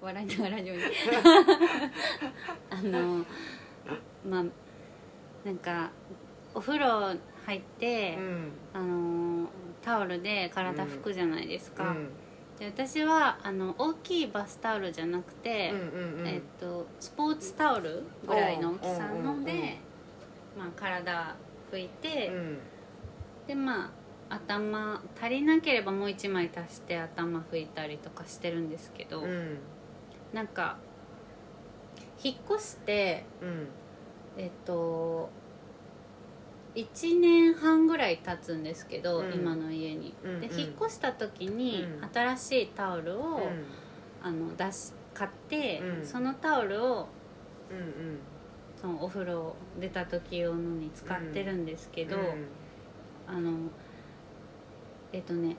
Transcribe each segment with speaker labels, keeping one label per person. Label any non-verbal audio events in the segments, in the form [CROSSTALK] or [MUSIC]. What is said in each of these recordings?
Speaker 1: 笑いながらラジオに [LAUGHS] あのまあなんかお風呂入って、
Speaker 2: うん
Speaker 1: あのタオルで体拭くじゃないです
Speaker 2: う
Speaker 1: か、
Speaker 2: ん
Speaker 1: で私はあの大きいバスタオルじゃなくて、
Speaker 2: うんうんうん
Speaker 1: えっと、スポーツタオルぐらいの大きさ
Speaker 2: うんうんうんう
Speaker 1: の
Speaker 2: ん
Speaker 1: で、まあ、体拭いて、
Speaker 2: うん
Speaker 1: でまあ頭足りなければもう一枚足して頭拭いたりとかしてるんですけど、
Speaker 2: うん
Speaker 1: なんか引っ越して
Speaker 2: うん
Speaker 1: えっと1年半ぐらい経つんですけど、
Speaker 2: うん
Speaker 1: 今の家に、
Speaker 2: うん
Speaker 1: で
Speaker 2: うん
Speaker 1: 引っ越した時に、
Speaker 2: うん
Speaker 1: 新しいタオルを、
Speaker 2: うん
Speaker 1: あの出し買って、
Speaker 2: うん
Speaker 1: そのタオルを
Speaker 2: うん
Speaker 1: そのお風呂出た時用のに使ってるんですけど、
Speaker 2: うん
Speaker 1: あのえっとね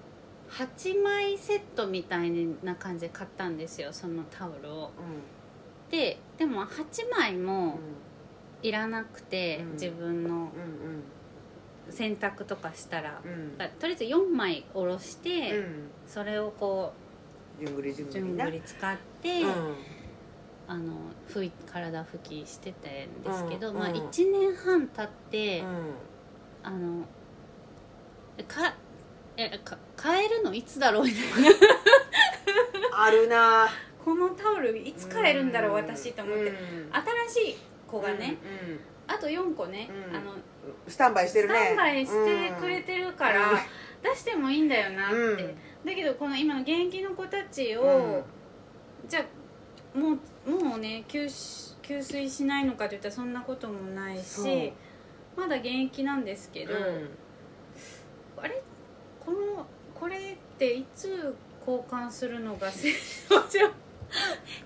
Speaker 1: 8枚セットみたいな感じで買ったんですよそのタオルをででも8枚
Speaker 2: うん
Speaker 1: もいらなくて、
Speaker 2: うん
Speaker 1: 自分の
Speaker 2: うんうん
Speaker 1: 洗濯とかしたら、
Speaker 2: うん
Speaker 1: だとりあえず4枚おろして、
Speaker 2: うん
Speaker 1: それをこ
Speaker 2: じゅんぐりじゅん
Speaker 1: う
Speaker 2: ぐ
Speaker 1: じゅ
Speaker 2: り
Speaker 1: ん
Speaker 2: な
Speaker 1: ぐり使って、
Speaker 2: うん
Speaker 1: あの拭い体拭きしてたんですけど、
Speaker 2: うん
Speaker 1: まあ、
Speaker 2: うん
Speaker 1: 1年半経って、
Speaker 2: うん
Speaker 1: あのかえか買えるのいつだろうみたい
Speaker 2: [LAUGHS]
Speaker 1: な
Speaker 2: あるな
Speaker 1: このタオルい
Speaker 2: い
Speaker 1: つ買えるんだろう私と思って、新しい子
Speaker 2: 子
Speaker 1: がね、あと4個ね、
Speaker 2: うん
Speaker 1: あの
Speaker 2: スタンバイして
Speaker 1: ス
Speaker 2: るね
Speaker 1: タンバイしてくれてるから、
Speaker 2: うん
Speaker 1: 出してもいいんだよなって、
Speaker 2: うん
Speaker 1: だけどこの今の現役の子たち
Speaker 2: うん
Speaker 1: を、じゃあもうもうね給水給水しないのかって言ったらそんなこともない
Speaker 2: そう
Speaker 1: しまだ現役なんですけど、
Speaker 2: うん
Speaker 1: あれこのこれっていつ交換するのが正常じゃんっ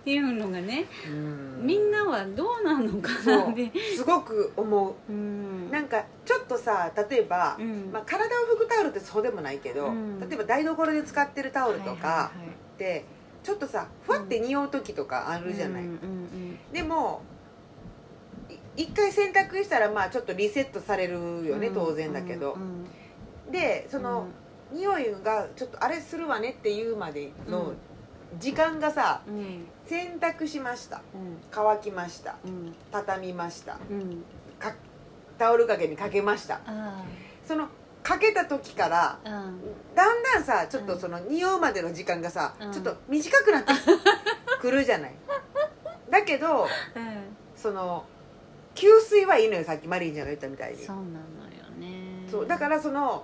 Speaker 1: ていうのがね、
Speaker 2: うん
Speaker 1: みんなはどうなのかなって
Speaker 2: すごく思う
Speaker 1: うん
Speaker 2: なんかちょっとさ例えば
Speaker 1: う、ん
Speaker 2: まあ、体を拭くタオルってそうでもないけど、
Speaker 1: うん
Speaker 2: 例えば台所で使ってるタオルとか
Speaker 1: はいはいはい
Speaker 2: って、ちょっとさふわって匂う時とかあるじゃない、
Speaker 1: うんうん
Speaker 2: でもい一回洗濯したらまあちょっとリセットされる
Speaker 1: うん
Speaker 2: よね、当然だけど、
Speaker 1: うんうん
Speaker 2: でその、匂いがちょっとあれするわねっていうまでの時間がさ
Speaker 1: うんうん
Speaker 2: 洗濯しました
Speaker 1: うん
Speaker 2: 乾きました
Speaker 1: うん
Speaker 2: 畳みました
Speaker 1: うん
Speaker 2: かタオル掛けにかけました
Speaker 1: あ
Speaker 2: そのかけた時から
Speaker 1: あうん
Speaker 2: だんだんさちょっとその匂うまでの時間がさ、
Speaker 1: うん
Speaker 2: ちょっと短くなってくるじゃない [LAUGHS] だけどその給水はいいのよさっきマリンちゃんが言ったみたいに
Speaker 1: そうなのよね
Speaker 2: そうだからその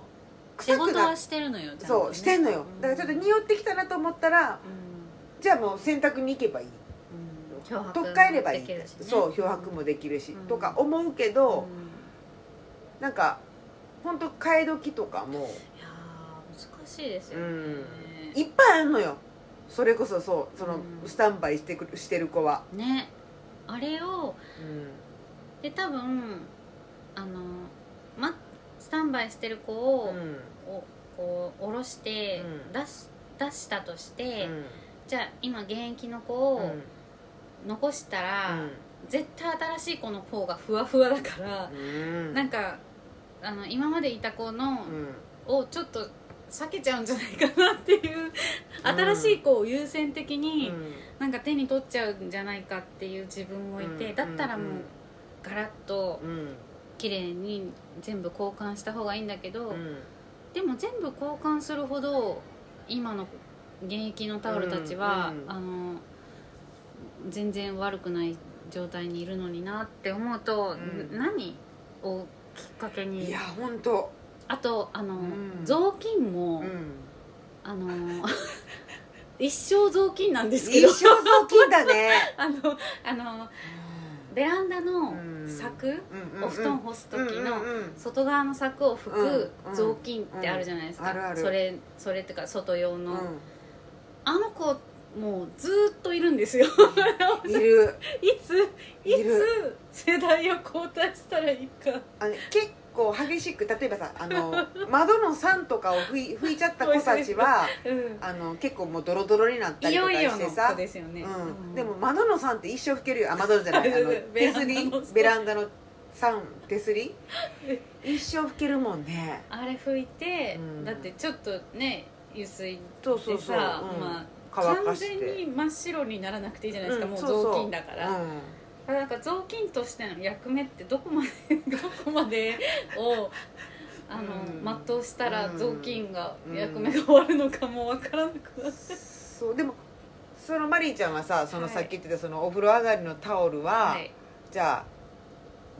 Speaker 1: 仕
Speaker 2: 臭く
Speaker 1: 事
Speaker 2: な
Speaker 1: はしてるのよちゃんとね
Speaker 2: そうしてんのよ
Speaker 1: う
Speaker 2: だからちょっと匂ってきたなと思ったら
Speaker 1: うん
Speaker 2: じゃあもう洗濯に行けばいい
Speaker 1: うん漂白
Speaker 2: 取っ替えればいい
Speaker 1: できるしね
Speaker 2: そう漂白もできるし、
Speaker 1: うん
Speaker 2: とか思うけど、なんか本当替え時とかも
Speaker 1: いやー難しいです
Speaker 2: う
Speaker 1: よね、
Speaker 2: んいっぱいあるのよそれこそそうその
Speaker 1: うん
Speaker 2: スタンバイしてくるしてる子は
Speaker 1: ねあれを
Speaker 2: うん
Speaker 1: で多分あの、ま、スタンバイしてる子を、
Speaker 2: うん
Speaker 1: おこう下ろして、
Speaker 2: うん
Speaker 1: 出す出したとし
Speaker 2: う
Speaker 1: て、
Speaker 2: ん
Speaker 1: じゃあ今現役の子
Speaker 2: う
Speaker 1: を
Speaker 2: ん
Speaker 1: 残したら、絶対新しい子の方がふわふわだから、
Speaker 2: うん
Speaker 1: なんかあの今までいた子の、
Speaker 2: うん
Speaker 1: をちょっと避けちゃうんじゃないかなっていう新しい子を優先的に、
Speaker 2: うん
Speaker 1: なんか手に取っちゃうんじゃないかっていう自分もいて、だったらもうガラッと
Speaker 2: うんうん
Speaker 1: 綺麗に全部交換した方がいいんだけど、
Speaker 2: うん
Speaker 1: でも全部交換するほど今の現役のタオルたちは、
Speaker 2: うんうん
Speaker 1: あの全然悪くない状態にいるのになって思うと、
Speaker 2: うん
Speaker 1: 何をきっかけ
Speaker 2: い
Speaker 1: に
Speaker 2: や本当
Speaker 1: あとあの、
Speaker 2: うん
Speaker 1: 雑巾も、
Speaker 2: うん
Speaker 1: あの [LAUGHS] 一生雑巾なんですけ
Speaker 2: 一
Speaker 1: ど
Speaker 2: 生雑巾だね
Speaker 1: [LAUGHS] あのあのベランダの
Speaker 2: うん
Speaker 1: 柵、
Speaker 2: うんうんうん
Speaker 1: お布団干す時
Speaker 2: うん
Speaker 1: の
Speaker 2: うんうん
Speaker 1: 外側の柵を拭く
Speaker 2: うんうん
Speaker 1: 雑巾ってあるじゃないですか、
Speaker 2: うんあるある
Speaker 1: それそれってか外用の、
Speaker 2: うん
Speaker 1: あの子もうずーっといるんですよ [LAUGHS]
Speaker 2: いる
Speaker 1: いつい
Speaker 2: いる
Speaker 1: つ世代を交代したらいいか
Speaker 2: あの結構激しく例えばさあの窓の酸とかを拭い拭いちゃった子たちは
Speaker 1: う
Speaker 2: あの結構もうドロドロになった
Speaker 1: んい
Speaker 2: り
Speaker 1: よ
Speaker 2: とか
Speaker 1: いよ
Speaker 2: して
Speaker 1: の
Speaker 2: さ
Speaker 1: 子ですよね、
Speaker 2: うん、でも窓の酸って一生拭けるよあ窓じゃないあの
Speaker 1: [LAUGHS] ベ
Speaker 2: 手
Speaker 1: ラ
Speaker 2: す
Speaker 1: ンダ
Speaker 2: り
Speaker 1: の
Speaker 2: ベランダの酸手すり一生拭けるもんね
Speaker 1: あれ拭いて、
Speaker 2: うん
Speaker 1: だってちょっとね油水でさ
Speaker 2: そうそうそう、うん
Speaker 1: まあ
Speaker 2: 乾か
Speaker 1: 完
Speaker 2: して
Speaker 1: 全に真っ白にならなくていいじゃないですか、
Speaker 2: うん
Speaker 1: もう
Speaker 2: そうそう
Speaker 1: 雑巾だから、
Speaker 2: うん
Speaker 1: なんか雑巾としての役目ってどこまでどこまで
Speaker 2: [LAUGHS]
Speaker 1: をあ
Speaker 2: うん
Speaker 1: の、全うしたら
Speaker 2: うん
Speaker 1: 雑巾が役目が終わるのかもわからなくなって、
Speaker 2: そうでもそのマリーちゃんはさその
Speaker 1: はい
Speaker 2: さっき言ってたそのお風呂上がりのタオルは、
Speaker 1: はい
Speaker 2: じゃあ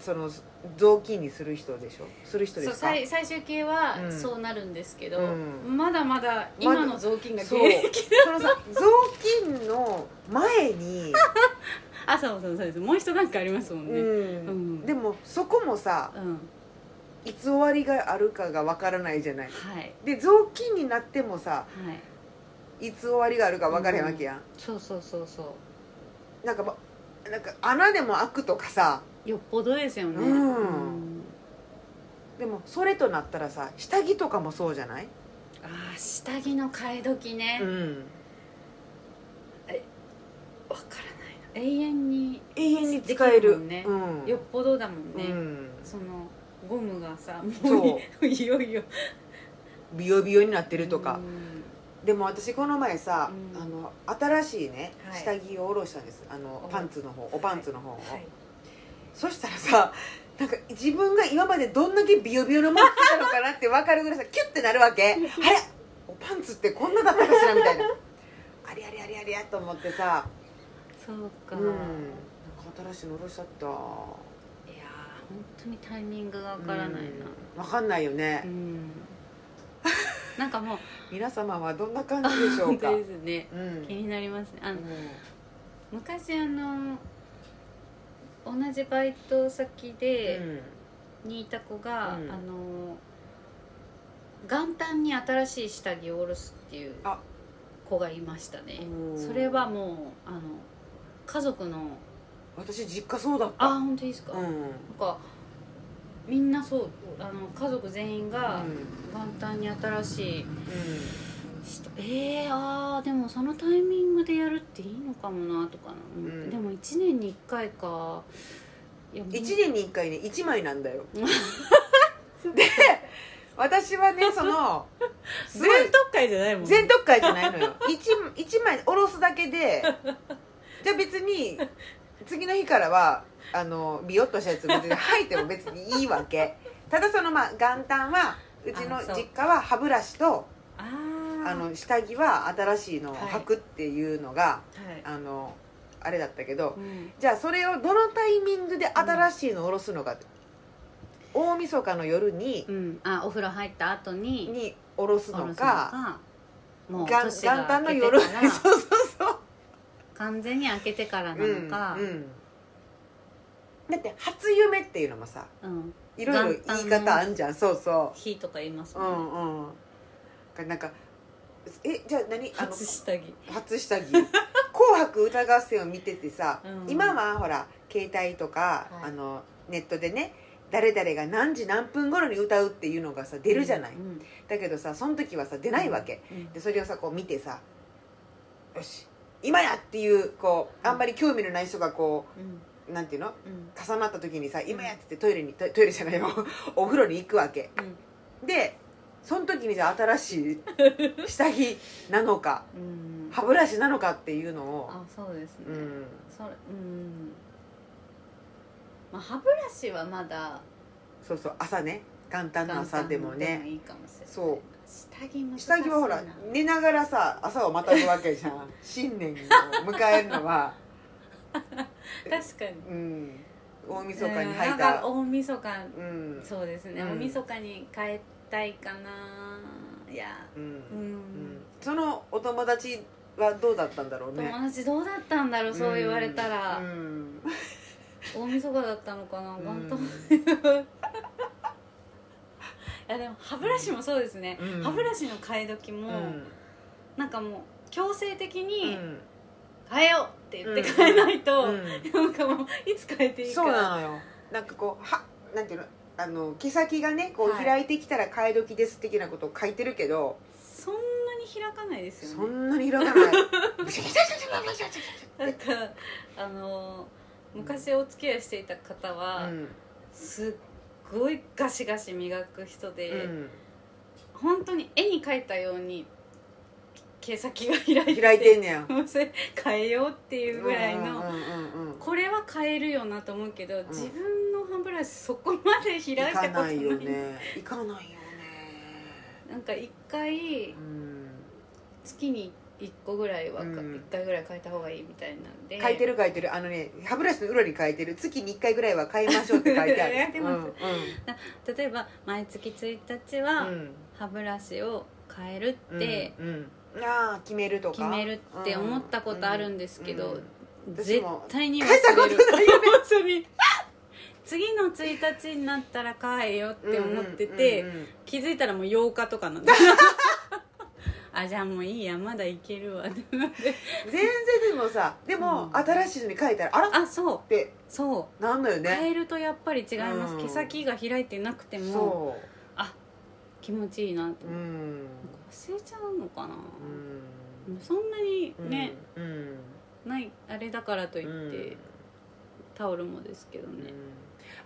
Speaker 2: その雑巾にする人でしょする人で
Speaker 1: そう
Speaker 2: すか
Speaker 1: 最最終形は
Speaker 2: うん
Speaker 1: そうなるんですけど、
Speaker 2: う
Speaker 1: まだまだ今の雑巾が
Speaker 2: そ
Speaker 1: 現
Speaker 2: う
Speaker 1: 役、
Speaker 2: そのさ雑巾の
Speaker 1: [LAUGHS]
Speaker 2: 前に、
Speaker 1: [LAUGHS] あそうそうそうですもう一段階ありますもんね、うん
Speaker 2: うん
Speaker 1: うん
Speaker 2: でもそこもさいつ終わりがあるかがわからないじゃない
Speaker 1: はい
Speaker 2: で雑巾になってもさ
Speaker 1: はい
Speaker 2: いつ終わりがあるか分からへんわけやん、
Speaker 1: そうそうそうそ
Speaker 2: なんかばなんか穴でも開くとかさ
Speaker 1: うよっぽどですよね
Speaker 2: うん
Speaker 1: ん
Speaker 2: でもそれとなったらさ下着とかもそうじゃない、
Speaker 1: あー下着の替え時ね
Speaker 2: う
Speaker 1: わ、
Speaker 2: ん、
Speaker 1: からないな永遠に
Speaker 2: 永遠に使
Speaker 1: で
Speaker 2: える、
Speaker 1: きる
Speaker 2: う
Speaker 1: も
Speaker 2: ん
Speaker 1: よっぽどだもんね、
Speaker 2: うん、
Speaker 1: そのゴムがさも
Speaker 2: そう
Speaker 1: いよいよ
Speaker 2: うビヨビヨになってると
Speaker 1: う
Speaker 2: か、
Speaker 1: ん
Speaker 2: でも私この前さ、
Speaker 1: うん
Speaker 2: あの新しいね
Speaker 1: はい
Speaker 2: 下着を下ろしたんです、あの
Speaker 1: お
Speaker 2: パンツの方おパンツの方を、
Speaker 1: はい
Speaker 2: そしたらさなんか自分が今までどんだけビヨビヨのもの着てたのかなって分かるぐらいさキュッてなるわけあれおパンツってこんなだったかしらみたいなありゃりゃりゃりゃと思ってさ
Speaker 1: そうか、
Speaker 2: うんなんか新しいの下ろしちゃった
Speaker 1: いやー本当にタイミングがわからないな
Speaker 2: 分かんないよね、
Speaker 1: うん、なんか
Speaker 2: [LAUGHS]
Speaker 1: もう
Speaker 2: 皆様はどんな感じでしょう
Speaker 1: 本
Speaker 2: か
Speaker 1: 当ですね
Speaker 2: うん
Speaker 1: 気になりますねあ
Speaker 2: う
Speaker 1: の
Speaker 2: ん
Speaker 1: 昔あの同じバイト先で、にいた子が、
Speaker 2: うん
Speaker 1: あの元旦に新しい下着を下ろすっていう
Speaker 2: あ
Speaker 1: 子がいましたね
Speaker 2: うん
Speaker 1: それはもうあの家族の
Speaker 2: 私実家そうだった
Speaker 1: ああ本当ですか、
Speaker 2: う
Speaker 1: なん
Speaker 2: ん
Speaker 1: かみんなそうあの家族全員が
Speaker 2: うん
Speaker 1: 元旦に新しい下えー、あーでもそのタイミングでやるっていいのかもなとかな、
Speaker 2: ん
Speaker 1: でも1年に1回かいやもう
Speaker 2: 1年に1回ね1枚なんだ
Speaker 1: [LAUGHS]
Speaker 2: よで私はね
Speaker 1: [LAUGHS]
Speaker 2: そのすごい
Speaker 1: 全特会じゃないもんね
Speaker 2: 全特会じゃないのよ 1, 一枚おろすだけでじゃあ別に次の日からはあのビヨッとしたやつ別に入っても別にいいわけただそのまあ元旦はうちの
Speaker 1: あそう
Speaker 2: 実家は歯ブラシと
Speaker 1: あ
Speaker 2: あ
Speaker 1: あ
Speaker 2: の下着は新しいのを履くっていうのが、
Speaker 1: はい
Speaker 2: あのあれだったけど、
Speaker 1: うん
Speaker 2: じゃあそれをどのタイミングで新しいのを下ろすのかって、大晦日の夜に,、
Speaker 1: うん、あお風呂入った後に
Speaker 2: に下ろす
Speaker 1: おろす
Speaker 2: の
Speaker 1: の
Speaker 2: か
Speaker 1: かもう
Speaker 2: 元
Speaker 1: 年
Speaker 2: 元
Speaker 1: が
Speaker 2: 旦
Speaker 1: 明
Speaker 2: の
Speaker 1: け
Speaker 2: 夜 [LAUGHS]
Speaker 1: て
Speaker 2: そ
Speaker 1: から
Speaker 2: うそうそう
Speaker 1: 完全に明けてからなのか、
Speaker 2: うんうんだって初夢っていうのもさ
Speaker 1: うん
Speaker 2: いろいろ言い方あんじゃんそうそ
Speaker 1: 日とか言います
Speaker 2: うう
Speaker 1: もんね、
Speaker 2: んうんなんかえじゃあ何あの
Speaker 1: 初下着
Speaker 2: 初下着 [LAUGHS] 「紅白歌合戦」を見ててさ、
Speaker 1: うん
Speaker 2: 今はほら携帯とか、
Speaker 1: はい
Speaker 2: あのネットでね誰々が何時何分頃に歌うっていうのがさ出るじゃな
Speaker 1: う
Speaker 2: い、
Speaker 1: ん
Speaker 2: だけどさその時はさ出ないわけ、
Speaker 1: うん
Speaker 2: でそれをさこう見てさよし今やっていうこうあんまり興味のない人がこ
Speaker 1: うん
Speaker 2: うなんていうの
Speaker 1: うん
Speaker 2: 重なった時にさ今やっててトイレにトイトイレじゃないよ [LAUGHS] お風呂に行くわけ
Speaker 1: うん
Speaker 2: でその時にじゃあ新しい下着なのか
Speaker 1: うん
Speaker 2: 歯ブラシなのかっていうのを
Speaker 1: あそうですね、
Speaker 2: うん
Speaker 1: それうんまあ歯ブラシはまだ
Speaker 2: そうそう朝ね元旦の朝
Speaker 1: 元旦
Speaker 2: でもね
Speaker 1: いいかもしれない
Speaker 2: そう
Speaker 1: 下着難しいな
Speaker 2: 下着はほら寝ながらさ朝をまたぐわけじゃん新年を迎えるのは
Speaker 1: 確かに
Speaker 2: うん大晦日に入
Speaker 1: うんな
Speaker 2: っ
Speaker 1: んか
Speaker 2: た
Speaker 1: 大晦日
Speaker 2: うん
Speaker 1: そうですね、
Speaker 2: うん
Speaker 1: おみそかに変えたいかないや
Speaker 2: う
Speaker 1: うん、
Speaker 2: んうんそのお友達はどうだったんだろうね
Speaker 1: 友達どうだったんだろう、そう言われたら、
Speaker 2: うん
Speaker 1: 大晦日だったのかな
Speaker 2: うん
Speaker 1: 元旦いやでも歯ブラシもそうですね、
Speaker 2: うん
Speaker 1: 歯ブラシの替え時
Speaker 2: う
Speaker 1: も、
Speaker 2: ん
Speaker 1: なんかもう強制的
Speaker 2: う
Speaker 1: に
Speaker 2: ん
Speaker 1: 変えようって言って変えないと、
Speaker 2: うん
Speaker 1: なんかもういつ変えていいか
Speaker 2: そうなのよなんかこうはなんていうのあの毛先がねこう
Speaker 1: はい
Speaker 2: 開いてきたら替え時です的なことを書いてるけど
Speaker 1: そんなに開かないです
Speaker 2: そ
Speaker 1: よね
Speaker 2: んなに開かない
Speaker 1: なんかあの昔お付き合いしていた方は、
Speaker 2: うん
Speaker 1: すっごいガシガシ磨く人で、
Speaker 2: うん
Speaker 1: 本当に絵に描いたように毛先が開 [LAUGHS] いて
Speaker 2: 開いてんねや
Speaker 1: もうそれ変えようっていうぐらいの、
Speaker 2: うんうんうんうん
Speaker 1: これは変えるよなと思うけど、自分のハンブラシそこまで開いたこと
Speaker 2: 行か
Speaker 1: な
Speaker 2: ないいよね行かないよね
Speaker 1: なんか一回
Speaker 2: うん
Speaker 1: 月に1個ぐらいはか、一
Speaker 2: うん
Speaker 1: 1回ぐらい変えた方がいいみたいなんで
Speaker 2: 書いてる書いてるあのね歯ブラシの裏に書いてる月に1回ぐらいは変えましょうって書いてある
Speaker 1: やってます
Speaker 2: うん
Speaker 1: 例えば毎月1日
Speaker 2: う
Speaker 1: は
Speaker 2: ん
Speaker 1: 歯ブラシを変える
Speaker 2: うん
Speaker 1: って
Speaker 2: うんああ決めるとか
Speaker 1: 決めるって思ったことあるんですけど、
Speaker 2: うん私
Speaker 1: 絶
Speaker 2: も
Speaker 1: 対に忘
Speaker 2: 変えたこ
Speaker 1: れる
Speaker 2: とないよね
Speaker 1: 本当に [LAUGHS] 次の1日になったら変えようって思ってて、
Speaker 2: うんうんうんうん
Speaker 1: 気づいたらもう8日とか
Speaker 2: [LAUGHS]
Speaker 1: なんであじゃあもういいやまだいけるわ
Speaker 2: 全然でもさでも、
Speaker 1: うん
Speaker 2: 新しいのに書いたらあらっ
Speaker 1: あそう
Speaker 2: て
Speaker 1: そう
Speaker 2: なんだよ
Speaker 1: 変
Speaker 2: ね
Speaker 1: えるとやっぱり違います、
Speaker 2: うん
Speaker 1: 毛先が開いてなくても
Speaker 2: そ
Speaker 1: 気持ちいいなと
Speaker 2: ううん
Speaker 1: 忘れちゃうのかな、
Speaker 2: う
Speaker 1: そんなに
Speaker 2: ん
Speaker 1: ね、
Speaker 2: うん
Speaker 1: ないあれだからといって、
Speaker 2: うん
Speaker 1: タオルもですけど
Speaker 2: う
Speaker 1: ね、
Speaker 2: ん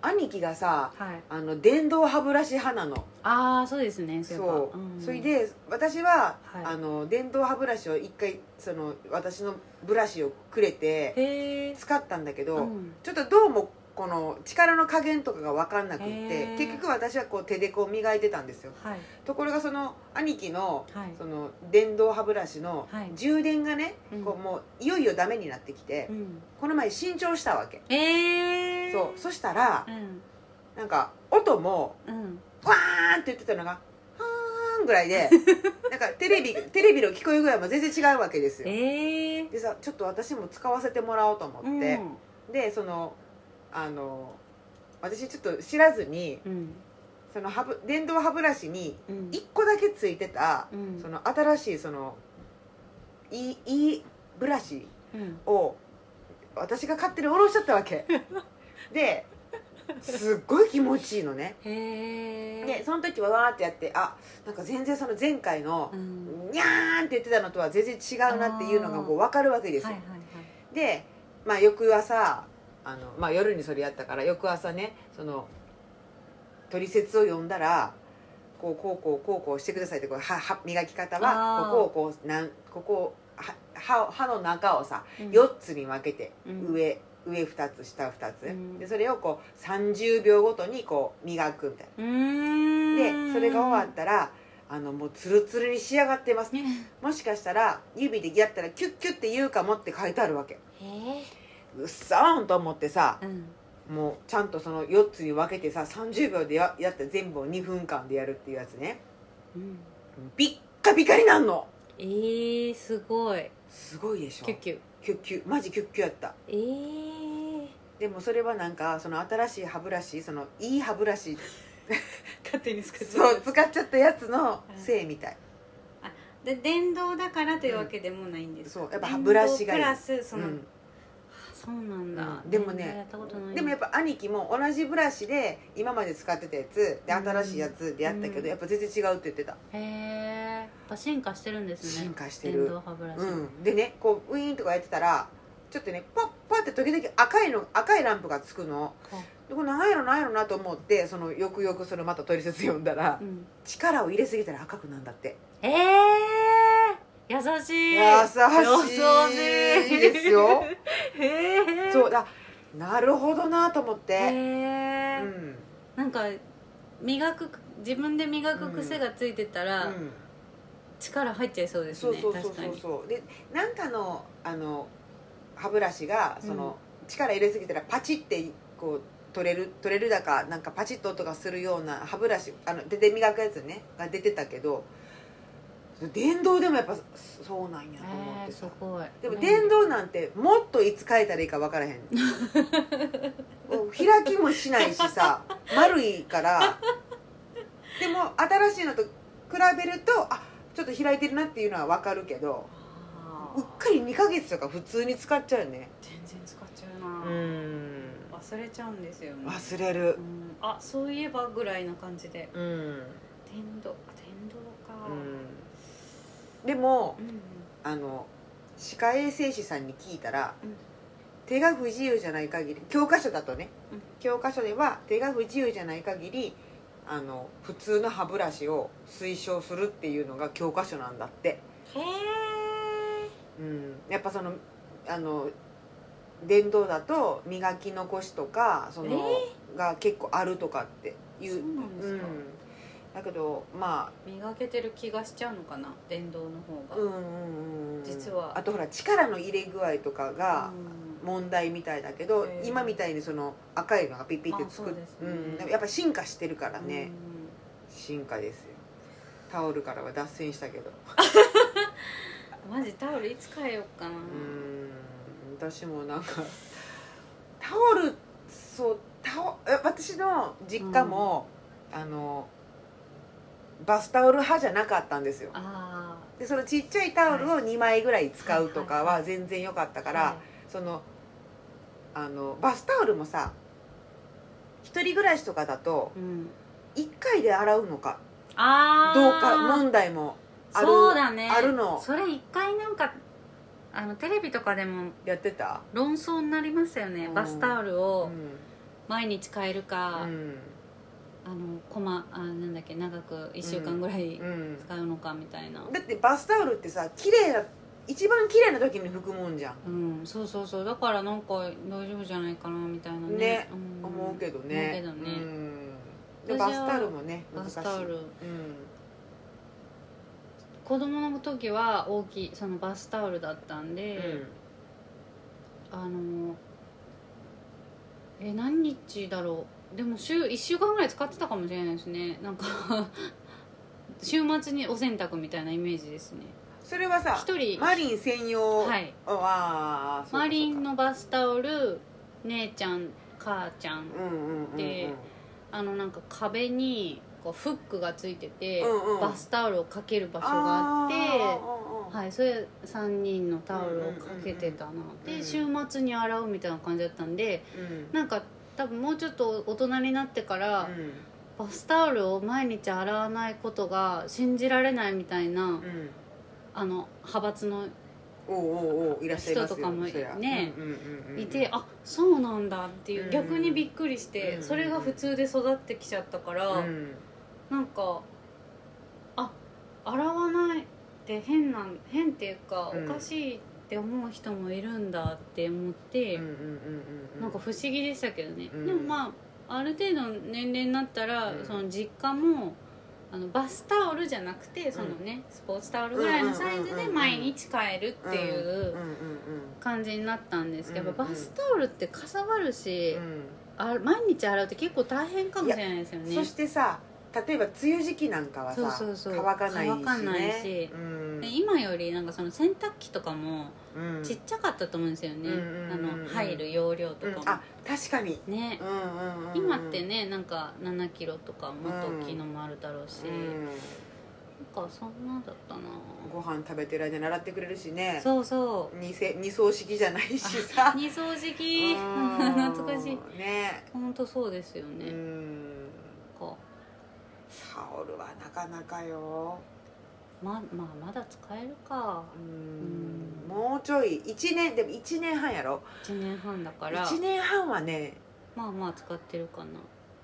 Speaker 2: 兄貴がさ
Speaker 1: はい
Speaker 2: あの電動歯ブラシ派なの
Speaker 1: ああそうですねそういえば
Speaker 2: そう、
Speaker 1: ん
Speaker 2: それで私は、
Speaker 1: はい
Speaker 2: あの電動歯ブラシを一回その私のブラシをくれて
Speaker 1: へえ
Speaker 2: 使ったんだけど、
Speaker 1: うん
Speaker 2: ちょっとどうもこの力の加減とかが分かんなくっ
Speaker 1: へ
Speaker 2: て
Speaker 1: ー
Speaker 2: 結局私はこう手でこう磨いてたんですよ
Speaker 1: はい
Speaker 2: ところがその兄貴の
Speaker 1: はい
Speaker 2: その電動歯ブラシの
Speaker 1: はい
Speaker 2: 充電がね、
Speaker 1: うん
Speaker 2: こうもういよいよダメになってきて、
Speaker 1: うん
Speaker 2: この前新調したわけ、
Speaker 1: ええ
Speaker 2: そうそしたら
Speaker 1: うん
Speaker 2: なんか音も
Speaker 1: うん
Speaker 2: わーンって言ってたのがはーんぐらい
Speaker 1: [LAUGHS]
Speaker 2: でなんかテレビテレビの聞こえ具合も全然違うわけですよ
Speaker 1: ええ
Speaker 2: でさちょっと私も使わせてもらおうと思
Speaker 1: うん
Speaker 2: って、でそのあの私ちょっと知らずに
Speaker 1: うん
Speaker 2: その歯ブ電動歯ブラシに
Speaker 1: うん
Speaker 2: 1個だけついてた
Speaker 1: うん
Speaker 2: その新しいそのいいいいブラシ
Speaker 1: うん
Speaker 2: を私が勝手に下ろしちゃったわ
Speaker 1: [LAUGHS]
Speaker 2: けですっごい気持ちいいのね
Speaker 1: へえ
Speaker 2: でその時はわーってやってあなんか全然その前回の
Speaker 1: うん
Speaker 2: にゃーんって言ってたのとは全然違うなっていうのがこう分かるわけです
Speaker 1: は
Speaker 2: よ、
Speaker 1: いはいはい
Speaker 2: で、まあ、翌朝あの、まあ、夜にそれやったから翌朝ねその取説を読んだらこうこうこうこうこうしてくださいってこう歯歯磨き方
Speaker 1: あ
Speaker 2: は
Speaker 1: ー
Speaker 2: ここをこうなんここをは歯を歯の中をさ
Speaker 1: うん
Speaker 2: 4つに分けて、
Speaker 1: うん
Speaker 2: 上上2つ下2つ、
Speaker 1: うん
Speaker 2: でそれをこう30秒ごとにこう磨くみたいうな
Speaker 1: ーん
Speaker 2: でそれが
Speaker 1: [LAUGHS]
Speaker 2: 終わったらあのもうツルツルに仕上がってます
Speaker 1: ね
Speaker 2: もしかしたら指でやったらキュッキュッて言うかもって書いてあるわけ
Speaker 1: へえ
Speaker 2: うっさーんと思ってさ
Speaker 1: うん
Speaker 2: もうちゃんとその4つに分けてさ30秒でややった全部を2分間でやるっていうやつね
Speaker 1: うん
Speaker 2: ビッカビカになんの
Speaker 1: ええすごい
Speaker 2: すごいでしょ
Speaker 1: キュッキュ
Speaker 2: キュッキュマジキュッキュやった
Speaker 1: ええ
Speaker 2: でもそれはなんかその新しい歯ブラシそのいい歯ブラシ
Speaker 1: [LAUGHS] 勝手に作っちゃ
Speaker 2: そうう使っちゃったやつのせいみたい
Speaker 1: で電動だからというわけでもないんですか
Speaker 2: そうやっぱブラシがい
Speaker 1: 電
Speaker 2: い
Speaker 1: 動プラスその、
Speaker 2: うん
Speaker 1: あそうなんだ、
Speaker 2: でも
Speaker 1: 電動や
Speaker 2: ね
Speaker 1: ったことない
Speaker 2: でもやっぱ兄貴も同じブラシで今まで使ってたやつで
Speaker 1: うん
Speaker 2: 新しいやつでやったけ
Speaker 1: うん
Speaker 2: どやっぱ全然違うって言ってた
Speaker 1: へえやっぱ進化してるんですね
Speaker 2: 進化して
Speaker 1: 電
Speaker 2: る
Speaker 1: 動歯ブラシ、
Speaker 2: うんでねこうウィーンとかやってたらちょっとねパッパって時々赤いの赤いランプがつくの
Speaker 1: あ
Speaker 2: でこれ何やろ何やろなと思ってそのよくよくそのまた取説読んだら
Speaker 1: うん
Speaker 2: 力を入れすぎたら赤くなんだって
Speaker 1: ええ優しい
Speaker 2: 優しい
Speaker 1: 優しい
Speaker 2: ですよ
Speaker 1: [LAUGHS] へえ
Speaker 2: そうだなるほどなと思っ
Speaker 1: へ
Speaker 2: てう
Speaker 1: え、
Speaker 2: ん
Speaker 1: なんか磨く自分で磨く癖がついてた
Speaker 2: う
Speaker 1: ら、
Speaker 2: ん
Speaker 1: 力入っちゃいそうです
Speaker 2: そう
Speaker 1: ね
Speaker 2: そうそう
Speaker 1: 確か
Speaker 2: そう
Speaker 1: に
Speaker 2: そうでなんかのあの歯ブラシがその、力入れすぎたらパチってこう取れる取れるだかなんかパチッと音がするような歯ブラシあの出て磨くやつねが出てたけど電動でもやっぱそそうなんやと思っ
Speaker 1: え
Speaker 2: て
Speaker 1: ー、す
Speaker 2: さ、
Speaker 1: ごい
Speaker 2: でも電動なんてもっといつ変えたらいいか分からへんもう開きもしないし [LAUGHS] さ丸いからでも新しいのと比べるとあちょっと開いてるなっていうのは分かるけど
Speaker 1: あ
Speaker 2: うっ
Speaker 1: ー
Speaker 2: かり2ヶ月とか普通に使っちゃうね
Speaker 1: 全然使っちゃう
Speaker 2: う
Speaker 1: な、
Speaker 2: ん
Speaker 1: 忘れちゃうんですよね、
Speaker 2: 忘れる
Speaker 1: うん、あそういえばぐらいな感じで
Speaker 2: うん、うん
Speaker 1: 電動あ電動か
Speaker 2: でも
Speaker 1: うん、
Speaker 2: あの歯科衛生士さんに聞いたら、
Speaker 1: うん
Speaker 2: 手が不自由じゃない限り教科書だとね、
Speaker 1: うん
Speaker 2: 教科書では手が不自由じゃない限りあの普通の歯ブラシを推奨するっていうのが教科書なんだって
Speaker 1: へ
Speaker 2: うん、やっぱそのあの電動だと磨き残しとかその、が結構あるとかっていう
Speaker 1: そうなんですか
Speaker 2: うんだけどま
Speaker 1: 磨けてる気がしちゃうのかな電動の方
Speaker 2: あ
Speaker 1: が、
Speaker 2: うんうんうん
Speaker 1: 実は
Speaker 2: あとほら力の入れ具合とかが
Speaker 1: うん
Speaker 2: 問題みたいだけど、
Speaker 1: へえ
Speaker 2: 今みたいにその赤いのがピッピってつく
Speaker 1: あそうですね
Speaker 2: うん、やっぱ進化してるからね、
Speaker 1: うん
Speaker 2: 進化ですよタオルからは脱線したけど
Speaker 1: マジタオルいつ変えようかな、
Speaker 2: うん私もなんか [LAUGHS] タオルそうタオえ私の実家も、あのバスタオル派じゃなかったんですよ
Speaker 1: あ
Speaker 2: でそのちっちゃいタオルを
Speaker 1: は
Speaker 2: 2枚ぐらい使うと
Speaker 1: は
Speaker 2: か
Speaker 1: い
Speaker 2: は全然良かった
Speaker 1: あ
Speaker 2: から、そのあのバスタオルもさ一人暮らしとかだと
Speaker 1: うん、
Speaker 2: 1回で洗うのか
Speaker 1: ああ
Speaker 2: どうか問題もある
Speaker 1: そうだね
Speaker 2: あるの
Speaker 1: それ一回なんかあのテレビとかでも
Speaker 2: やってた、
Speaker 1: 論争になりますよね、
Speaker 2: うん
Speaker 1: バスタオル
Speaker 2: う
Speaker 1: を
Speaker 2: ん
Speaker 1: 毎日変えるか、
Speaker 2: うん
Speaker 1: あのこまあなんだっけ長く1週間ぐらい
Speaker 2: うん
Speaker 1: 使うのかみたいな
Speaker 2: だってバスタオルってさ綺麗な一番綺麗な時に拭くもんじゃん、
Speaker 1: うん、そうそうそうだからなんか大丈夫じゃないかなみたいなね
Speaker 2: ね
Speaker 1: うん
Speaker 2: 思うけどね
Speaker 1: 思うけどね
Speaker 2: うんで
Speaker 1: 私
Speaker 2: バ
Speaker 1: は
Speaker 2: スタオルもね難
Speaker 1: バ
Speaker 2: しい
Speaker 1: スタオル
Speaker 2: うん
Speaker 1: 子供の時は大きいそのバスタオルだったんで、あのえ何日だろうでも週1週間ぐらい使ってたかもしれないですねなんか
Speaker 2: [LAUGHS]
Speaker 1: 週末にお洗濯みたいなイメージですね
Speaker 2: それはさ
Speaker 1: 一人
Speaker 2: マリン専用
Speaker 1: はい
Speaker 2: あああそうか
Speaker 1: マリン
Speaker 2: そう
Speaker 1: のバスタオル姉ちゃん母ちゃん
Speaker 2: かうんうんうんうん
Speaker 1: であのなんか壁にこうフックがついてて、
Speaker 2: うんうん
Speaker 1: バスタオルをかける場所があって
Speaker 2: あー
Speaker 1: はい、それ3人のタオルをかけてたな、
Speaker 2: うん
Speaker 1: で週末に洗うみたいな感じだったんで
Speaker 2: うん
Speaker 1: なんか多分もうちょっと大人になってから、
Speaker 2: うん
Speaker 1: バスタオルを毎日洗わないことが信じられないみたいな、
Speaker 2: うん
Speaker 1: あの派閥の
Speaker 2: おうおうおういらっしゃいますよ
Speaker 1: 人とかも
Speaker 2: そりゃ
Speaker 1: ね
Speaker 2: うんうんうんうん
Speaker 1: いて、あそうなんだっていう、
Speaker 2: うん
Speaker 1: 逆にびっくりして、
Speaker 2: うん
Speaker 1: それが普通で育ってきちゃったから、
Speaker 2: うん
Speaker 1: なんかあ洗わないって変なん変っていうか、
Speaker 2: うん
Speaker 1: おかしいって思う人もいるんだって思って。
Speaker 2: うんうんうんうん
Speaker 1: なんか不思議でしたけどね、
Speaker 2: うん
Speaker 1: でもまあある程度の年齢になったら、
Speaker 2: うん
Speaker 1: その実家もあのバスタオルじゃなくてそのね、スポーツタオルぐらいのサイズ
Speaker 2: うんうんうん
Speaker 1: で
Speaker 2: うん
Speaker 1: 毎日変えるってい
Speaker 2: ん
Speaker 1: う
Speaker 2: うん
Speaker 1: 感じになったんですけど、やっぱ
Speaker 2: うんうん
Speaker 1: バスタオルってかさばるし、
Speaker 2: うんうん
Speaker 1: あ毎日洗うって結構大変かもしれないですよね
Speaker 2: そしてさ例えば梅雨時期なんかはさ
Speaker 1: そうそうそう
Speaker 2: 乾かないし、ね、
Speaker 1: 乾かないし
Speaker 2: うん
Speaker 1: で今よりなんかその洗濯機とかも
Speaker 2: うん
Speaker 1: ちっちゃかったと思うんですよね、
Speaker 2: うんうんうんうん
Speaker 1: あの入る容量と
Speaker 2: うん
Speaker 1: かも
Speaker 2: あ、確かに、
Speaker 1: ね
Speaker 2: うんうんうんうん、
Speaker 1: 今ってねなんか7キロとかもっと大きいのもあるだろうし、
Speaker 2: うん
Speaker 1: なんかそんなだったな
Speaker 2: ご飯食べてる間に習ってくれるしね
Speaker 1: そうそう
Speaker 2: 二せ二層式じゃない
Speaker 1: [LAUGHS]
Speaker 2: しさ
Speaker 1: 二掃除機
Speaker 2: うん
Speaker 1: [LAUGHS] 懐かしい
Speaker 2: ね
Speaker 1: 本当そうですよ
Speaker 2: う
Speaker 1: ね、なん
Speaker 2: ん
Speaker 1: か
Speaker 2: タオルはなかなかよ
Speaker 1: ままあまだ使えるか
Speaker 2: うんもうちょい一年でも一年半やろ
Speaker 1: 1年半だから
Speaker 2: 一年半はね
Speaker 1: まあまあ使ってるかな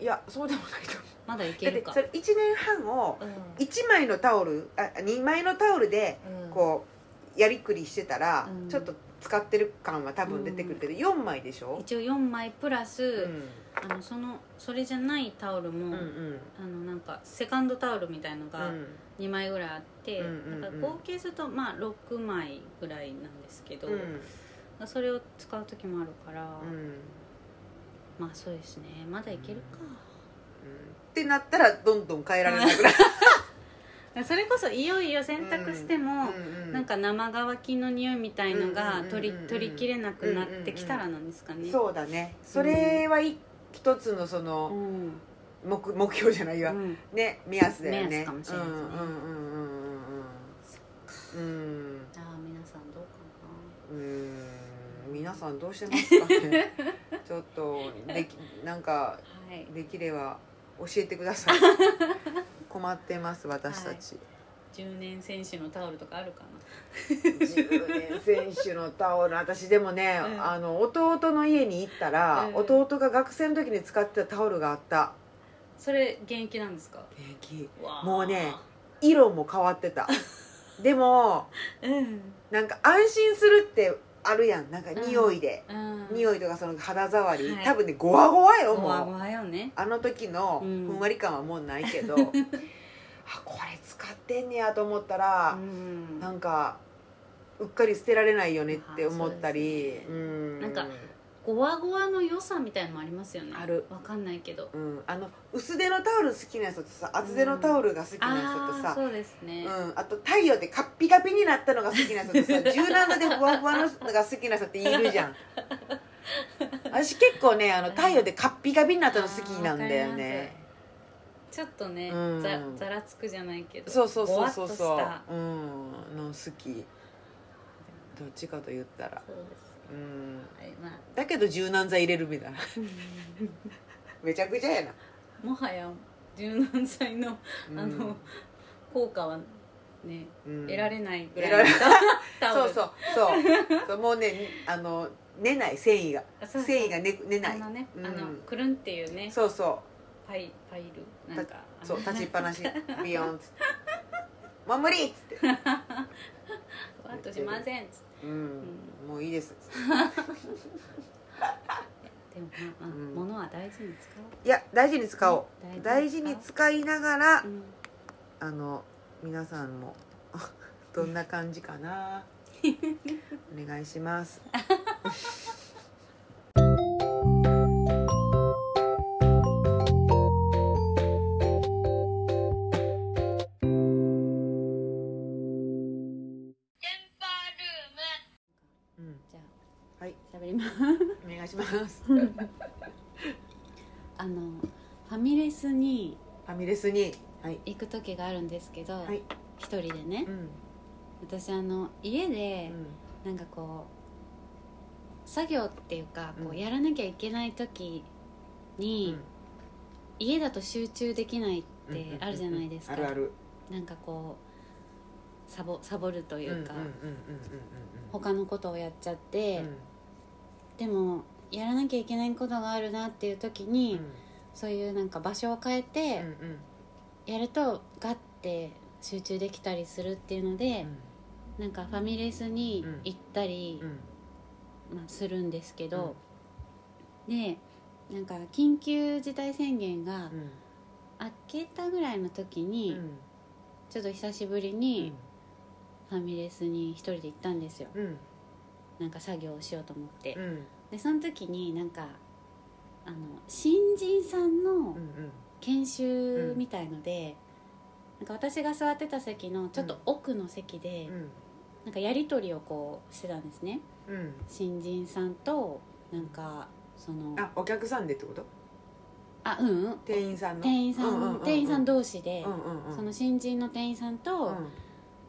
Speaker 1: い
Speaker 2: やそうでもないと思う
Speaker 1: まだいけ
Speaker 2: だっ
Speaker 1: る
Speaker 2: て
Speaker 1: か
Speaker 2: それ1年半を
Speaker 1: うん
Speaker 2: 1枚のタオルあ2枚のタオルで
Speaker 1: うん
Speaker 2: こうやりくりしてたら、
Speaker 1: うん
Speaker 2: ちょっと使ってる感は多分出てくるけど、4枚でしょ、
Speaker 1: 一応4枚プラ
Speaker 2: うん
Speaker 1: ス、あのそのそれじゃないタオル
Speaker 2: うん
Speaker 1: も、
Speaker 2: うん
Speaker 1: あのなんかセカンドタオルみたいのが2枚ぐらいあって、
Speaker 2: うんうんうん
Speaker 1: だから合計するとまあ6枚ぐらいなんですけど、
Speaker 2: うん
Speaker 1: それを使う時もあるから、
Speaker 2: うんうん
Speaker 1: まあそうですねまだいけるか、
Speaker 2: ってなったらどんどん変えられなくなる、
Speaker 1: それこそいよいよ洗濯して [LAUGHS] も、
Speaker 2: う
Speaker 1: なんか生乾きの匂いみたいの
Speaker 2: う
Speaker 1: が
Speaker 2: んうんうんうん
Speaker 1: 取り取りきれなくなってきたらなんですかね、
Speaker 2: そうだねそれはい一つのそうの
Speaker 1: ん
Speaker 2: 目目標じゃないわ、
Speaker 1: うん
Speaker 2: ね目安だよね
Speaker 1: 目安かもしれないですね
Speaker 2: うんうんうんうんうんうんうん
Speaker 1: ああ皆さんどうか
Speaker 2: うーん皆さんどうしてますかねちょっとできなんか
Speaker 1: なはい
Speaker 2: できれば教えてくだ
Speaker 1: [LAUGHS]
Speaker 2: さい困ってます私たち、
Speaker 1: 10年選手のタオルとかあるかな
Speaker 2: 10年選手のタオル私でもね、
Speaker 1: うん
Speaker 2: あの弟の家に行ったら、
Speaker 1: うん
Speaker 2: 弟が学生の時に使ってたタオルがあった
Speaker 1: それ現役なんですか
Speaker 2: 元気
Speaker 1: わー
Speaker 2: もうね色も変わってたでも
Speaker 1: うん
Speaker 2: なんか安心するってあるやんなんか匂いで、
Speaker 1: うん
Speaker 2: 匂いとかその肌触り、
Speaker 1: はい
Speaker 2: 多分ねゴワゴワよ
Speaker 1: ご
Speaker 2: もう
Speaker 1: わごわよね
Speaker 2: あの時のふ
Speaker 1: うん
Speaker 2: んわり感はもうない
Speaker 1: [LAUGHS]
Speaker 2: けど、あこれ使ってんねやと思ったら
Speaker 1: う、ん
Speaker 2: なんかうっかり捨てられないよねって思ったり
Speaker 1: あ
Speaker 2: う,、
Speaker 1: そ
Speaker 2: ん
Speaker 1: なんかごわごわの良さみたいのもありますよね
Speaker 2: ある
Speaker 1: わかんないけど
Speaker 2: うん、あの薄手のタオル好きな人とさ厚手のタオルが好きな人
Speaker 1: あ
Speaker 2: と
Speaker 1: あー
Speaker 2: さ
Speaker 1: そうですね
Speaker 2: うん、あと太陽でカッピカピになったのが好きな人と
Speaker 1: [LAUGHS]
Speaker 2: さ柔軟でふわふわのが好きな人っているじゃん私結構ねあの太陽でカッピカピになったの好きなんだよね
Speaker 1: ちょっとね
Speaker 2: うん
Speaker 1: ざざらつくじゃないけど
Speaker 2: そうそうそうそう
Speaker 1: ご
Speaker 2: そ
Speaker 1: わ
Speaker 2: う
Speaker 1: っとした
Speaker 2: うんの好きどっちかと言ったら
Speaker 1: そうです
Speaker 2: うん
Speaker 1: はいまあ
Speaker 2: だけど柔軟剤入れるみたい
Speaker 1: [LAUGHS]
Speaker 2: なめちゃくちゃやな
Speaker 1: もはや柔軟剤の
Speaker 2: うん
Speaker 1: あの効果はね
Speaker 2: うん
Speaker 1: 得られないぐらいの [LAUGHS] タオ
Speaker 2: そう
Speaker 1: ル
Speaker 2: そうそうそうもうねあの寝ない繊維が
Speaker 1: あそうそう
Speaker 2: 繊維が寝寝な
Speaker 1: あ
Speaker 2: い
Speaker 1: のね、
Speaker 2: うん
Speaker 1: あのくるんっていうね
Speaker 2: そうそ
Speaker 1: パイパイルなんか
Speaker 2: うそう立ちっぱな [LAUGHS] しビヨンっつって「守り!」っつって
Speaker 1: あのわっとしませんっつっ
Speaker 2: 「うんもういいです」
Speaker 1: てでもまあ、まあ
Speaker 2: うん
Speaker 1: 物は大事に使おう
Speaker 2: いや大事に使おう
Speaker 1: ね
Speaker 2: 大事に使いながら
Speaker 1: う、うん
Speaker 2: あの皆さんも [LAUGHS] どんな感じかなお願いしますうん
Speaker 1: じゃ
Speaker 2: はい
Speaker 1: あ喋ります [LAUGHS]
Speaker 2: お願いしますフ
Speaker 1: あのファミレスに
Speaker 2: ァミレスにはい
Speaker 1: 行く時があるんですけど、
Speaker 2: はい
Speaker 1: 一人でね
Speaker 2: うん
Speaker 1: 私あの家
Speaker 2: う
Speaker 1: で
Speaker 2: ん
Speaker 1: なんかこう作業っていうかこう
Speaker 2: う
Speaker 1: んやらなきゃいけない時に、家だと集中できないってあるじゃないですか、
Speaker 2: うんうんうんあるある
Speaker 1: なんかこうサボサボるというか、
Speaker 2: んうんうん
Speaker 1: 他のことをやっちゃっ
Speaker 2: う
Speaker 1: て、
Speaker 2: んうんうん
Speaker 1: でもやらなきゃいけないことがあるなっていう時に、そういうなんか場所を変え
Speaker 2: うん
Speaker 1: て
Speaker 2: うんうん
Speaker 1: やるとガッて集中できたりするっていうので、なんかファミレスに行ったり
Speaker 2: う、ん
Speaker 1: まあ、するんですけど、でなんか緊急事態宣言が
Speaker 2: うん
Speaker 1: 明けたぐらいの時
Speaker 2: う
Speaker 1: に、
Speaker 2: ん
Speaker 1: ちょっと久しぶりにファミレスに一人で行ったんですよ
Speaker 2: うん
Speaker 1: なんか作業をしようと思って、
Speaker 2: うんうん
Speaker 1: でその時になんかあの新人さんの
Speaker 2: うん
Speaker 1: 研修みたいので、なんか私が座ってた席のちょっと奥の席で、
Speaker 2: うん
Speaker 1: なんかやり取りをこうしてたんですね
Speaker 2: うん
Speaker 1: 新人さんとなんかその
Speaker 2: あお客さんでってこと
Speaker 1: あうんうん
Speaker 2: 店員さんの
Speaker 1: 店員さん,、
Speaker 2: うううう
Speaker 1: 店員さん同士で、
Speaker 2: うんうんうん
Speaker 1: その新人の店員さんと、
Speaker 2: うん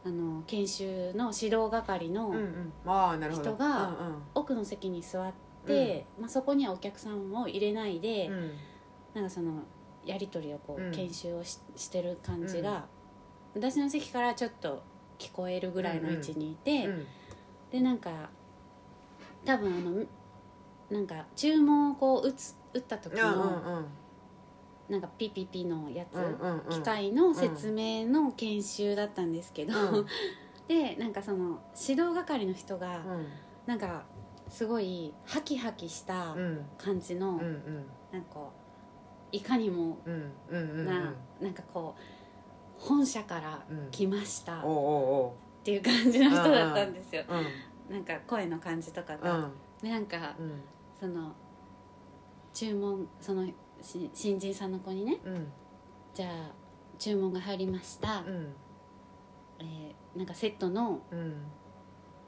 Speaker 1: あの研修の指導係の、
Speaker 2: うんうんああなるほど
Speaker 1: 人が
Speaker 2: うんうん
Speaker 1: 奥の席に座って、まあ、そこにはお客さんを入れないで、
Speaker 2: うん
Speaker 1: なんかそのやり取りをこう、
Speaker 2: うん
Speaker 1: 研修をししてる感じが、私の席からちょっと聞こえるぐらいの位置にいて、
Speaker 2: うん
Speaker 1: でなんか多分あのなんか注文をこう打つ打った時
Speaker 2: うん
Speaker 1: の、
Speaker 2: うん
Speaker 1: なんかピピピのやつ、
Speaker 2: うんうんうん
Speaker 1: 機械の説明の研修だったんですけど、
Speaker 2: うん
Speaker 1: [LAUGHS] でなんかその指導係の人が、
Speaker 2: うん
Speaker 1: なんかすごいハキハキした
Speaker 2: うん
Speaker 1: 感じの、
Speaker 2: うんうん
Speaker 1: なんかこういかにも
Speaker 2: うんうんうんうん
Speaker 1: な、なんかこう本社から
Speaker 2: うん
Speaker 1: 来ましたっ
Speaker 2: おうおう
Speaker 1: ていう感じの人だったんですよ、
Speaker 2: おう
Speaker 1: なんか声の感じとか
Speaker 2: うんう
Speaker 1: が、
Speaker 2: ん
Speaker 1: でなんか
Speaker 2: うん
Speaker 1: その注文そのし新人さんの子にね
Speaker 2: うん
Speaker 1: じゃあ注文が入りました、
Speaker 2: うん
Speaker 1: えーなんかセットの
Speaker 2: うん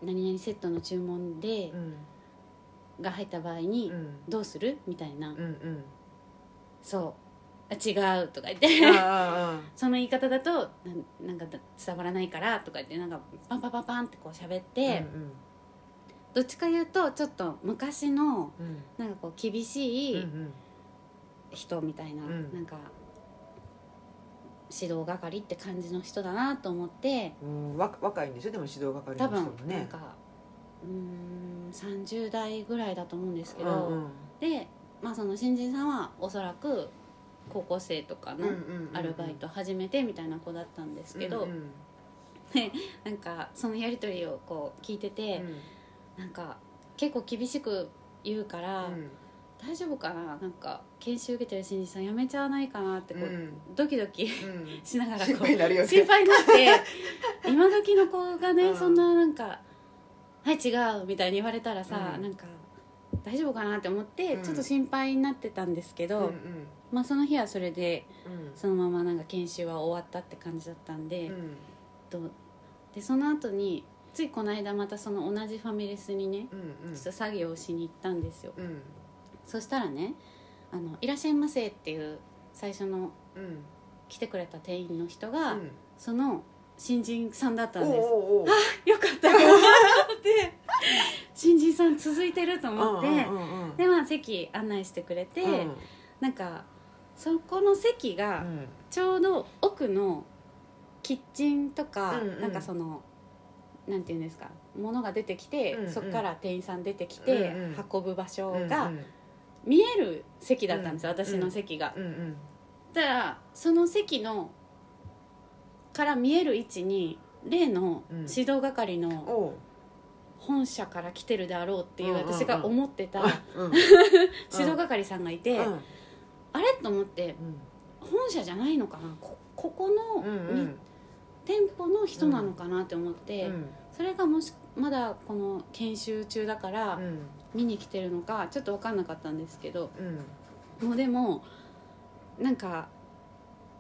Speaker 1: 何々セットの注文で、
Speaker 2: うん
Speaker 1: が入った場合に、
Speaker 2: うん
Speaker 1: どうするみたいな、
Speaker 2: うんうん
Speaker 1: そうあ違うとか言って
Speaker 2: あ
Speaker 1: [LAUGHS] その言い方だとなんなんか伝わらないからとか言ってなんかパンパンパンパンってこう喋っ
Speaker 2: あ
Speaker 1: て、どっちか言うとちょっと昔のなんかこう厳しい人みたいな、
Speaker 2: うん
Speaker 1: なんか指導係って感じの人だなと思って
Speaker 2: 若いんでしょでも指導係
Speaker 1: 多
Speaker 2: の人
Speaker 1: 分
Speaker 2: も
Speaker 1: なん
Speaker 2: ね
Speaker 1: かうーん30代ぐらいだと思うんですけ
Speaker 2: う
Speaker 1: ど、
Speaker 2: んうん
Speaker 1: で、まあ、その新人さんはおそらく高校生とかの
Speaker 2: うんうんうんうん
Speaker 1: アルバイト始めてみたいな子だったんですけど、
Speaker 2: うんうん
Speaker 1: なんかそのやり取りをこう聞いて
Speaker 2: う
Speaker 1: て、
Speaker 2: ん
Speaker 1: なんか結構厳しく言うから、
Speaker 2: うん
Speaker 1: 大丈夫かななんか研修受けてる新人さんやめちゃわないかなってこう、
Speaker 2: うん
Speaker 1: ドキドキ [LAUGHS]
Speaker 2: うん
Speaker 1: しながらこ
Speaker 2: 心
Speaker 1: う
Speaker 2: 配になるよね
Speaker 1: 心配になっ
Speaker 2: [LAUGHS]
Speaker 1: て今時の子がね、
Speaker 2: うん
Speaker 1: そんななんか「はい違う」みたいに言われたらさ、
Speaker 2: うん
Speaker 1: なんか大丈夫かなって思って、
Speaker 2: うん
Speaker 1: ちょっと心配になってたんですけ
Speaker 2: うん
Speaker 1: ど、まあ、その日はそれで
Speaker 2: うん
Speaker 1: そのままなんか研修は終わったって感じだったんで,、
Speaker 2: うん
Speaker 1: とでその後についこの間またその同じファミレスにね
Speaker 2: うん
Speaker 1: ちょっと作業をしに行ったんですよ、
Speaker 2: うん
Speaker 1: そしたらね「あのいらっしゃいませ」っていう最初の
Speaker 2: うん
Speaker 1: 来てくれた店員の人が、
Speaker 2: うん
Speaker 1: その新人さんだった
Speaker 2: おうん
Speaker 1: です
Speaker 2: おうおう
Speaker 1: よかったと思って新人さん続いてると思って、
Speaker 2: うんうんうん
Speaker 1: でまあ席案内してくれて、
Speaker 2: うん
Speaker 1: なんかそこの席
Speaker 2: う
Speaker 1: が
Speaker 2: ん
Speaker 1: ちょうど奥のキッチンとか、
Speaker 2: うんうん
Speaker 1: なんかそのなんていうんですか物が出てきて、
Speaker 2: うんうん
Speaker 1: そこから店員さん出てきて、
Speaker 2: うんうん
Speaker 1: 運ぶ場所
Speaker 2: うん
Speaker 1: が
Speaker 2: うん
Speaker 1: 見える席だったんですよ、
Speaker 2: うん
Speaker 1: 私の席が。
Speaker 2: うんうん
Speaker 1: だからその席のから見える位置に例の
Speaker 2: うん
Speaker 1: 指導係の、
Speaker 2: おう
Speaker 1: 本社から来てるであろうっていう
Speaker 2: うんうんうん
Speaker 1: 私が思ってた
Speaker 2: うん
Speaker 1: 指導係さんがいて、
Speaker 2: うん
Speaker 1: あれと思って本社じゃないのかなこここの、
Speaker 2: うんうん
Speaker 1: に店舗の人なのかなって思って、
Speaker 2: うん
Speaker 1: それがもしまだこの研修中だから、
Speaker 2: うん
Speaker 1: 見に来てるのかちょっと分かんなかったんですけど
Speaker 2: うん
Speaker 1: もうでもなんか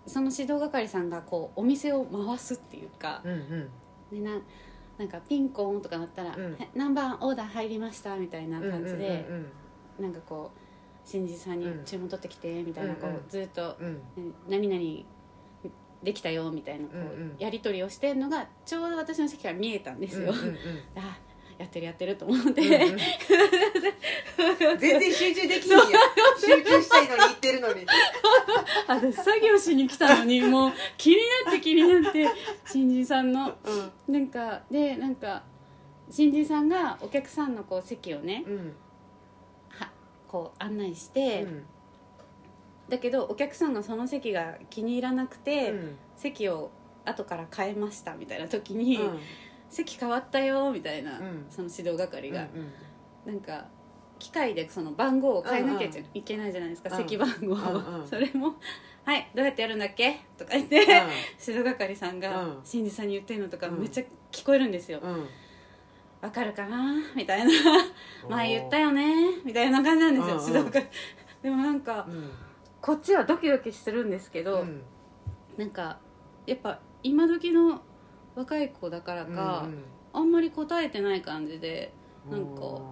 Speaker 1: その指導係さんがこうお店を回すっていうか、
Speaker 2: うんうん
Speaker 1: でななんかピンコーンとかなったら
Speaker 2: うん
Speaker 1: 「何番オーダー入りました」みたいな感じで。
Speaker 2: うん
Speaker 1: なんかこう新人さんに
Speaker 2: うん
Speaker 1: 注文取ってきてみたいな、
Speaker 2: うん
Speaker 1: こ
Speaker 2: うん
Speaker 1: うずっと
Speaker 2: うんうん
Speaker 1: 「何々できたよ」みたいなこう、
Speaker 2: うんうん
Speaker 1: やり取りをしてるのがちょうど私の席から見えたんですよ、
Speaker 2: うんうん
Speaker 1: [LAUGHS] あやってるやってると思って、
Speaker 2: うんうん全然集中できないよ集中したいのに言ってるのに
Speaker 1: [LAUGHS] 私作業しに来たのにもう気になって気になって新人さんの
Speaker 2: うん
Speaker 1: なんかでなんか新人さんがお客さんのこう席をね
Speaker 2: うん
Speaker 1: はこう案内して、
Speaker 2: うん
Speaker 1: だけどお客さんがその席が気に入らなくて、
Speaker 2: うん
Speaker 1: 席を後から変えましたみたいな時に、
Speaker 2: うん
Speaker 1: 席変わったよみたいな、
Speaker 2: うん
Speaker 1: その指導係が、
Speaker 2: うん
Speaker 1: なんか機械でその番号を変えなきゃ
Speaker 2: うんうん
Speaker 1: いけないじゃないですか、
Speaker 2: うん
Speaker 1: 席番号を、
Speaker 2: うんうん
Speaker 1: それも「はいどうやってやるんだっけ?」とか言って、指導係さんが
Speaker 2: うん
Speaker 1: 新次さんに言ってるのとか
Speaker 2: うん
Speaker 1: めっちゃ聞こえるんですよ「
Speaker 2: うんうん
Speaker 1: わかるかな?」みたいな「前言ったよね」みたいな感じなんですよ、
Speaker 2: うんうん
Speaker 1: 指導係でもなんか
Speaker 2: うん
Speaker 1: こっちはドキドキするんですけど、
Speaker 2: うん
Speaker 1: なんかやっぱ今時の若い子だからか、
Speaker 2: うん
Speaker 1: あんまり答えてない感じで
Speaker 2: う
Speaker 1: な
Speaker 2: ん
Speaker 1: んか
Speaker 2: お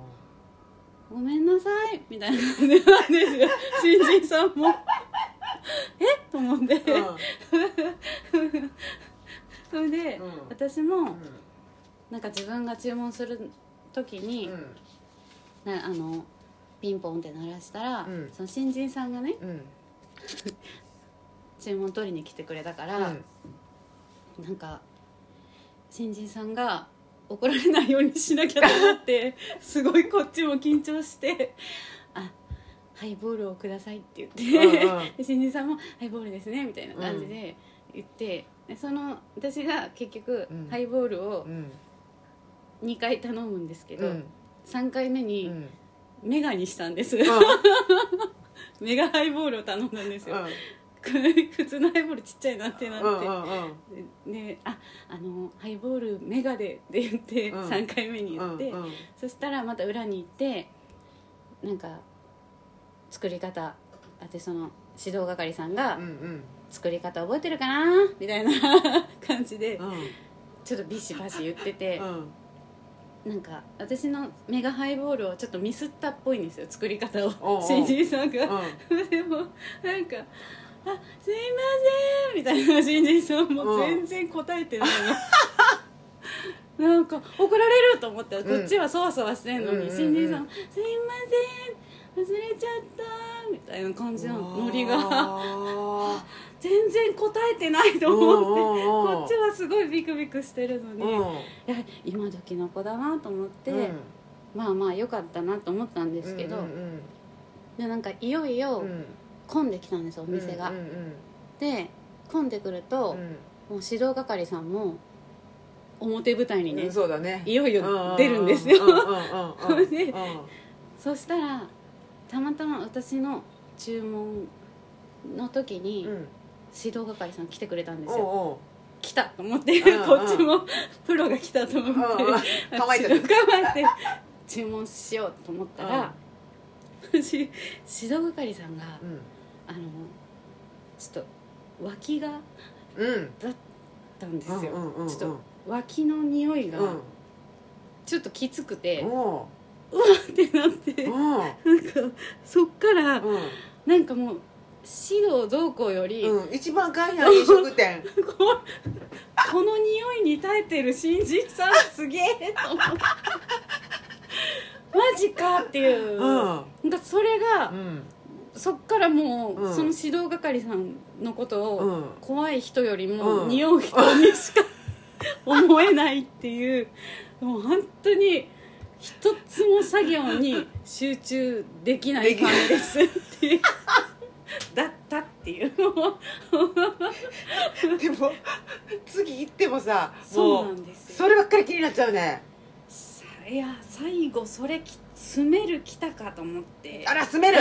Speaker 1: 「ごめんなさい」みたいな感
Speaker 2: [LAUGHS]
Speaker 1: じなんですよ新人さんも「えっ?」と思って
Speaker 2: ー
Speaker 1: それで、
Speaker 2: うん
Speaker 1: 私
Speaker 2: う
Speaker 1: も
Speaker 2: ん
Speaker 1: なんか自分が注文する時に、
Speaker 2: うん
Speaker 1: なあのピンポンって鳴らしたら、
Speaker 2: うん
Speaker 1: その新人さんがね
Speaker 2: うん
Speaker 1: 注文取りに来てくれたから、なんか新人さんが怒られないようにしなきゃと思って
Speaker 2: [LAUGHS]
Speaker 1: すごいこっちも緊張して「あハイボールをください」って言って、
Speaker 2: うんうん
Speaker 1: で新人さんも「ハイボールですね」みたいな感じで言って、でその私が結局、
Speaker 2: うん
Speaker 1: ハイボールを
Speaker 2: うん
Speaker 1: 2回頼むんですけど、
Speaker 2: うん
Speaker 1: 3回目
Speaker 2: う
Speaker 1: に
Speaker 2: ん
Speaker 1: メガにしたん
Speaker 2: [LAUGHS]
Speaker 1: です、
Speaker 2: うん
Speaker 1: メガハイボールを頼んだんですよ、 [LAUGHS] 普通のハイボールちっちゃいなってなって、
Speaker 2: うんうん
Speaker 1: で「ああのハイボールメガで」って言って、
Speaker 2: うん
Speaker 1: 3回目に
Speaker 2: う
Speaker 1: 言っ
Speaker 2: ん
Speaker 1: て、
Speaker 2: うん
Speaker 1: そしたらまた裏に行ってなんか作り方あてその指導係さんが
Speaker 2: うんうん
Speaker 1: 「作り方覚えてるかな?」みたいな [LAUGHS] 感じで
Speaker 2: うん
Speaker 1: ちょっとビシバシ言ってて
Speaker 2: うん
Speaker 1: なんか私のメガハイボールをちょっとミスったっぽいんですよ作り方
Speaker 2: おうお
Speaker 1: を
Speaker 2: う
Speaker 1: 新人さんが。 [LAUGHS] でもなんか「あすいません」みたいな新人さんも
Speaker 2: う
Speaker 1: 全
Speaker 2: ん
Speaker 1: 然答えてないの [LAUGHS] なんか怒られると思ったらこ
Speaker 2: うん
Speaker 1: っちはそわそわしてんの
Speaker 2: うんうん
Speaker 1: に、
Speaker 2: うん
Speaker 1: 新人さんも「すいません忘れちゃった」みたいな感じのノリが
Speaker 2: が
Speaker 1: 全然答えてないと思ってこっちはすごいビクビクしてるのに、いや今時の子だなと思って、まあまあ良かったなと思ったんですけど、でなんかいよいよ混んできたんですよお
Speaker 2: お
Speaker 1: 店が。で混んでくると、もう指導係さんも表舞台にね、
Speaker 2: うんそうだね
Speaker 1: いよいよ出るんですよ
Speaker 2: うんうんうんうんうんうん
Speaker 1: でそしたらたまたま私の注文の時に
Speaker 2: うんうん
Speaker 1: 指導係さん来てくれたんですよ
Speaker 2: おう
Speaker 1: 来たと思って、
Speaker 2: うんうん
Speaker 1: こっちもプロが来たと思って
Speaker 2: おう、うんうん構えちゃって
Speaker 1: 私が構えて注文しようと思ったら、私指導係さんがあのちょっと脇があっ
Speaker 2: うんうん
Speaker 1: たんですよ、
Speaker 2: うんうんうんうん
Speaker 1: ちょっと脇の匂いが
Speaker 2: うん
Speaker 1: ちょっときつくて、
Speaker 2: おう
Speaker 1: ってなって、
Speaker 2: うん
Speaker 1: なんかそっから
Speaker 2: うん
Speaker 1: なんかもう指導どうこうより、
Speaker 2: うん、一番簡易な飲食店
Speaker 1: ここの匂いに耐えてる新人さんすげえと思って
Speaker 2: [LAUGHS]
Speaker 1: マジかっていう、
Speaker 2: うん
Speaker 1: なんかそれが、
Speaker 2: うん
Speaker 1: そっからもう、
Speaker 2: うん
Speaker 1: その指導係さんのことを、
Speaker 2: うん
Speaker 1: 怖い人よりも、
Speaker 2: うん
Speaker 1: 匂う人にしか [LAUGHS] 思えないっていうもう本当に一つも作業に集中できない感じですっていうだったっていう
Speaker 2: でも次行ってもさ
Speaker 1: そうな
Speaker 2: もうん
Speaker 1: です
Speaker 2: そ
Speaker 1: よ
Speaker 2: ればっかり気になっちゃうね
Speaker 1: さいや最後それき詰める来たかと思って
Speaker 2: あら住
Speaker 1: [LAUGHS]
Speaker 2: める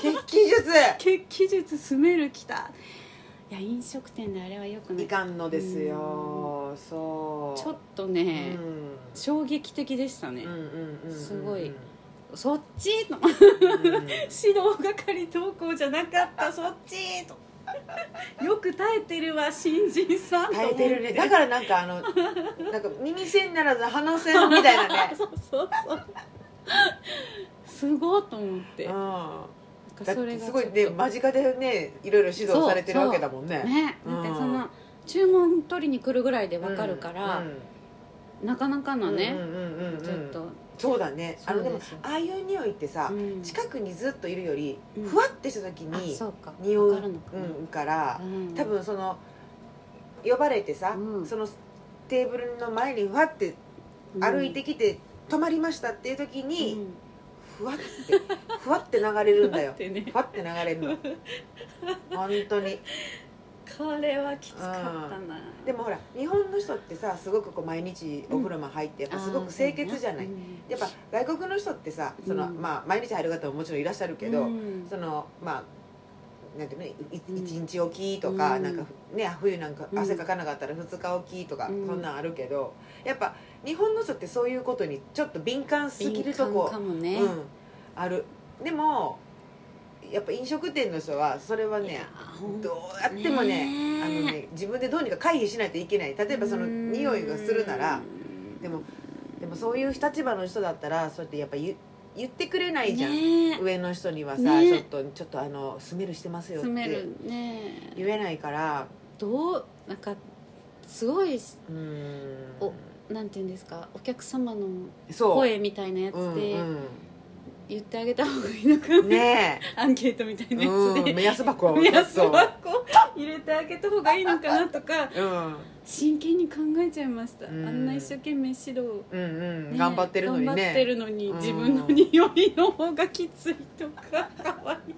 Speaker 2: 血気術
Speaker 1: 血気術詰める来たいや飲食店であれはよくない
Speaker 2: いかんのですよそう
Speaker 1: ちょっと
Speaker 2: と
Speaker 1: ね、衝撃的でしたね、すごいそっちの指導係投稿じゃなかったそっち
Speaker 2: [LAUGHS]
Speaker 1: とよく耐えてるわ新人さんと思
Speaker 2: 耐
Speaker 1: っ
Speaker 2: えてるねだからなんかあのなんか耳栓ならず鼻栓みた
Speaker 1: [LAUGHS]
Speaker 2: いなね
Speaker 1: そうそうそうすごいと思って
Speaker 2: う
Speaker 1: なん
Speaker 2: ん
Speaker 1: か
Speaker 2: だっ
Speaker 1: それ
Speaker 2: て
Speaker 1: が
Speaker 2: すごい
Speaker 1: ち
Speaker 2: ね
Speaker 1: ょっと
Speaker 2: 間近でねいろいろ指導されてるわけだもんね
Speaker 1: ね
Speaker 2: うん
Speaker 1: だってその注文取りに来るぐらいでわかるから、なかなかのね、ちょっ
Speaker 2: と
Speaker 1: と、
Speaker 2: そうだねあので
Speaker 1: そう
Speaker 2: も
Speaker 1: ですよ
Speaker 2: ああいう匂いってさ、
Speaker 1: うん
Speaker 2: 近くにずっといるより、
Speaker 1: うん
Speaker 2: ふわってした時
Speaker 1: あ
Speaker 2: に
Speaker 1: そうか
Speaker 2: 匂う
Speaker 1: わかるのかな
Speaker 2: うんから、
Speaker 1: うん
Speaker 2: 多分その呼ばれてさ、
Speaker 1: うん
Speaker 2: そのテーブルの前にふわって歩いてきて、止まりましたっていう時に、
Speaker 1: うん
Speaker 2: ふわってふわって流れるん
Speaker 1: [LAUGHS]
Speaker 2: だよ
Speaker 1: ってね
Speaker 2: ふわって流れるの本当に
Speaker 1: これはきつかったな
Speaker 2: でもほら日本の人ってさすごくこう毎日お風呂も入って、やっぱすごく清潔じゃない、
Speaker 1: うん
Speaker 2: やっぱ外国の人ってさその、
Speaker 1: うん
Speaker 2: まあ、毎日入る方ももちろんいらっしゃるけど、
Speaker 1: うん
Speaker 2: そのまあなんていうのいい
Speaker 1: うん
Speaker 2: 一日おきとか,、
Speaker 1: うん
Speaker 2: なんかね、冬なんか
Speaker 1: うん
Speaker 2: 汗かかなかったら二日おきとか、
Speaker 1: うん
Speaker 2: そんなんあるけどやっぱ日本の人ってそういうことにちょっと敏感すぎると
Speaker 1: 敏感
Speaker 2: こ
Speaker 1: か、もね、
Speaker 2: うん、あるでもやっぱ飲食店の人はそれはいね
Speaker 1: やほんと
Speaker 2: どうやってもね
Speaker 1: ね
Speaker 2: あのね自分でどうにか回避しないといけない例えばその
Speaker 1: うん
Speaker 2: 匂いがするな
Speaker 1: う
Speaker 2: ら
Speaker 1: ん
Speaker 2: でもでもそういう立場の人だったらそうやってやっぱ言言ってくれないじゃん、
Speaker 1: ね
Speaker 2: [LAUGHS] 上の人にはさ、
Speaker 1: ね
Speaker 2: ちょっとちょっとあのスメルしてますよっ
Speaker 1: 住め
Speaker 2: て
Speaker 1: るね
Speaker 2: 言えないから
Speaker 1: どうなんかすごい
Speaker 2: うん
Speaker 1: おなんていうんですかお客様の
Speaker 2: そう
Speaker 1: 声みたいなやつで
Speaker 2: うん
Speaker 1: 言ってあげた方がいいのかな、
Speaker 2: うん、ね
Speaker 1: アンケートみた [LAUGHS] い
Speaker 2: え、
Speaker 1: なやつ
Speaker 2: う
Speaker 1: で
Speaker 2: ん、目安箱を
Speaker 1: [LAUGHS] 目安箱入れてあげた方がいいのかなとか
Speaker 2: うん
Speaker 1: 真剣に考えちゃいました、
Speaker 2: うん
Speaker 1: あんな一生懸命指導、
Speaker 2: うんうん、
Speaker 1: ね
Speaker 2: 頑張ってるのにね
Speaker 1: 頑張ってるのに
Speaker 2: うん
Speaker 1: 自分の匂いの方がきついと
Speaker 2: [LAUGHS]
Speaker 1: かかわい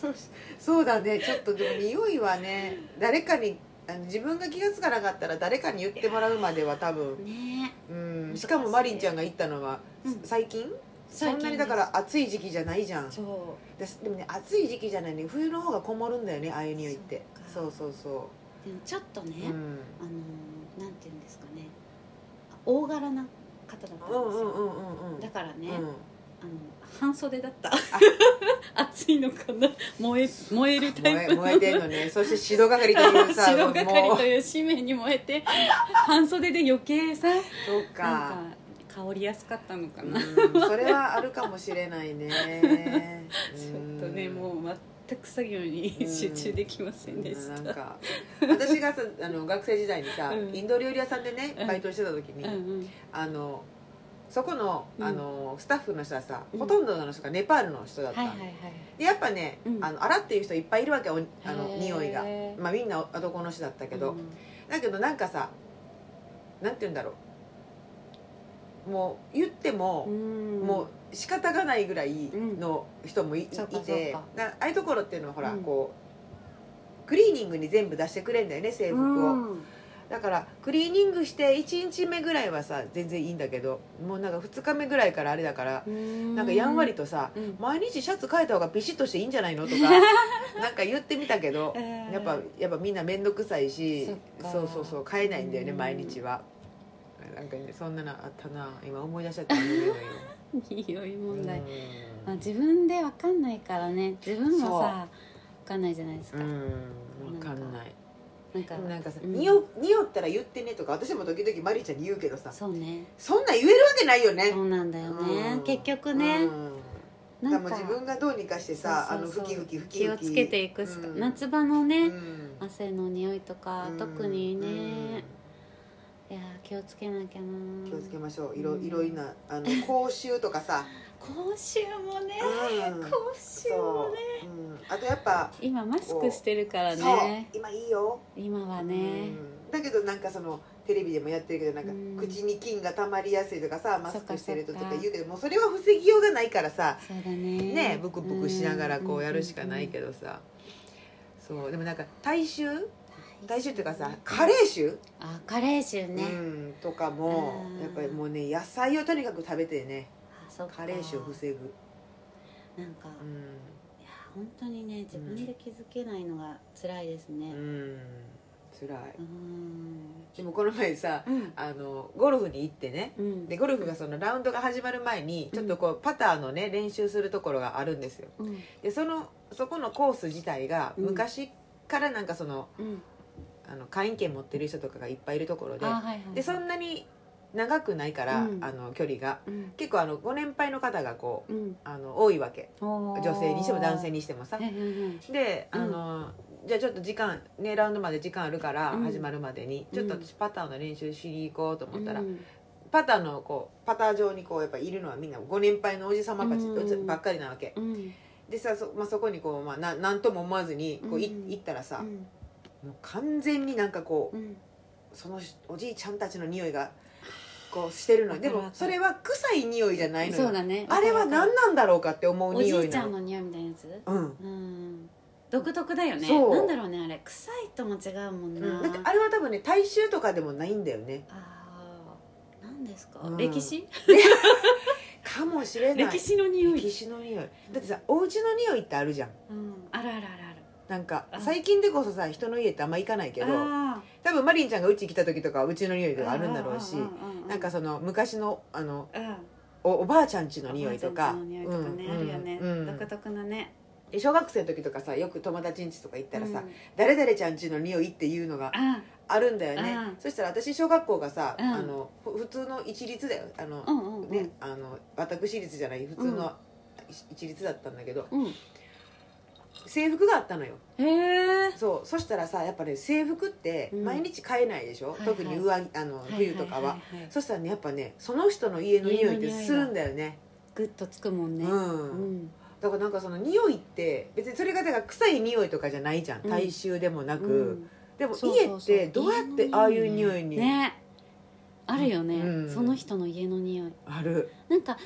Speaker 1: そう
Speaker 2: そうしそうだねちょっとでも匂いはね誰かにあの自分が気が付かなかったら誰かに言ってもらうまでは多分、
Speaker 1: ね
Speaker 2: うん、しかもマリンちゃんが行ったのは、
Speaker 1: うん
Speaker 2: 最近そんなにだから暑い時期じゃないじゃん
Speaker 1: そ
Speaker 2: 私でもね暑い時期じゃないね冬の方がこもるんだよねああいう匂いって
Speaker 1: そ
Speaker 2: そううそうそう
Speaker 1: でもちょっとね、
Speaker 2: うん
Speaker 1: あのーなんていうんですかね大柄な方だったんです
Speaker 2: う
Speaker 1: よ、
Speaker 2: んうんうんうんうん
Speaker 1: だからね、あの
Speaker 2: うん
Speaker 1: 半袖だった [LAUGHS] 暑いのかな燃え燃えるタ
Speaker 2: 燃
Speaker 1: イ
Speaker 2: え
Speaker 1: プの
Speaker 2: 燃えてん
Speaker 1: [LAUGHS]
Speaker 2: のねそして指導係というさ
Speaker 1: 白
Speaker 2: も
Speaker 1: 係
Speaker 2: う
Speaker 1: という使命に燃えて半袖で余計さ
Speaker 2: そ
Speaker 1: な
Speaker 2: う
Speaker 1: ん
Speaker 2: か
Speaker 1: か香りやすかったのかな、ち
Speaker 2: うんそれはあるかもしれな
Speaker 1: [LAUGHS]
Speaker 2: いね
Speaker 1: ょっとね
Speaker 2: ん
Speaker 1: もう全く作業に
Speaker 2: うん
Speaker 1: 集中できませんでした、
Speaker 2: なんか私がさあの学生時代にさ、
Speaker 1: うん
Speaker 2: インド料理屋さんでねバイトしてた時に、
Speaker 1: うんうん
Speaker 2: あのそこの
Speaker 1: うん
Speaker 2: あのスタッフの人はさ、
Speaker 1: うん
Speaker 2: ほとんどの人がネパールの人だった
Speaker 1: はい
Speaker 2: の、
Speaker 1: はいはい
Speaker 2: でやっぱね、
Speaker 1: うん
Speaker 2: あの洗っていう人いっぱいいるわけおあの
Speaker 1: へー
Speaker 2: 匂いが、まあ、みんな男の人だったけど、
Speaker 1: うん
Speaker 2: だけどなんかさなんて言うんだろうもう言っても、もう仕方がないぐらいの人もい,、
Speaker 1: うんそうか
Speaker 2: いて
Speaker 1: そうか
Speaker 2: なああいうところっていうのはほら、
Speaker 1: うん
Speaker 2: こうクリーニングに全部出してくれんだよね制服を、
Speaker 1: うん
Speaker 2: だだからクリーニングして1日目ぐらいはさ全然いいんだけどもうなんか2日目ぐらいからあれだから
Speaker 1: な
Speaker 2: なんかやんわり、とさ
Speaker 1: うん
Speaker 2: 毎日シャツ変えた方がビシッとしていいんじゃな
Speaker 1: [LAUGHS]
Speaker 2: いのとかなんか言ってみたけど
Speaker 1: えー
Speaker 2: やっぱやっぱみんな面倒くさいし
Speaker 1: そっか
Speaker 2: そうそうそう変えないんだよね
Speaker 1: うん
Speaker 2: 毎日はなんかねそんなのあったな今思い出しちゃったんだけど
Speaker 1: 匂い
Speaker 2: うん
Speaker 1: 問題、まあ、自分でわかんないからね自分もさわかんないじゃないです
Speaker 2: う
Speaker 1: か、
Speaker 2: ん分かんない
Speaker 1: なんか
Speaker 2: でもなんかさ、
Speaker 1: うん
Speaker 2: 匂う匂ったら言ってねとか私も時々マリちゃんに言うけどさ
Speaker 1: そうね
Speaker 2: そんなん言えるわけないよね
Speaker 1: そうなんだよね、
Speaker 2: うん
Speaker 1: 結局ね、
Speaker 2: うん、
Speaker 1: な
Speaker 2: だ
Speaker 1: ん
Speaker 2: か
Speaker 1: から
Speaker 2: もう自分がどうにかしてさ
Speaker 1: そうそうそう
Speaker 2: あのふきふきふき
Speaker 1: 気を
Speaker 2: ふき
Speaker 1: つけていくしか、
Speaker 2: うん
Speaker 1: 夏場の
Speaker 2: う
Speaker 1: ね、
Speaker 2: ん
Speaker 1: 汗の匂いとか、
Speaker 2: うん
Speaker 1: 特にね、いやー気をつけなきゃな
Speaker 2: うん
Speaker 1: ー
Speaker 2: 気をつけましょういろ
Speaker 1: うん
Speaker 2: いろいろな
Speaker 1: [LAUGHS]
Speaker 2: あの口臭とかさ、
Speaker 1: 口臭もね
Speaker 2: うん
Speaker 1: 口臭も
Speaker 2: そ
Speaker 1: ね
Speaker 2: う、うん、あとやっぱ、
Speaker 1: 今マスクしてるから
Speaker 2: そう
Speaker 1: ね
Speaker 2: 今いいよ、
Speaker 1: 今は
Speaker 2: う
Speaker 1: ね、
Speaker 2: んだけどなんかそのテレビでもやってるけどなんか、
Speaker 1: うん
Speaker 2: 口に菌がたまりやすいとかさマス
Speaker 1: そっか
Speaker 2: クしてるととか
Speaker 1: そっか
Speaker 2: 言うけどもうそれは防ぎようがないからさ、
Speaker 1: そうだね
Speaker 2: ねブクブクしながらこうやるしかないけ
Speaker 1: ど、
Speaker 2: どさ、そうでもなんか大衆大衆っていうかさカ
Speaker 1: カレ
Speaker 2: レ
Speaker 1: ー
Speaker 2: ー臭、
Speaker 1: あカレー臭ね、
Speaker 2: うん、とかも
Speaker 1: うん
Speaker 2: やっぱりもうね野菜をとにかく食べてね
Speaker 1: あそっか
Speaker 2: カレー臭を防ぐ、
Speaker 1: なんか、
Speaker 2: う
Speaker 1: い
Speaker 2: ん
Speaker 1: や本当にね自分で気づけないのが辛いです
Speaker 2: う
Speaker 1: ね
Speaker 2: ん辛いう
Speaker 1: ーん
Speaker 2: でもこの前さ
Speaker 1: うん
Speaker 2: あのゴルフに行ってね
Speaker 1: うん
Speaker 2: でゴルフがそのラウンドが始まる前にちょっとこうパターのね練習するところがあるんですよ
Speaker 1: うん
Speaker 2: でそのそこのコース自体が
Speaker 1: うん
Speaker 2: 昔からなんかその
Speaker 1: うん
Speaker 2: あの会員権持ってる人とかがいっぱいいるところで
Speaker 1: あはいはい
Speaker 2: でそんなに長くないから、
Speaker 1: うん
Speaker 2: あの距離が
Speaker 1: うん
Speaker 2: 結構あのご年配の方がこう
Speaker 1: うん
Speaker 2: あの多いわけ
Speaker 1: 女
Speaker 2: 女性にしても男性
Speaker 1: に
Speaker 2: にしてもさ
Speaker 1: はいはいはい
Speaker 2: であの、じゃあちょっと時間ねラウンドまで時間あるから、
Speaker 1: うん
Speaker 2: 始まるまでにちょっと
Speaker 1: うん
Speaker 2: 私パターの練習しに行こうと思ったら、
Speaker 1: うん
Speaker 2: パターのこうパター上にこうやっぱいるのはみんなご年配のおじ様たち
Speaker 1: うん
Speaker 2: ばっかりなわけ、
Speaker 1: うん
Speaker 2: でさそ,、まあ、そこにこう、まあ、ななんとも思わずにこうい
Speaker 1: うん
Speaker 2: 行ったら
Speaker 1: う
Speaker 2: さ、
Speaker 1: ん
Speaker 2: もう完全になんかこう
Speaker 1: うん
Speaker 2: そのおじいちゃんたちの匂いがこうしてるの
Speaker 1: わ
Speaker 2: よ
Speaker 1: か
Speaker 2: で
Speaker 1: る
Speaker 2: もそれは臭い匂いじゃないの
Speaker 1: そう
Speaker 2: よ、
Speaker 1: だね
Speaker 2: あれは
Speaker 1: わかる
Speaker 2: 何なんだろうかって思う
Speaker 1: おじ
Speaker 2: 匂
Speaker 1: い
Speaker 2: い
Speaker 1: ちゃ
Speaker 2: なんの
Speaker 1: の匂いみたいなやつ
Speaker 2: うん
Speaker 1: うん独特だよね
Speaker 2: そう
Speaker 1: なんだろうねあれ臭いとも違うもん
Speaker 2: うん、
Speaker 1: な
Speaker 2: だってあれは多分ね大衆とかでもないんだよね
Speaker 1: あー何ですか
Speaker 2: うん
Speaker 1: 歴史
Speaker 2: かもしれない
Speaker 1: 歴史の匂い
Speaker 2: 歴史の匂いだってさお家の匂いってあるじゃん
Speaker 1: うんあるあるあるある
Speaker 2: なんか
Speaker 1: あ
Speaker 2: 最近でこそさ人の家ってあんま行かないけど
Speaker 1: あ
Speaker 2: 多分マリンちゃんがうち来た時とかはうちの匂い
Speaker 1: ー
Speaker 2: があるんだろうし
Speaker 1: んんうん
Speaker 2: なんかその昔のあの
Speaker 1: うん
Speaker 2: おおばあちゃん家の匂いとか
Speaker 1: おばあちゃんちの匂いとかね
Speaker 2: うん
Speaker 1: あるよね
Speaker 2: うん
Speaker 1: 独特なね
Speaker 2: で小学生の時とかさよく友達ん家とか行ったらさ、
Speaker 1: うん
Speaker 2: 誰々ちゃん家の匂いっていうのが
Speaker 1: あ
Speaker 2: あるんだよね、
Speaker 1: うん
Speaker 2: そしたら私小学校がさ、
Speaker 1: うん
Speaker 2: あのふ普通の一律だよあの、
Speaker 1: うんうんうん
Speaker 2: ねあの私立じゃない普通の一律だったんだけど、
Speaker 1: うん
Speaker 2: 制服があったのよ
Speaker 1: へえ
Speaker 2: そうそしたらさやっぱね制服って
Speaker 1: うん
Speaker 2: 毎日買えないでしょ、
Speaker 1: はいはい
Speaker 2: 特に上着あの冬とかは,、
Speaker 1: いはい
Speaker 2: そしたらねやっぱねその人の家の匂いっ
Speaker 1: 家
Speaker 2: て
Speaker 1: の匂いが
Speaker 2: するんだよね
Speaker 1: グッとつくもんね
Speaker 2: うん、
Speaker 1: うん
Speaker 2: だからなんかその匂いって別にそれがだから臭い匂いとかじゃないじゃん、
Speaker 1: うん
Speaker 2: 大衆でもなく、
Speaker 1: うん
Speaker 2: でも
Speaker 1: そうそうそう
Speaker 2: 家ってどうやってああいう匂いに
Speaker 1: ねあるよね、
Speaker 2: うん
Speaker 1: その人の家の匂い
Speaker 2: ある、
Speaker 1: なんか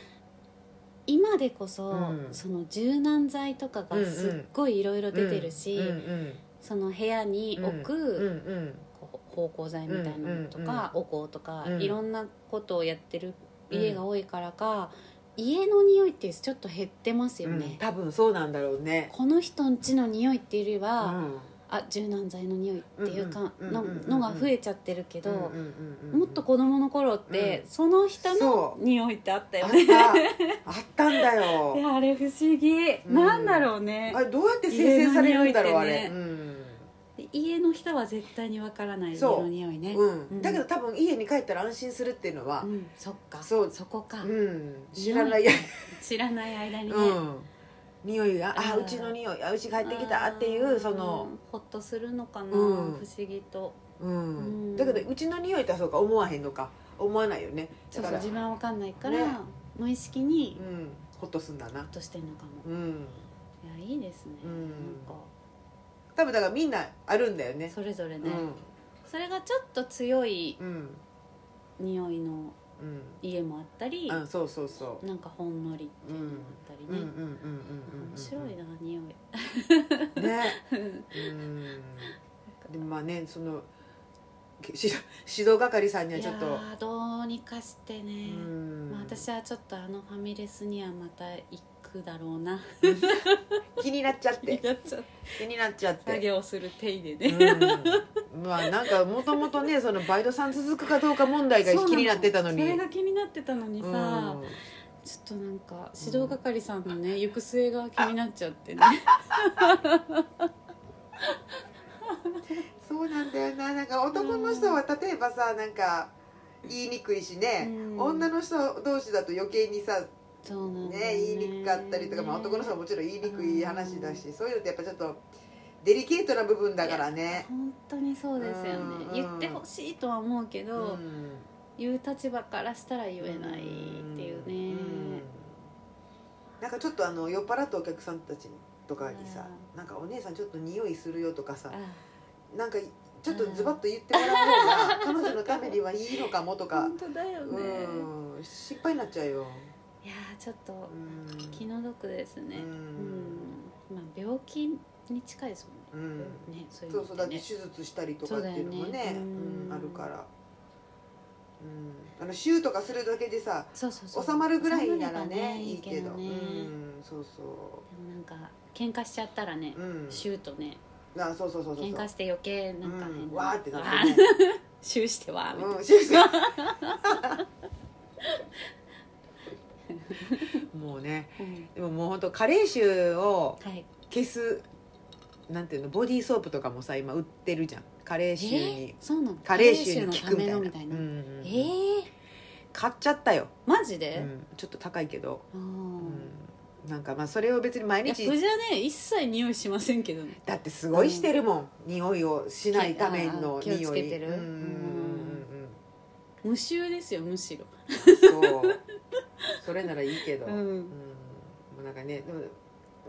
Speaker 1: 今でこそ、
Speaker 2: うん
Speaker 1: その柔軟剤とかがすっごいいろいろ出てるし、
Speaker 2: うんうん
Speaker 1: その部屋に置く、
Speaker 2: うんうん
Speaker 1: こう芳香剤みたいなのとか、お香とか、
Speaker 2: うん
Speaker 1: いろんなことをやってる家が多いからか、家の匂いってちょっと減ってますよね、
Speaker 2: うん多分そうなんだろうね
Speaker 1: この人ん家の匂いっていうよりは、
Speaker 2: うん
Speaker 1: あ柔軟剤の匂いっていうか、
Speaker 2: うんうん
Speaker 1: の
Speaker 2: うんうんうん
Speaker 1: のが増えちゃってるけど、
Speaker 2: うんうんうんうん
Speaker 1: もっと子供の頃って、
Speaker 2: う
Speaker 1: その人の
Speaker 2: そう
Speaker 1: 匂いってあった
Speaker 2: あ
Speaker 1: よ
Speaker 2: っ
Speaker 1: ね
Speaker 2: たあったんだ
Speaker 1: い [LAUGHS]
Speaker 2: よ
Speaker 1: やあれ不思議、
Speaker 2: うん
Speaker 1: なんだろうね
Speaker 2: あれどうやって生成されるんだろうあ
Speaker 1: 家の匂いっ
Speaker 2: れ
Speaker 1: て
Speaker 2: う
Speaker 1: ね
Speaker 2: ん
Speaker 1: で家の人は絶対にわからない家
Speaker 2: そう
Speaker 1: の匂いね
Speaker 2: う
Speaker 1: うん
Speaker 2: んだけど多分家に帰ったら安心するっていうのは
Speaker 1: うんそっか
Speaker 2: そう
Speaker 1: こか、
Speaker 2: うん知らない
Speaker 1: 知らない間にね、
Speaker 2: うん匂いがあ
Speaker 1: うん
Speaker 2: うちの匂いあうち帰ってきたっていうその
Speaker 1: うんほっとするのかな、
Speaker 2: う
Speaker 1: 不
Speaker 2: ん
Speaker 1: 思議と
Speaker 2: うん
Speaker 1: うん
Speaker 2: だけどうちの匂いだそうか思わへんのか思わないよね
Speaker 1: そ
Speaker 2: だ
Speaker 1: うそう
Speaker 2: から
Speaker 1: 自分はわかんないから、
Speaker 2: ね
Speaker 1: 無意識に
Speaker 2: うんホッとすんだな
Speaker 1: ほっとしてんのかも
Speaker 2: うん
Speaker 1: いやいいですね、
Speaker 2: うん
Speaker 1: なん
Speaker 2: 多分だからみんなあるんだよ
Speaker 1: か
Speaker 2: ね
Speaker 1: それぞれね、
Speaker 2: うん
Speaker 1: それがちょっと強い
Speaker 2: うん
Speaker 1: 匂いの
Speaker 2: うん
Speaker 1: 家もあったり、
Speaker 2: あそうそうそう
Speaker 1: なんかほんのりっていうのもあったり
Speaker 2: うんうん
Speaker 1: ね、
Speaker 2: うんうんうんうん
Speaker 1: 面白いな匂い
Speaker 2: ねうんでもまあねその指導指導係さんに [LAUGHS] はいちょ
Speaker 1: や
Speaker 2: っと
Speaker 1: ーどうにかして
Speaker 2: う
Speaker 1: ね、
Speaker 2: ん
Speaker 1: まあ、私はちょっとあのファミレスにはまた行くだろうな
Speaker 2: 気になっちゃって
Speaker 1: や [LAUGHS] っちゃう
Speaker 2: 気になっちゃっ
Speaker 1: 作
Speaker 2: て
Speaker 1: 業する手入れで、ね
Speaker 2: うんまあなんかもともとねそのバイトさん続くかどうか問題が
Speaker 1: そうな
Speaker 2: 気になってたのに
Speaker 1: それが気になってたのにさ、
Speaker 2: うん
Speaker 1: ちょっとなんか指導係さんのね、行く末が気になっちゃってね
Speaker 2: そうなんだよななんか男の人は例えばさなんか言いにくいしね、
Speaker 1: うん
Speaker 2: 女の人同士だと余計にさ、
Speaker 1: そうなんだよ
Speaker 2: ね、言いにくかったりとか、まあ、男の人はもちろん言いにくい話だし、そういうのってやっぱちょっとデリケートな部分だからね。
Speaker 1: 本当にそうですよね、
Speaker 2: うん
Speaker 1: 言ってほしいとは思うけど、
Speaker 2: うん
Speaker 1: 言う立場からしたら言えないっていうね、
Speaker 2: うんなんかちょっとあの酔っ払ったお客さんたちとかにさ、なんかお姉さんちょっと匂いするよとかさ
Speaker 1: あ、
Speaker 2: なんかちょっとズバッと言ってもら
Speaker 1: [LAUGHS]
Speaker 2: う方が彼女のためにはいいのかもとか
Speaker 1: 本当だよね、
Speaker 2: うん失敗になっちゃうよ、
Speaker 1: いやーちょっと
Speaker 2: うん
Speaker 1: 気の毒ですね
Speaker 2: う
Speaker 1: うん、
Speaker 2: ん
Speaker 1: まあ病気に近いですも
Speaker 2: うん
Speaker 1: んね,、ねそういう
Speaker 2: そ
Speaker 1: の
Speaker 2: う
Speaker 1: って
Speaker 2: そ
Speaker 1: ね
Speaker 2: うだって手術したりとかっていうのも
Speaker 1: そうだ
Speaker 2: ね
Speaker 1: よね
Speaker 2: うん
Speaker 1: うん
Speaker 2: あるから、うん、あのシューとかするだけでさ
Speaker 1: そうそうそう
Speaker 2: 収まるぐらいな
Speaker 1: 収
Speaker 2: ら
Speaker 1: まれば
Speaker 2: ねいいけど
Speaker 1: ね
Speaker 2: うんそうそ
Speaker 1: でもなんか喧嘩しちゃったらね
Speaker 2: う、うん、
Speaker 1: シューとね
Speaker 2: あそうそうそうそう
Speaker 1: 喧嘩して余計なんか
Speaker 2: う
Speaker 1: 変
Speaker 2: ん、
Speaker 1: な
Speaker 2: わーってな
Speaker 1: わ
Speaker 2: っ
Speaker 1: ー
Speaker 2: てね
Speaker 1: シューしてわーみたいな、
Speaker 2: うんシュー
Speaker 1: [LAUGHS]
Speaker 2: さんもうね
Speaker 1: うん
Speaker 2: でももう本当加齢臭を
Speaker 1: はい
Speaker 2: 消すなんていうのボディーソープとかもさ今売ってるじゃん加齢臭に
Speaker 1: えー、そうなの
Speaker 2: 加齢臭に効くみた
Speaker 1: 加齢
Speaker 2: いな
Speaker 1: 臭のためのみたいな、
Speaker 2: うんうんうん
Speaker 1: えー、
Speaker 2: 買っちゃったよ、
Speaker 1: マジ
Speaker 2: う
Speaker 1: で、
Speaker 2: ん、ちょっと高いけど、
Speaker 1: あー
Speaker 2: うん、なんかまあそれを別に毎
Speaker 1: いや
Speaker 2: 日
Speaker 1: 僕じゃね一切匂いしませんけどね
Speaker 2: だってすごいしてるもん、匂いをしないための
Speaker 1: 気あー
Speaker 2: 匂い
Speaker 1: 気をつけてる
Speaker 2: うんうん
Speaker 1: 無臭ですよむしろ
Speaker 2: う
Speaker 1: [LAUGHS]
Speaker 2: んうんそうそれならいいけど、
Speaker 1: う
Speaker 2: うん
Speaker 1: ん
Speaker 2: もうなんかねでも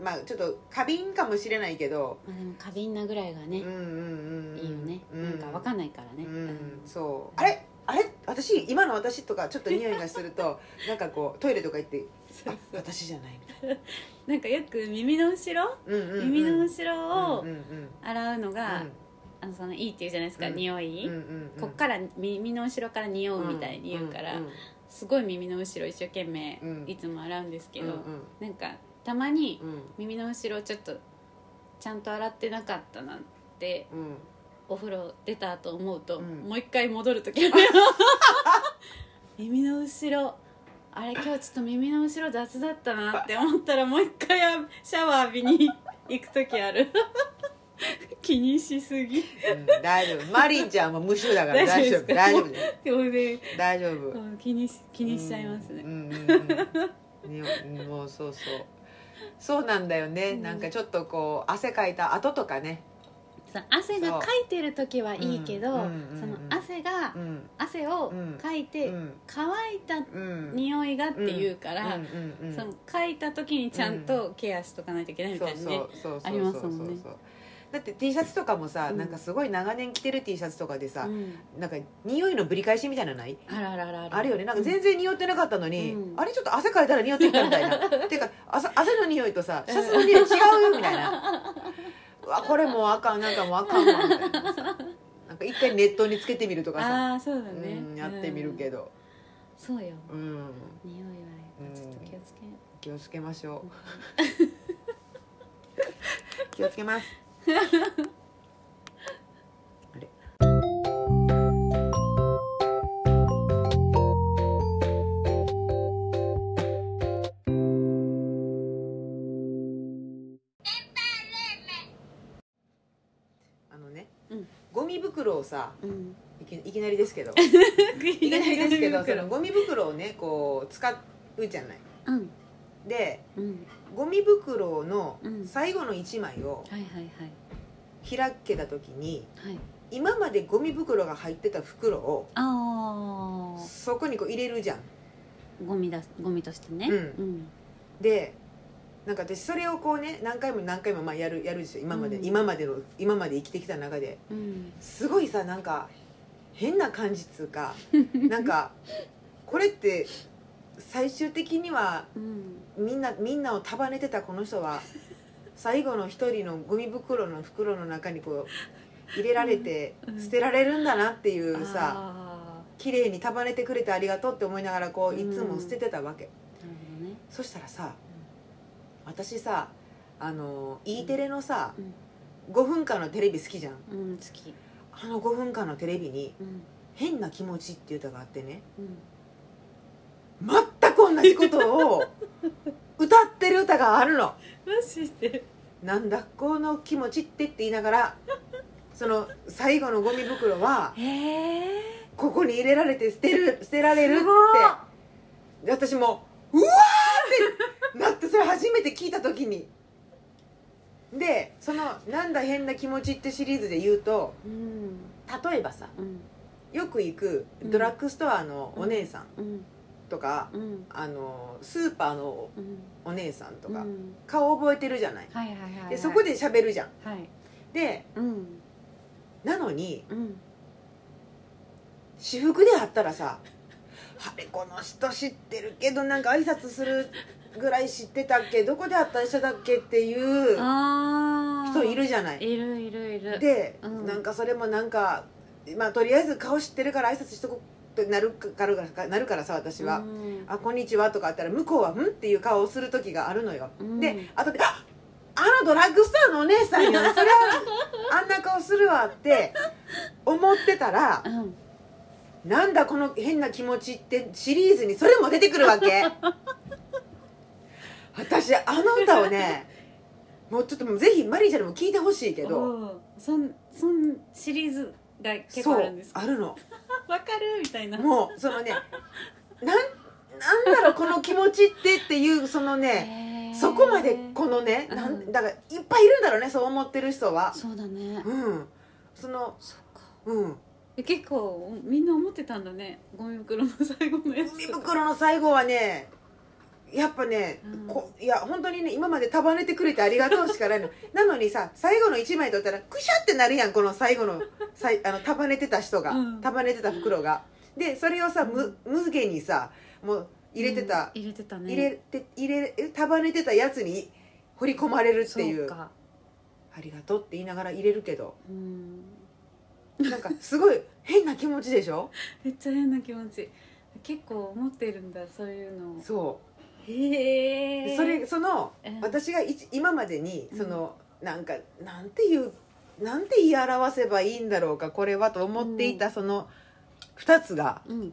Speaker 2: まあちょっと過敏かもしれないけど、
Speaker 1: まあでも過敏なぐらいがね
Speaker 2: うん、うんうんうん
Speaker 1: いいよね、
Speaker 2: うん、
Speaker 1: なんかわかんないからね、
Speaker 2: うん、そうあれあれ私今の私とかちょっと匂いがする [LAUGHS] となんかこうトイレとか行って
Speaker 1: そう
Speaker 2: あ私じゃないみたい
Speaker 1: なんかよく耳の後ろ、
Speaker 2: な、うんうんうん、
Speaker 1: 耳の後ろを
Speaker 2: うんうんうん
Speaker 1: 洗うのが、
Speaker 2: うん
Speaker 1: あのそのいいって言うじゃないですか、
Speaker 2: うん
Speaker 1: 匂い、
Speaker 2: うんうんうん
Speaker 1: こっから耳の後ろから匂うみたいに言うから、
Speaker 2: んん
Speaker 1: すごい耳の後ろ一生懸命
Speaker 2: うん
Speaker 1: いつも洗うんですけど、
Speaker 2: うんうん
Speaker 1: なんかたまに
Speaker 2: うん
Speaker 1: 耳の後ろちょっとちゃんと洗ってなかったなって
Speaker 2: うん
Speaker 1: お風呂出たと思うと、
Speaker 2: うん
Speaker 1: もう一回戻る時ある耳の後ろあれ今日ちょっと耳の後ろ雑だったなって思ったらもう一回あシャワー浴びに行く時ある [LAUGHS] 気にしすぎ
Speaker 2: うん大丈夫マリンちゃんも無臭だから大
Speaker 1: 大
Speaker 2: 丈
Speaker 1: 丈夫ですか
Speaker 2: 夫大丈夫だよ
Speaker 1: それで
Speaker 2: 大丈夫
Speaker 1: うん気にし気にしちゃいますね、
Speaker 2: うんうんうんねもうそうそうそうなんだよね、
Speaker 1: うん
Speaker 2: なんかちょっとこう汗かいた後とかね
Speaker 1: その汗がかいてる時はいいけど、
Speaker 2: そううん
Speaker 1: その
Speaker 2: うん
Speaker 1: 汗が、
Speaker 2: うん
Speaker 1: 汗をかいうて、
Speaker 2: ん
Speaker 1: 乾いた
Speaker 2: うん
Speaker 1: 匂いがっていうから、
Speaker 2: うんうんうん
Speaker 1: そのかいた時にちゃんとケアしとかないといけないみ
Speaker 2: そう
Speaker 1: たいなね、
Speaker 2: そうそう
Speaker 1: あ
Speaker 2: そ
Speaker 1: り
Speaker 2: う
Speaker 1: ま
Speaker 2: そ
Speaker 1: す
Speaker 2: う
Speaker 1: も
Speaker 2: そ
Speaker 1: ん
Speaker 2: う
Speaker 1: ね
Speaker 2: そうだって T シャツとかもさ、
Speaker 1: うん
Speaker 2: なんかすごい長年着てる T シャツとかでさ、
Speaker 1: うん
Speaker 2: なんか匂いのぶり返しみたいなのない
Speaker 1: あらあらあら
Speaker 2: あるよねなんか全然匂ってなかったのに、
Speaker 1: うん
Speaker 2: あれちょっと汗かいたら匂ってきた
Speaker 1: [LAUGHS]
Speaker 2: みたいなていうか汗汗の匂いとさシャツの匂い違うよみたいなうわこれもうあかんなんかもうあかんわみたいなさなんか一回熱湯につけてみるとかさ、
Speaker 1: ああーそうだね、
Speaker 2: うん、やってみるけ
Speaker 1: ど、
Speaker 2: ど
Speaker 1: そうよ
Speaker 2: うん、
Speaker 1: 匂いはちょっと気をつけ、
Speaker 2: 気をつけまし [LAUGHS] ょう気をつけますあれあのね、
Speaker 1: うん
Speaker 2: ゴミ袋をさ
Speaker 1: うん、
Speaker 2: いき [LAUGHS] いきなりですけど
Speaker 1: い
Speaker 2: いきなりですけどその
Speaker 1: う
Speaker 2: ゴミ袋をねこう使うじゃない
Speaker 1: ん
Speaker 2: で
Speaker 1: うん
Speaker 2: ゴミ袋の
Speaker 1: うん
Speaker 2: 最後の1枚を
Speaker 1: はいはい
Speaker 2: 開けた時に
Speaker 1: はいはい
Speaker 2: 今までゴミ袋が入ってた袋を
Speaker 1: あ
Speaker 2: そこにこう入れるじゃん
Speaker 1: あゴミだゴミとしてね
Speaker 2: う
Speaker 1: うん
Speaker 2: でなんか私それをこうね何回も何回もまあやるやるでしょ今まで、
Speaker 1: うん
Speaker 2: 今までの今まで生きてきた中で
Speaker 1: うん
Speaker 2: すごいさなんか変な感じっつ
Speaker 1: [LAUGHS]
Speaker 2: うかなんかこれって最終的には
Speaker 1: うん
Speaker 2: みんなみんなを束
Speaker 1: [LAUGHS]
Speaker 2: ねてたこの人は最後の一人のゴミ袋の袋の中にこう入れられて
Speaker 1: うん
Speaker 2: 捨てられるんだなっていうさ
Speaker 1: あ
Speaker 2: 綺麗に束ねてくれてありがとうって思いながらこういつ
Speaker 1: う
Speaker 2: も
Speaker 1: ん
Speaker 2: 捨ててたわけ、
Speaker 1: ーなるほどね
Speaker 2: そしたらさ私さあの E テレのさ
Speaker 1: うん
Speaker 2: 5分間のテレビ好きじゃん
Speaker 1: うん好き
Speaker 2: あの5分間のテレビに
Speaker 1: うん
Speaker 2: 「変な気持ち」っていう歌があってね
Speaker 1: うん
Speaker 2: 全く同じことを歌ってる歌があるの
Speaker 1: マジで
Speaker 2: なんだこの気持ちってって言いながらその最後のゴミ袋は
Speaker 1: へえ
Speaker 2: ここに入れられて捨てる捨てられる
Speaker 1: すごい
Speaker 2: ってで私もうわーってなってそれ初めて聞いた時にでその「なんだ変な気持ち」ってシリーズで言うと
Speaker 1: うん
Speaker 2: 例えばさ
Speaker 1: うん
Speaker 2: よく行くドラッグストアのお姉さん
Speaker 1: うん
Speaker 2: とか、
Speaker 1: うん
Speaker 2: あのスーパーの
Speaker 1: うん
Speaker 2: お姉さんとか、
Speaker 1: うん
Speaker 2: 顔覚えてるじゃない
Speaker 1: はいはいはいはい
Speaker 2: でそこで喋るじゃん
Speaker 1: はい
Speaker 2: で
Speaker 1: うん
Speaker 2: なのに
Speaker 1: うん
Speaker 2: 私服であったらさ「あれこの人知ってるけどなんか挨拶するぐらい知ってたっけどこで会った人だっけ?」っていう
Speaker 1: ああ
Speaker 2: 人いるじゃない
Speaker 1: いるいるいる
Speaker 2: で、
Speaker 1: うん
Speaker 2: なんかそれもなんかまあとりあえず顔知ってるから挨拶しとこうってなるからなるからさ私は
Speaker 1: う
Speaker 2: 「
Speaker 1: ん
Speaker 2: あこんにちは」とかあったら向こうは「ん?」っていう顔をする時があるのよ、
Speaker 1: うん
Speaker 2: で後で「ああのドラッグストアのお姉さんやんそれはあんな顔するわ」って思ってたら
Speaker 1: う、ん
Speaker 2: なんだこの変な気持ちってシリーズにそれも出てくる
Speaker 1: [LAUGHS]
Speaker 2: わけ私あの歌をねもうちょっともうぜひマリーちゃんにも聞いてほしいけど
Speaker 1: おーそんそんシリーズが結構あるんですか
Speaker 2: そうあるの
Speaker 1: わかるみたいな
Speaker 2: もうそのねなんなんだろうこの気持ちってっていうそのね
Speaker 1: へー
Speaker 2: そこまでこのねな
Speaker 1: うんん
Speaker 2: だからいっぱいいるんだろうねそう思ってる人は
Speaker 1: そうだね
Speaker 2: うんその
Speaker 1: そっか
Speaker 2: うん
Speaker 1: え結構みんな思ってたんだねゴミ袋の最後のやつ
Speaker 2: 海袋の最後はねやっぱね、
Speaker 1: うん
Speaker 2: こいや本当にね今まで束ねてくれてありがとうしかないのなのにさ最後の1枚取ったらクシャってなるやんこの最後のさいあの束ねてた人が、
Speaker 1: うん
Speaker 2: 束ねてた袋がでそれをさ、む無限にさもう入れてた
Speaker 1: う、ん入れてたね
Speaker 2: 入れて入れえ束ねてたやつに掘り込まれるってい
Speaker 1: そううか
Speaker 2: ありがとうって言いながら入れるけど
Speaker 1: うん
Speaker 2: なんかすごい変な気持ちでしょ
Speaker 1: めっちゃ変な気持ち結構思ってるんだそういうの
Speaker 2: そう
Speaker 1: へ
Speaker 2: で
Speaker 1: え
Speaker 2: それその
Speaker 1: うん
Speaker 2: 私が一今までに
Speaker 1: うん
Speaker 2: その、なんかなんていうなんて言い表せばいいんだろうかこれはと思っていたその2つが
Speaker 1: うん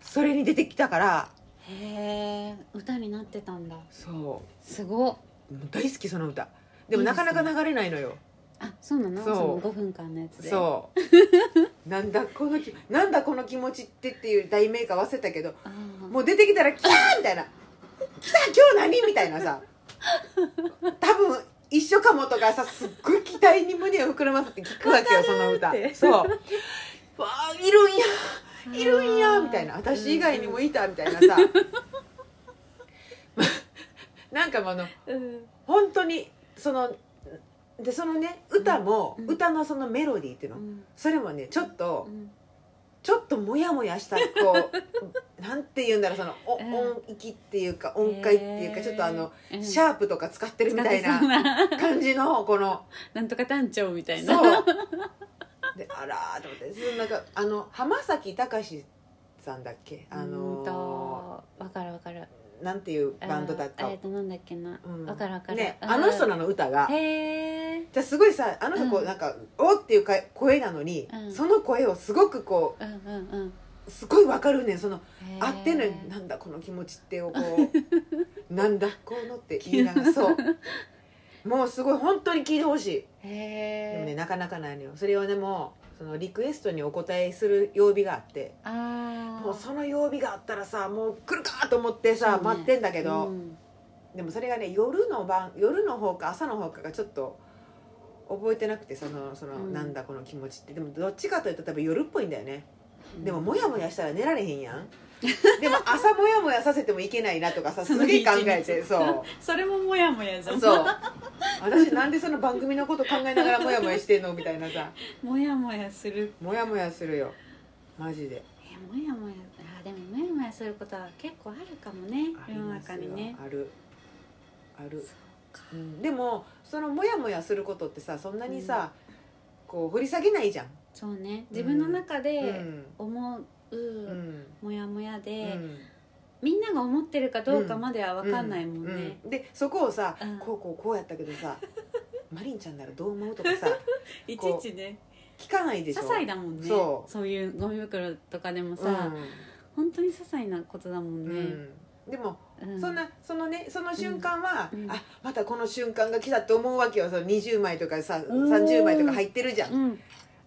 Speaker 2: それに出てきたから
Speaker 1: へえ歌になってたんだ
Speaker 2: そうも
Speaker 1: すごっ
Speaker 2: う大好きその歌でも
Speaker 1: いい
Speaker 2: な
Speaker 1: です
Speaker 2: か
Speaker 1: ね
Speaker 2: なか流れないのよ
Speaker 1: あそうなの
Speaker 2: そう
Speaker 1: その5分間のやつで
Speaker 2: そ
Speaker 1: [LAUGHS]
Speaker 2: うなんだこのきなんだこの気持ちってっていう題名か忘れたけど
Speaker 1: あー
Speaker 2: もう出てきたら「キャー!」みたいな「来た今日何?」みたいなさ多分一緒かもとかさすっごい期待に胸を膨らませて聞くわけよその歌
Speaker 1: わかるって
Speaker 2: そう「わあいるんやいるんや」みたいな「
Speaker 1: あー
Speaker 2: 私以外にもいた」みたいなさなんかもうあの
Speaker 1: うん
Speaker 2: 本当にそのでそのね歌も、
Speaker 1: うん
Speaker 2: 歌のそのメロディーっていう
Speaker 1: う
Speaker 2: の、
Speaker 1: ん
Speaker 2: それもねちょっと、
Speaker 1: うん
Speaker 2: ちょっとモヤモヤしたこ
Speaker 1: [LAUGHS]
Speaker 2: うなんて言うんだろうそのお
Speaker 1: うん
Speaker 2: 音域っていうか音階っていうかちょっとあの、
Speaker 1: えー
Speaker 2: シャープとか使ってるみたい
Speaker 1: 使って
Speaker 2: な
Speaker 1: そうな
Speaker 2: 感じの
Speaker 1: [LAUGHS]
Speaker 2: この
Speaker 1: なんとか単調みたいな [LAUGHS]
Speaker 2: そうであらーと思ってそのなんかあの浜崎隆史さんだっけあ
Speaker 1: うーん
Speaker 2: の
Speaker 1: とわかるわかる
Speaker 2: ーなんていうバンドだっ
Speaker 1: あー
Speaker 2: た
Speaker 1: えっとなんだっけなわ、
Speaker 2: うん
Speaker 1: かるわかる
Speaker 2: ね
Speaker 1: うん
Speaker 2: あの人なの歌が
Speaker 1: へえ
Speaker 2: じゃあすごいさあの人こ
Speaker 1: う
Speaker 2: うんなんか「お」っていうか声なのに
Speaker 1: うん
Speaker 2: その声をすごくこ
Speaker 1: うんうんうん
Speaker 2: うすごいわかるねんその
Speaker 1: へー
Speaker 2: あってんのになんだこの気持ちってをこうなんだこのって言いながらそう
Speaker 1: [LAUGHS]
Speaker 2: もうすごい本当に聞いてほしい
Speaker 1: へ
Speaker 2: で
Speaker 1: え
Speaker 2: もねなかなかないのよそれをでもそのリクエストにお答えする曜日があって
Speaker 1: ああ
Speaker 2: もうその曜日があったらさもう来るかと思ってさ、
Speaker 1: そうね
Speaker 2: 待ってんだけど、
Speaker 1: うん
Speaker 2: でもそれがね夜の晩夜の方か朝の方かがちょっと覚えてなくてそのその、
Speaker 1: うん
Speaker 2: なんだこの気持ちってでもどっちかというと多分夜っぽいんだよねでもモヤモヤしたら寝られへんやんでも朝モヤモヤさせてもいけないなとかさ
Speaker 1: [LAUGHS] そ
Speaker 2: す
Speaker 1: の日
Speaker 2: げえ考えてそ
Speaker 1: それもモヤモヤじゃ
Speaker 2: うんそう私なんでその番組のこと考えながらモヤモヤしてんのみたいなさ
Speaker 1: モヤモヤする
Speaker 2: モヤモヤするよマジで
Speaker 1: えモヤモヤあーでもモヤモヤすることは結構あるかもね
Speaker 2: あ
Speaker 1: 世
Speaker 2: り
Speaker 1: の
Speaker 2: ます
Speaker 1: 中
Speaker 2: よ
Speaker 1: にね
Speaker 2: あるある
Speaker 1: そうか
Speaker 2: うんでもそのモヤモヤすることってさそんなにさ、こう掘り下げないじゃん、
Speaker 1: そうね自分の中
Speaker 2: う
Speaker 1: で
Speaker 2: ん
Speaker 1: 思う、
Speaker 2: うん
Speaker 1: もやもやで、
Speaker 2: うん
Speaker 1: みんなが思ってるかどうかまでは分かんないもんね、
Speaker 2: ううでそこをさ、
Speaker 1: うん
Speaker 2: こうこうこうやったけどさマリンちゃんならどう思うとかさ
Speaker 1: いちいちね
Speaker 2: 聞かないで
Speaker 1: 些
Speaker 2: しょ
Speaker 1: 細だもんね
Speaker 2: そ
Speaker 1: そういうゴミ袋とかでも
Speaker 2: う
Speaker 1: さ、
Speaker 2: ん
Speaker 1: 本当に些細なことだもん
Speaker 2: う
Speaker 1: ね、
Speaker 2: んでも、
Speaker 1: うん
Speaker 2: そんなそのねその瞬間は、
Speaker 1: うんうん
Speaker 2: あまたこの瞬間が来たって思うわけよその20枚とかさ
Speaker 1: うん
Speaker 2: 30枚とか入ってるじゃん、
Speaker 1: うん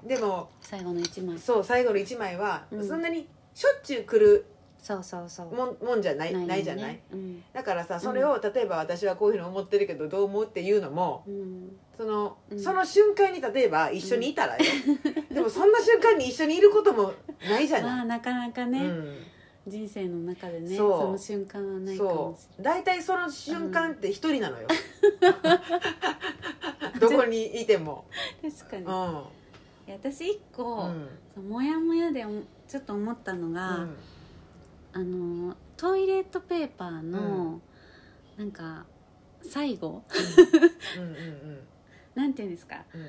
Speaker 2: でも
Speaker 1: 最後の一枚
Speaker 2: そう最後の1枚は、
Speaker 1: うん
Speaker 2: そんなにしょっちゅう来る
Speaker 1: そうそうそう
Speaker 2: もんもんじゃないない,、じゃない、
Speaker 1: ねうん
Speaker 2: だからさそれを、例えば私はこういうふうに思ってるけどどう思うっていうのも
Speaker 1: うん
Speaker 2: その,、
Speaker 1: うん
Speaker 2: その瞬間に例えば一緒にいた
Speaker 1: [LAUGHS]
Speaker 2: らよ、でもそんな瞬間に一緒にいることもないじゃ
Speaker 1: ま
Speaker 2: な
Speaker 1: あ
Speaker 2: い、
Speaker 1: なかなか
Speaker 2: う
Speaker 1: ね、
Speaker 2: ん
Speaker 1: 人生の中でね
Speaker 2: そう
Speaker 1: その瞬間はないかも
Speaker 2: そ
Speaker 1: し
Speaker 2: う大体その瞬間って一人なのよ、どこにいても
Speaker 1: れない確かに、
Speaker 2: う
Speaker 1: い
Speaker 2: ん
Speaker 1: や私一個、
Speaker 2: うん
Speaker 1: そうもやもやでおちょっと思ったのが、
Speaker 2: うん
Speaker 1: あのトイレットペーパーの、なんか最後 [LAUGHS]
Speaker 2: うんうん
Speaker 1: なんていうんですか
Speaker 2: うん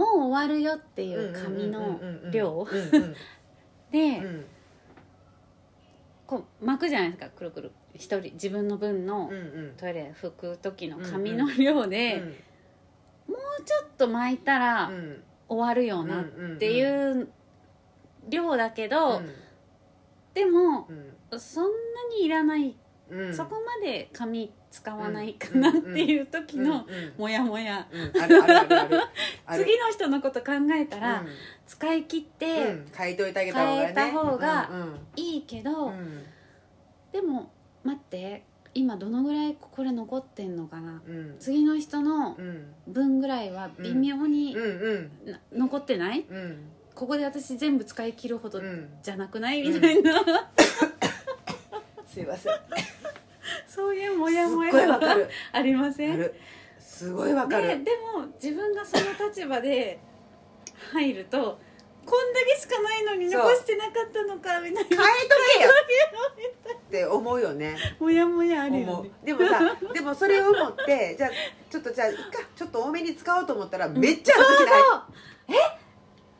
Speaker 1: もう終わるよってい
Speaker 2: うん
Speaker 1: う紙の量
Speaker 2: うんうん
Speaker 1: で、
Speaker 2: うん
Speaker 1: こう巻くじゃないですかくるくる一人自分の分の
Speaker 2: うんうん
Speaker 1: トイレ拭く時の紙の量で、
Speaker 2: うん
Speaker 1: ちょっと巻いたら
Speaker 2: うん
Speaker 1: 終わるよ
Speaker 2: うんう
Speaker 1: なん
Speaker 2: うん
Speaker 1: っていう量だけど、
Speaker 2: うん
Speaker 1: でも
Speaker 2: うん
Speaker 1: そんなにいらない、
Speaker 2: うん
Speaker 1: そこまで紙使わないかなっていう時の
Speaker 2: うんうん
Speaker 1: モヤモヤ
Speaker 2: うんあるあるあるあるある
Speaker 1: 次の人のこと考えたら、使い切っ
Speaker 2: う
Speaker 1: て
Speaker 2: ん、書いといてあげた方がね
Speaker 1: 変えた方が
Speaker 2: うん
Speaker 1: いいけど、
Speaker 2: うんうん
Speaker 1: でも待って今どのぐらいこれ残ってんのかな
Speaker 2: うん
Speaker 1: 次の人の
Speaker 2: うん
Speaker 1: 分ぐらいは微妙に
Speaker 2: うんうん
Speaker 1: な残ってない
Speaker 2: うん
Speaker 1: ここで私全部使い切るほど
Speaker 2: うん
Speaker 1: じゃなくないみたいな、
Speaker 2: すいません
Speaker 1: [LAUGHS] そういうモヤモ
Speaker 2: すっごい
Speaker 1: ヤ
Speaker 2: わか
Speaker 1: が
Speaker 2: る
Speaker 1: ありませ
Speaker 2: あ
Speaker 1: んで
Speaker 2: るすごいわか
Speaker 1: で
Speaker 2: る
Speaker 1: も自分がその立場で入るとこんだけしかないのに
Speaker 2: そう
Speaker 1: 残してなかったのかみたいな
Speaker 2: 変えとけよ
Speaker 1: [LAUGHS]
Speaker 2: って思うよね
Speaker 1: モヤモヤあるよ
Speaker 2: 思
Speaker 1: ね
Speaker 2: うでもさでもそれを思ってじゃあちょっとじゃあいっかちょっと多めに使おうと思ったらめっちゃ好きない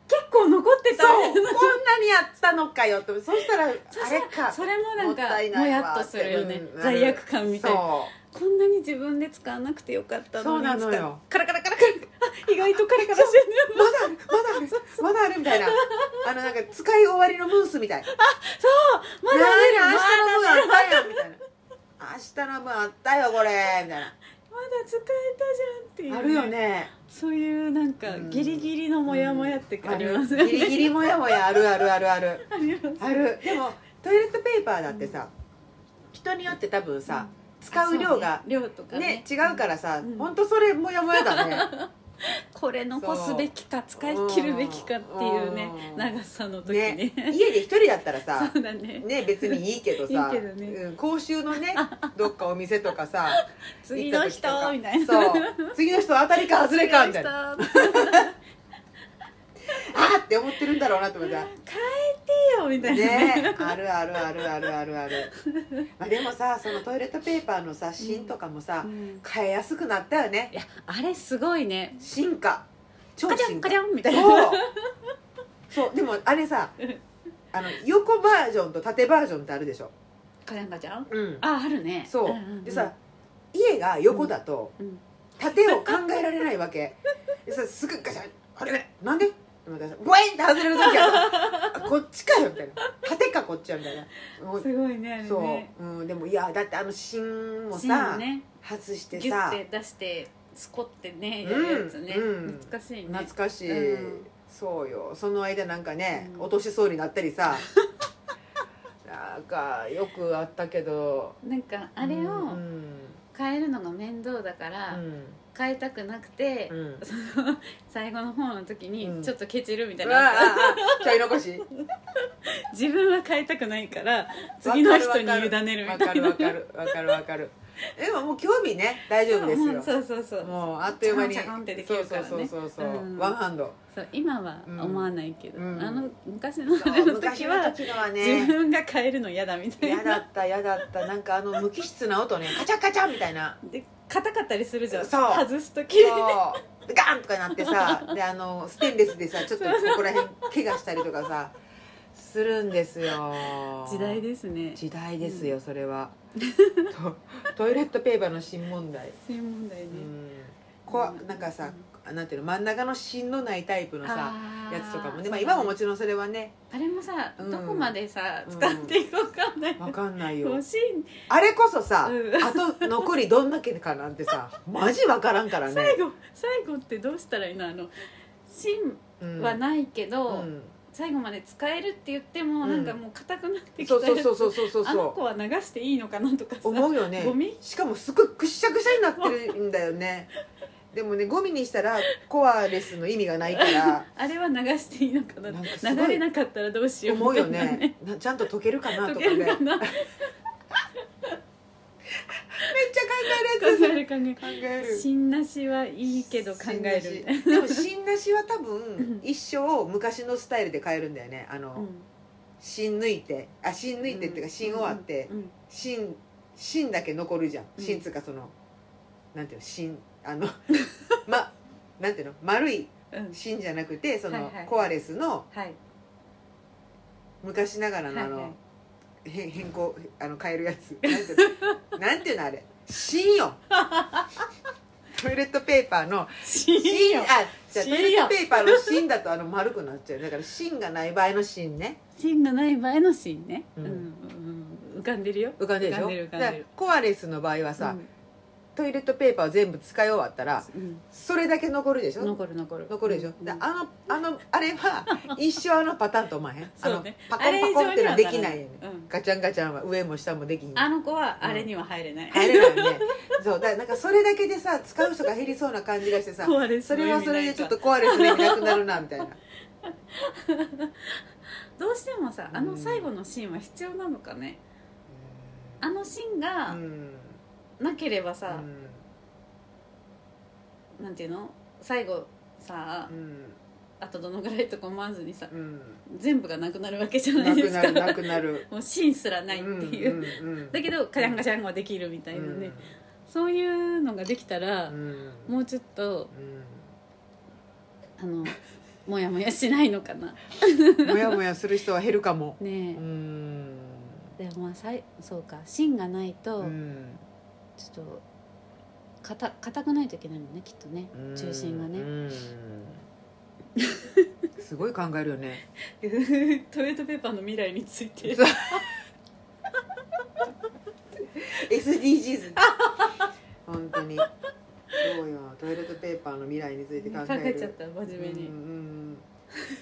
Speaker 1: 結構残ってた
Speaker 2: そうこんなにやったのかよってそしたらあれか
Speaker 1: それもなん
Speaker 2: もったい
Speaker 1: か
Speaker 2: な
Speaker 1: も
Speaker 2: いわ
Speaker 1: やっとするよね、
Speaker 2: うん
Speaker 1: 罪悪感みたいな
Speaker 2: そ
Speaker 1: こんなに自分で使わなくてよかったのに
Speaker 2: そうなのよ
Speaker 1: 使っカラカラカラカラあ [LAUGHS] 意外とカラカラ
Speaker 2: [LAUGHS]
Speaker 1: して
Speaker 2: う
Speaker 1: る
Speaker 2: まだあるまだあるまだあるみたいなあのなんか使い終わりのムースみたいあそう
Speaker 1: まだある
Speaker 2: 明日の分あったよみたいな明日の分あったよこれみたいな
Speaker 1: まだ使えたじゃんっていう
Speaker 2: あるよね
Speaker 1: そういうなんか
Speaker 2: うん
Speaker 1: ギリギリのモヤモヤってあります
Speaker 2: あ
Speaker 1: よ
Speaker 2: るギリ
Speaker 1: ね
Speaker 2: ギリもやもやあるあるあるある
Speaker 1: [LAUGHS] あります
Speaker 2: あるでもトイレットペーパーだってさ、人によって多分さ、使う量が
Speaker 1: そうね量とか
Speaker 2: ね
Speaker 1: ね
Speaker 2: 違うからさ、
Speaker 1: うん
Speaker 2: 本当ほんとそれもやもやだね
Speaker 1: [LAUGHS] これ残すべきか使い切るべきかっていうね
Speaker 2: うん
Speaker 1: 長さの時
Speaker 2: ね
Speaker 1: ね
Speaker 2: 家で一人だったらさ
Speaker 1: そうだね
Speaker 2: ね別にいいけどさ
Speaker 1: いいけどね
Speaker 2: うん、公衆の
Speaker 1: [LAUGHS]
Speaker 2: ねどっかお店とかさ
Speaker 1: 次の人
Speaker 2: 行った時とか
Speaker 1: みたいな
Speaker 2: そう次の人当たりか外れかみたいなあ
Speaker 1: な
Speaker 2: ーって思ってるんだろうなと思ってさ
Speaker 1: 変えてよみたいな
Speaker 2: ねあるあるあるあるあるある、まあ、でもさそのトイレットペーパーのさ芯とかもさ、
Speaker 1: うん
Speaker 2: 変えやすくなったよね
Speaker 1: いやあれすごいね
Speaker 2: 進化超
Speaker 1: カチャ
Speaker 2: 進
Speaker 1: ン
Speaker 2: 化
Speaker 1: カチャンみたいな
Speaker 2: そうそうでもあれさあの横バージョンと縦バージョンってあるでしょ、
Speaker 1: カチャンカチャン
Speaker 2: うん、
Speaker 1: ああるね
Speaker 2: そう、
Speaker 1: んんん
Speaker 2: でさ家が横だと
Speaker 1: うん
Speaker 2: 縦を考えられないわけでさすぐガシャンあれなんででもさボエンって外れる時はあこっちかよみたいな縦かこっちはみたいなもう
Speaker 1: すごいねあれね
Speaker 2: そう、うん、でもいやだってあの芯も
Speaker 1: 芯
Speaker 2: さ、
Speaker 1: をね
Speaker 2: 外して
Speaker 1: ギュ
Speaker 2: さ
Speaker 1: ッて出してスコってね
Speaker 2: うん
Speaker 1: やるやつね、
Speaker 2: うん
Speaker 1: 懐かしいね
Speaker 2: 懐かしい、
Speaker 1: うん
Speaker 2: そうよその間なんかね、
Speaker 1: うん
Speaker 2: 落としそうになった
Speaker 1: [LAUGHS]
Speaker 2: りさなんかよくあったけど
Speaker 1: なんかあれ
Speaker 2: うんう
Speaker 1: を
Speaker 2: ん
Speaker 1: 変えるのが面倒だから、変えたくなくて、 [LAUGHS]
Speaker 2: うんうん
Speaker 1: 最後の方の時
Speaker 2: う
Speaker 1: に
Speaker 2: ん
Speaker 1: ちょっとケチるみたいう
Speaker 2: わあ
Speaker 1: な、
Speaker 2: ああ茶残し
Speaker 1: [LAUGHS] 自分は変えたくないから次の人に委ねるみ
Speaker 2: わ
Speaker 1: た
Speaker 2: か
Speaker 1: い
Speaker 2: る
Speaker 1: な
Speaker 2: わかるわかるわかるわかるでももう興味ね大丈夫です
Speaker 1: もう
Speaker 2: よ
Speaker 1: そうそうそう
Speaker 2: もうあっという間に
Speaker 3: ちゃんちゃかんってできるからね
Speaker 2: そうそうそうそう、
Speaker 1: うん
Speaker 2: ワンハンド
Speaker 1: そう今は思わないけど、
Speaker 2: うん
Speaker 1: あの昔の [LAUGHS] あれの
Speaker 2: 昔
Speaker 1: 時
Speaker 2: の
Speaker 1: は
Speaker 2: 時のは
Speaker 1: 自
Speaker 2: ね
Speaker 1: 分が変えるの嫌だみたい
Speaker 2: 嫌
Speaker 1: な
Speaker 2: だった嫌だったなんかあの無機質な音ねカチャカチャみたいな
Speaker 1: で硬かったりするじゃん
Speaker 2: そう
Speaker 1: 外す時
Speaker 2: そうでガーンとかなってさであのステンレスでさちょっとここら辺怪我したりとかさするんですよ
Speaker 1: 時代ですね
Speaker 2: 時代ですよそれは、とトイレットペーパーの新問題、
Speaker 1: 専門題ね、
Speaker 2: うん、こなんかさなんていうの真ん中の芯のないタイプのさ
Speaker 1: あー
Speaker 2: やつとかもね、まあ、今ももちろんそれはね
Speaker 1: あれもさ、
Speaker 2: うん
Speaker 1: どこまでさ
Speaker 2: うん
Speaker 1: 使っていいか分かんない、
Speaker 2: わかんないよ
Speaker 1: 欲しい
Speaker 2: あれこそさ、
Speaker 1: うん
Speaker 2: あと残りどんだけかなんてさマジわからんからね
Speaker 1: 最後最後ってどうしたらいいのあの芯
Speaker 2: うん
Speaker 1: はないけ
Speaker 2: う
Speaker 1: ど、
Speaker 2: ん
Speaker 1: 最後まで使えるって言っても、
Speaker 2: うん
Speaker 1: なんかもう硬くなってきた
Speaker 2: そう
Speaker 1: やつ
Speaker 2: そうそうそうそうそ
Speaker 1: あ
Speaker 2: う
Speaker 1: の子は流していいのかなとかさ
Speaker 2: 思うよね
Speaker 1: ゴミ
Speaker 2: しかもすごいくしゃくしゃになってるんだよねでもねゴミにしたらコアレスの意味がないから
Speaker 1: あれは流していいのかな
Speaker 2: なんかすごい
Speaker 1: 流れなかったらどうしよう
Speaker 2: 思うよ
Speaker 1: みたいな
Speaker 2: ねなちゃんと溶けるかな
Speaker 1: 溶
Speaker 2: とか
Speaker 1: け
Speaker 2: ねめ
Speaker 1: る
Speaker 2: っちゃ
Speaker 1: かな考
Speaker 2: 考えるやつ
Speaker 1: える考え
Speaker 2: 考え
Speaker 1: る
Speaker 2: る
Speaker 1: 芯なしはいいけど考えるみたい
Speaker 2: るでも芯なしは多
Speaker 1: ん
Speaker 2: 分一生昔のスタイルで変えるんだよねあ
Speaker 1: な、う
Speaker 2: の
Speaker 1: ん
Speaker 2: 芯抜いてあ芯抜いてっていうか芯終わって
Speaker 1: うん
Speaker 2: 芯芯だけ残るじゃん
Speaker 1: うん
Speaker 2: 芯つうかそのなんていうの芯あの [LAUGHS] まなんていうの丸い
Speaker 1: うんうん
Speaker 2: 芯じゃなくてそ
Speaker 1: はい
Speaker 2: の
Speaker 1: はい
Speaker 2: コアレスの
Speaker 1: はい
Speaker 2: 昔ながらのあ
Speaker 1: はいは
Speaker 2: のへ変更あの変えるやつなんていう
Speaker 1: [LAUGHS]
Speaker 2: のなんていうのあれ芯よトイレットペーパーの
Speaker 1: 芯
Speaker 2: 芯
Speaker 1: よ
Speaker 2: あじゃあ
Speaker 1: 芯
Speaker 2: ト
Speaker 1: よ
Speaker 2: イレットペーパーの芯だとあの丸くなっちゃうだから芯がない場合の芯ね
Speaker 1: 芯がない場合の芯ね、う
Speaker 2: うんん
Speaker 1: うん浮かんでるよ
Speaker 2: 浮かんでるで
Speaker 1: 浮
Speaker 2: し
Speaker 1: か
Speaker 2: ょ
Speaker 1: んでる浮か
Speaker 2: だ
Speaker 1: ん
Speaker 2: か
Speaker 1: でる
Speaker 2: らコアレスの場合はさ、
Speaker 1: うん
Speaker 2: トイレットペーパーを全部使い終わったら
Speaker 1: うん
Speaker 2: それだけ残るでしょ
Speaker 1: 残る残る
Speaker 2: 残るでしょ、
Speaker 1: うん
Speaker 2: だからあのあのあれ
Speaker 1: [LAUGHS]
Speaker 2: は一生あのパターンと思わへん、あ
Speaker 1: そう
Speaker 2: の
Speaker 1: ね
Speaker 2: パコンパコンってのはできないよね
Speaker 1: あれ以上にはならないうん
Speaker 2: ガチャンガチャンは上も下もできひん
Speaker 1: あの子はあれには入れない、
Speaker 2: 入れないよねそうだからなんかそれだけでさ使う人が減りそうな感じがしてさ
Speaker 1: 壊れそ
Speaker 2: そう
Speaker 1: いう
Speaker 2: れ
Speaker 1: 意味な
Speaker 2: はいそれでちょっと壊れすぎなくなるなみたいな
Speaker 1: どうしてもさあ
Speaker 2: う
Speaker 1: の
Speaker 2: ん
Speaker 1: 最後のシーンは必要なのかね、 [LAUGHS] あのシーンが
Speaker 2: うん
Speaker 1: なければ
Speaker 2: う
Speaker 1: さ、
Speaker 2: ん
Speaker 1: なんていうの最後さ
Speaker 2: うん
Speaker 1: あとどのぐらいとか思わずにさ
Speaker 2: うん
Speaker 1: 全部がなくなるわけじゃな
Speaker 2: ない
Speaker 1: で
Speaker 2: く
Speaker 1: す
Speaker 2: な
Speaker 1: か
Speaker 2: るなくなる
Speaker 1: もうシーンすらないっていう、
Speaker 2: うんうんうん
Speaker 1: だけどカチャンカチャンはできるみたいなね、そういうのができた
Speaker 2: う
Speaker 1: ら、
Speaker 2: ん
Speaker 1: もうちょっと
Speaker 2: う
Speaker 1: あのモヤモヤしないのかなん
Speaker 2: もやもやする人は減るかも
Speaker 1: ね
Speaker 2: うん
Speaker 1: え、でもまあさいそうか芯がないと、
Speaker 2: うん
Speaker 1: ちょっと硬硬くないといけないもんねきっとね
Speaker 2: うん
Speaker 1: 中心が
Speaker 2: う
Speaker 1: ね
Speaker 2: ん [LAUGHS] すごい考えるよね
Speaker 1: トイレットペーパーの未来について
Speaker 2: SDGs [LAUGHS] 本当にそうよトイレットペーパーの未来について考
Speaker 1: 考
Speaker 2: える
Speaker 1: えちゃった真面目に、
Speaker 2: うんうんうん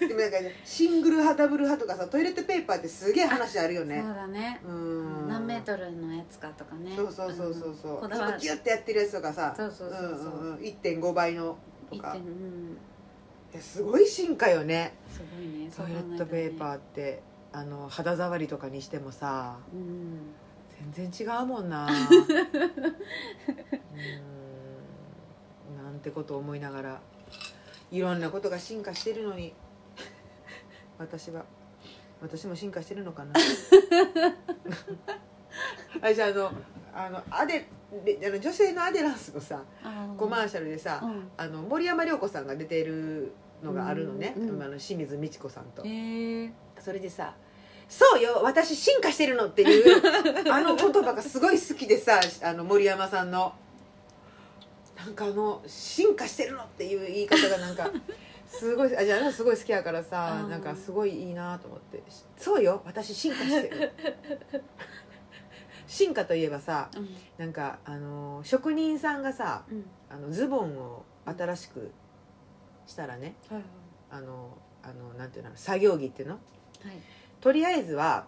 Speaker 2: でもなんかねシングル派ダブル派とかさトイレットペーパーってすげえ話あるよね
Speaker 1: そうだね、
Speaker 2: うん
Speaker 1: 何メートルのやつかとかね
Speaker 2: そうそうそうそうそう
Speaker 1: こだわ
Speaker 2: 今
Speaker 1: る
Speaker 2: ギュッてやってるやつとかさ
Speaker 1: そうそうそうそうん
Speaker 2: んん1.5倍のと
Speaker 1: 一
Speaker 2: か
Speaker 1: 点うん
Speaker 2: いやすごい進化よね
Speaker 1: すごいね
Speaker 2: トイレットペーパ
Speaker 1: ー
Speaker 2: ーってあの肌触りとかにしてもさ
Speaker 1: うん
Speaker 2: 全然違うもんなうんなんてこと思いながらいろんなことが進化してるのに私は私も進化してるのかなあじゃああのあのアデレあの女性のアデランスのさ
Speaker 1: あー
Speaker 2: コマーシャルでさ、
Speaker 1: うん
Speaker 2: あの森山良子さんが出ているのがあるのね、
Speaker 1: うんうん
Speaker 2: あの清水美智子さんと
Speaker 1: へえ
Speaker 2: それでさ「そうよ私進化してるの」っていう
Speaker 1: [LAUGHS]
Speaker 2: あの言葉がすごい好きでさあの森山さんのなんかあの「進化してるの」っていう言い方がな
Speaker 1: [LAUGHS]
Speaker 2: んかすごいあじゃああのすごい好きやから
Speaker 1: あ
Speaker 2: さ
Speaker 1: ー
Speaker 2: なんかすごいいいなと思って「そうよ私進化して
Speaker 1: [LAUGHS]
Speaker 2: る」進化といえばさ
Speaker 1: うん
Speaker 2: なんかあの職人さんがさ
Speaker 1: うん
Speaker 2: あのズボンを新しくしたらね
Speaker 1: はい
Speaker 2: あのあのなんていうの作業着っていうの
Speaker 1: はい
Speaker 2: とりあえずは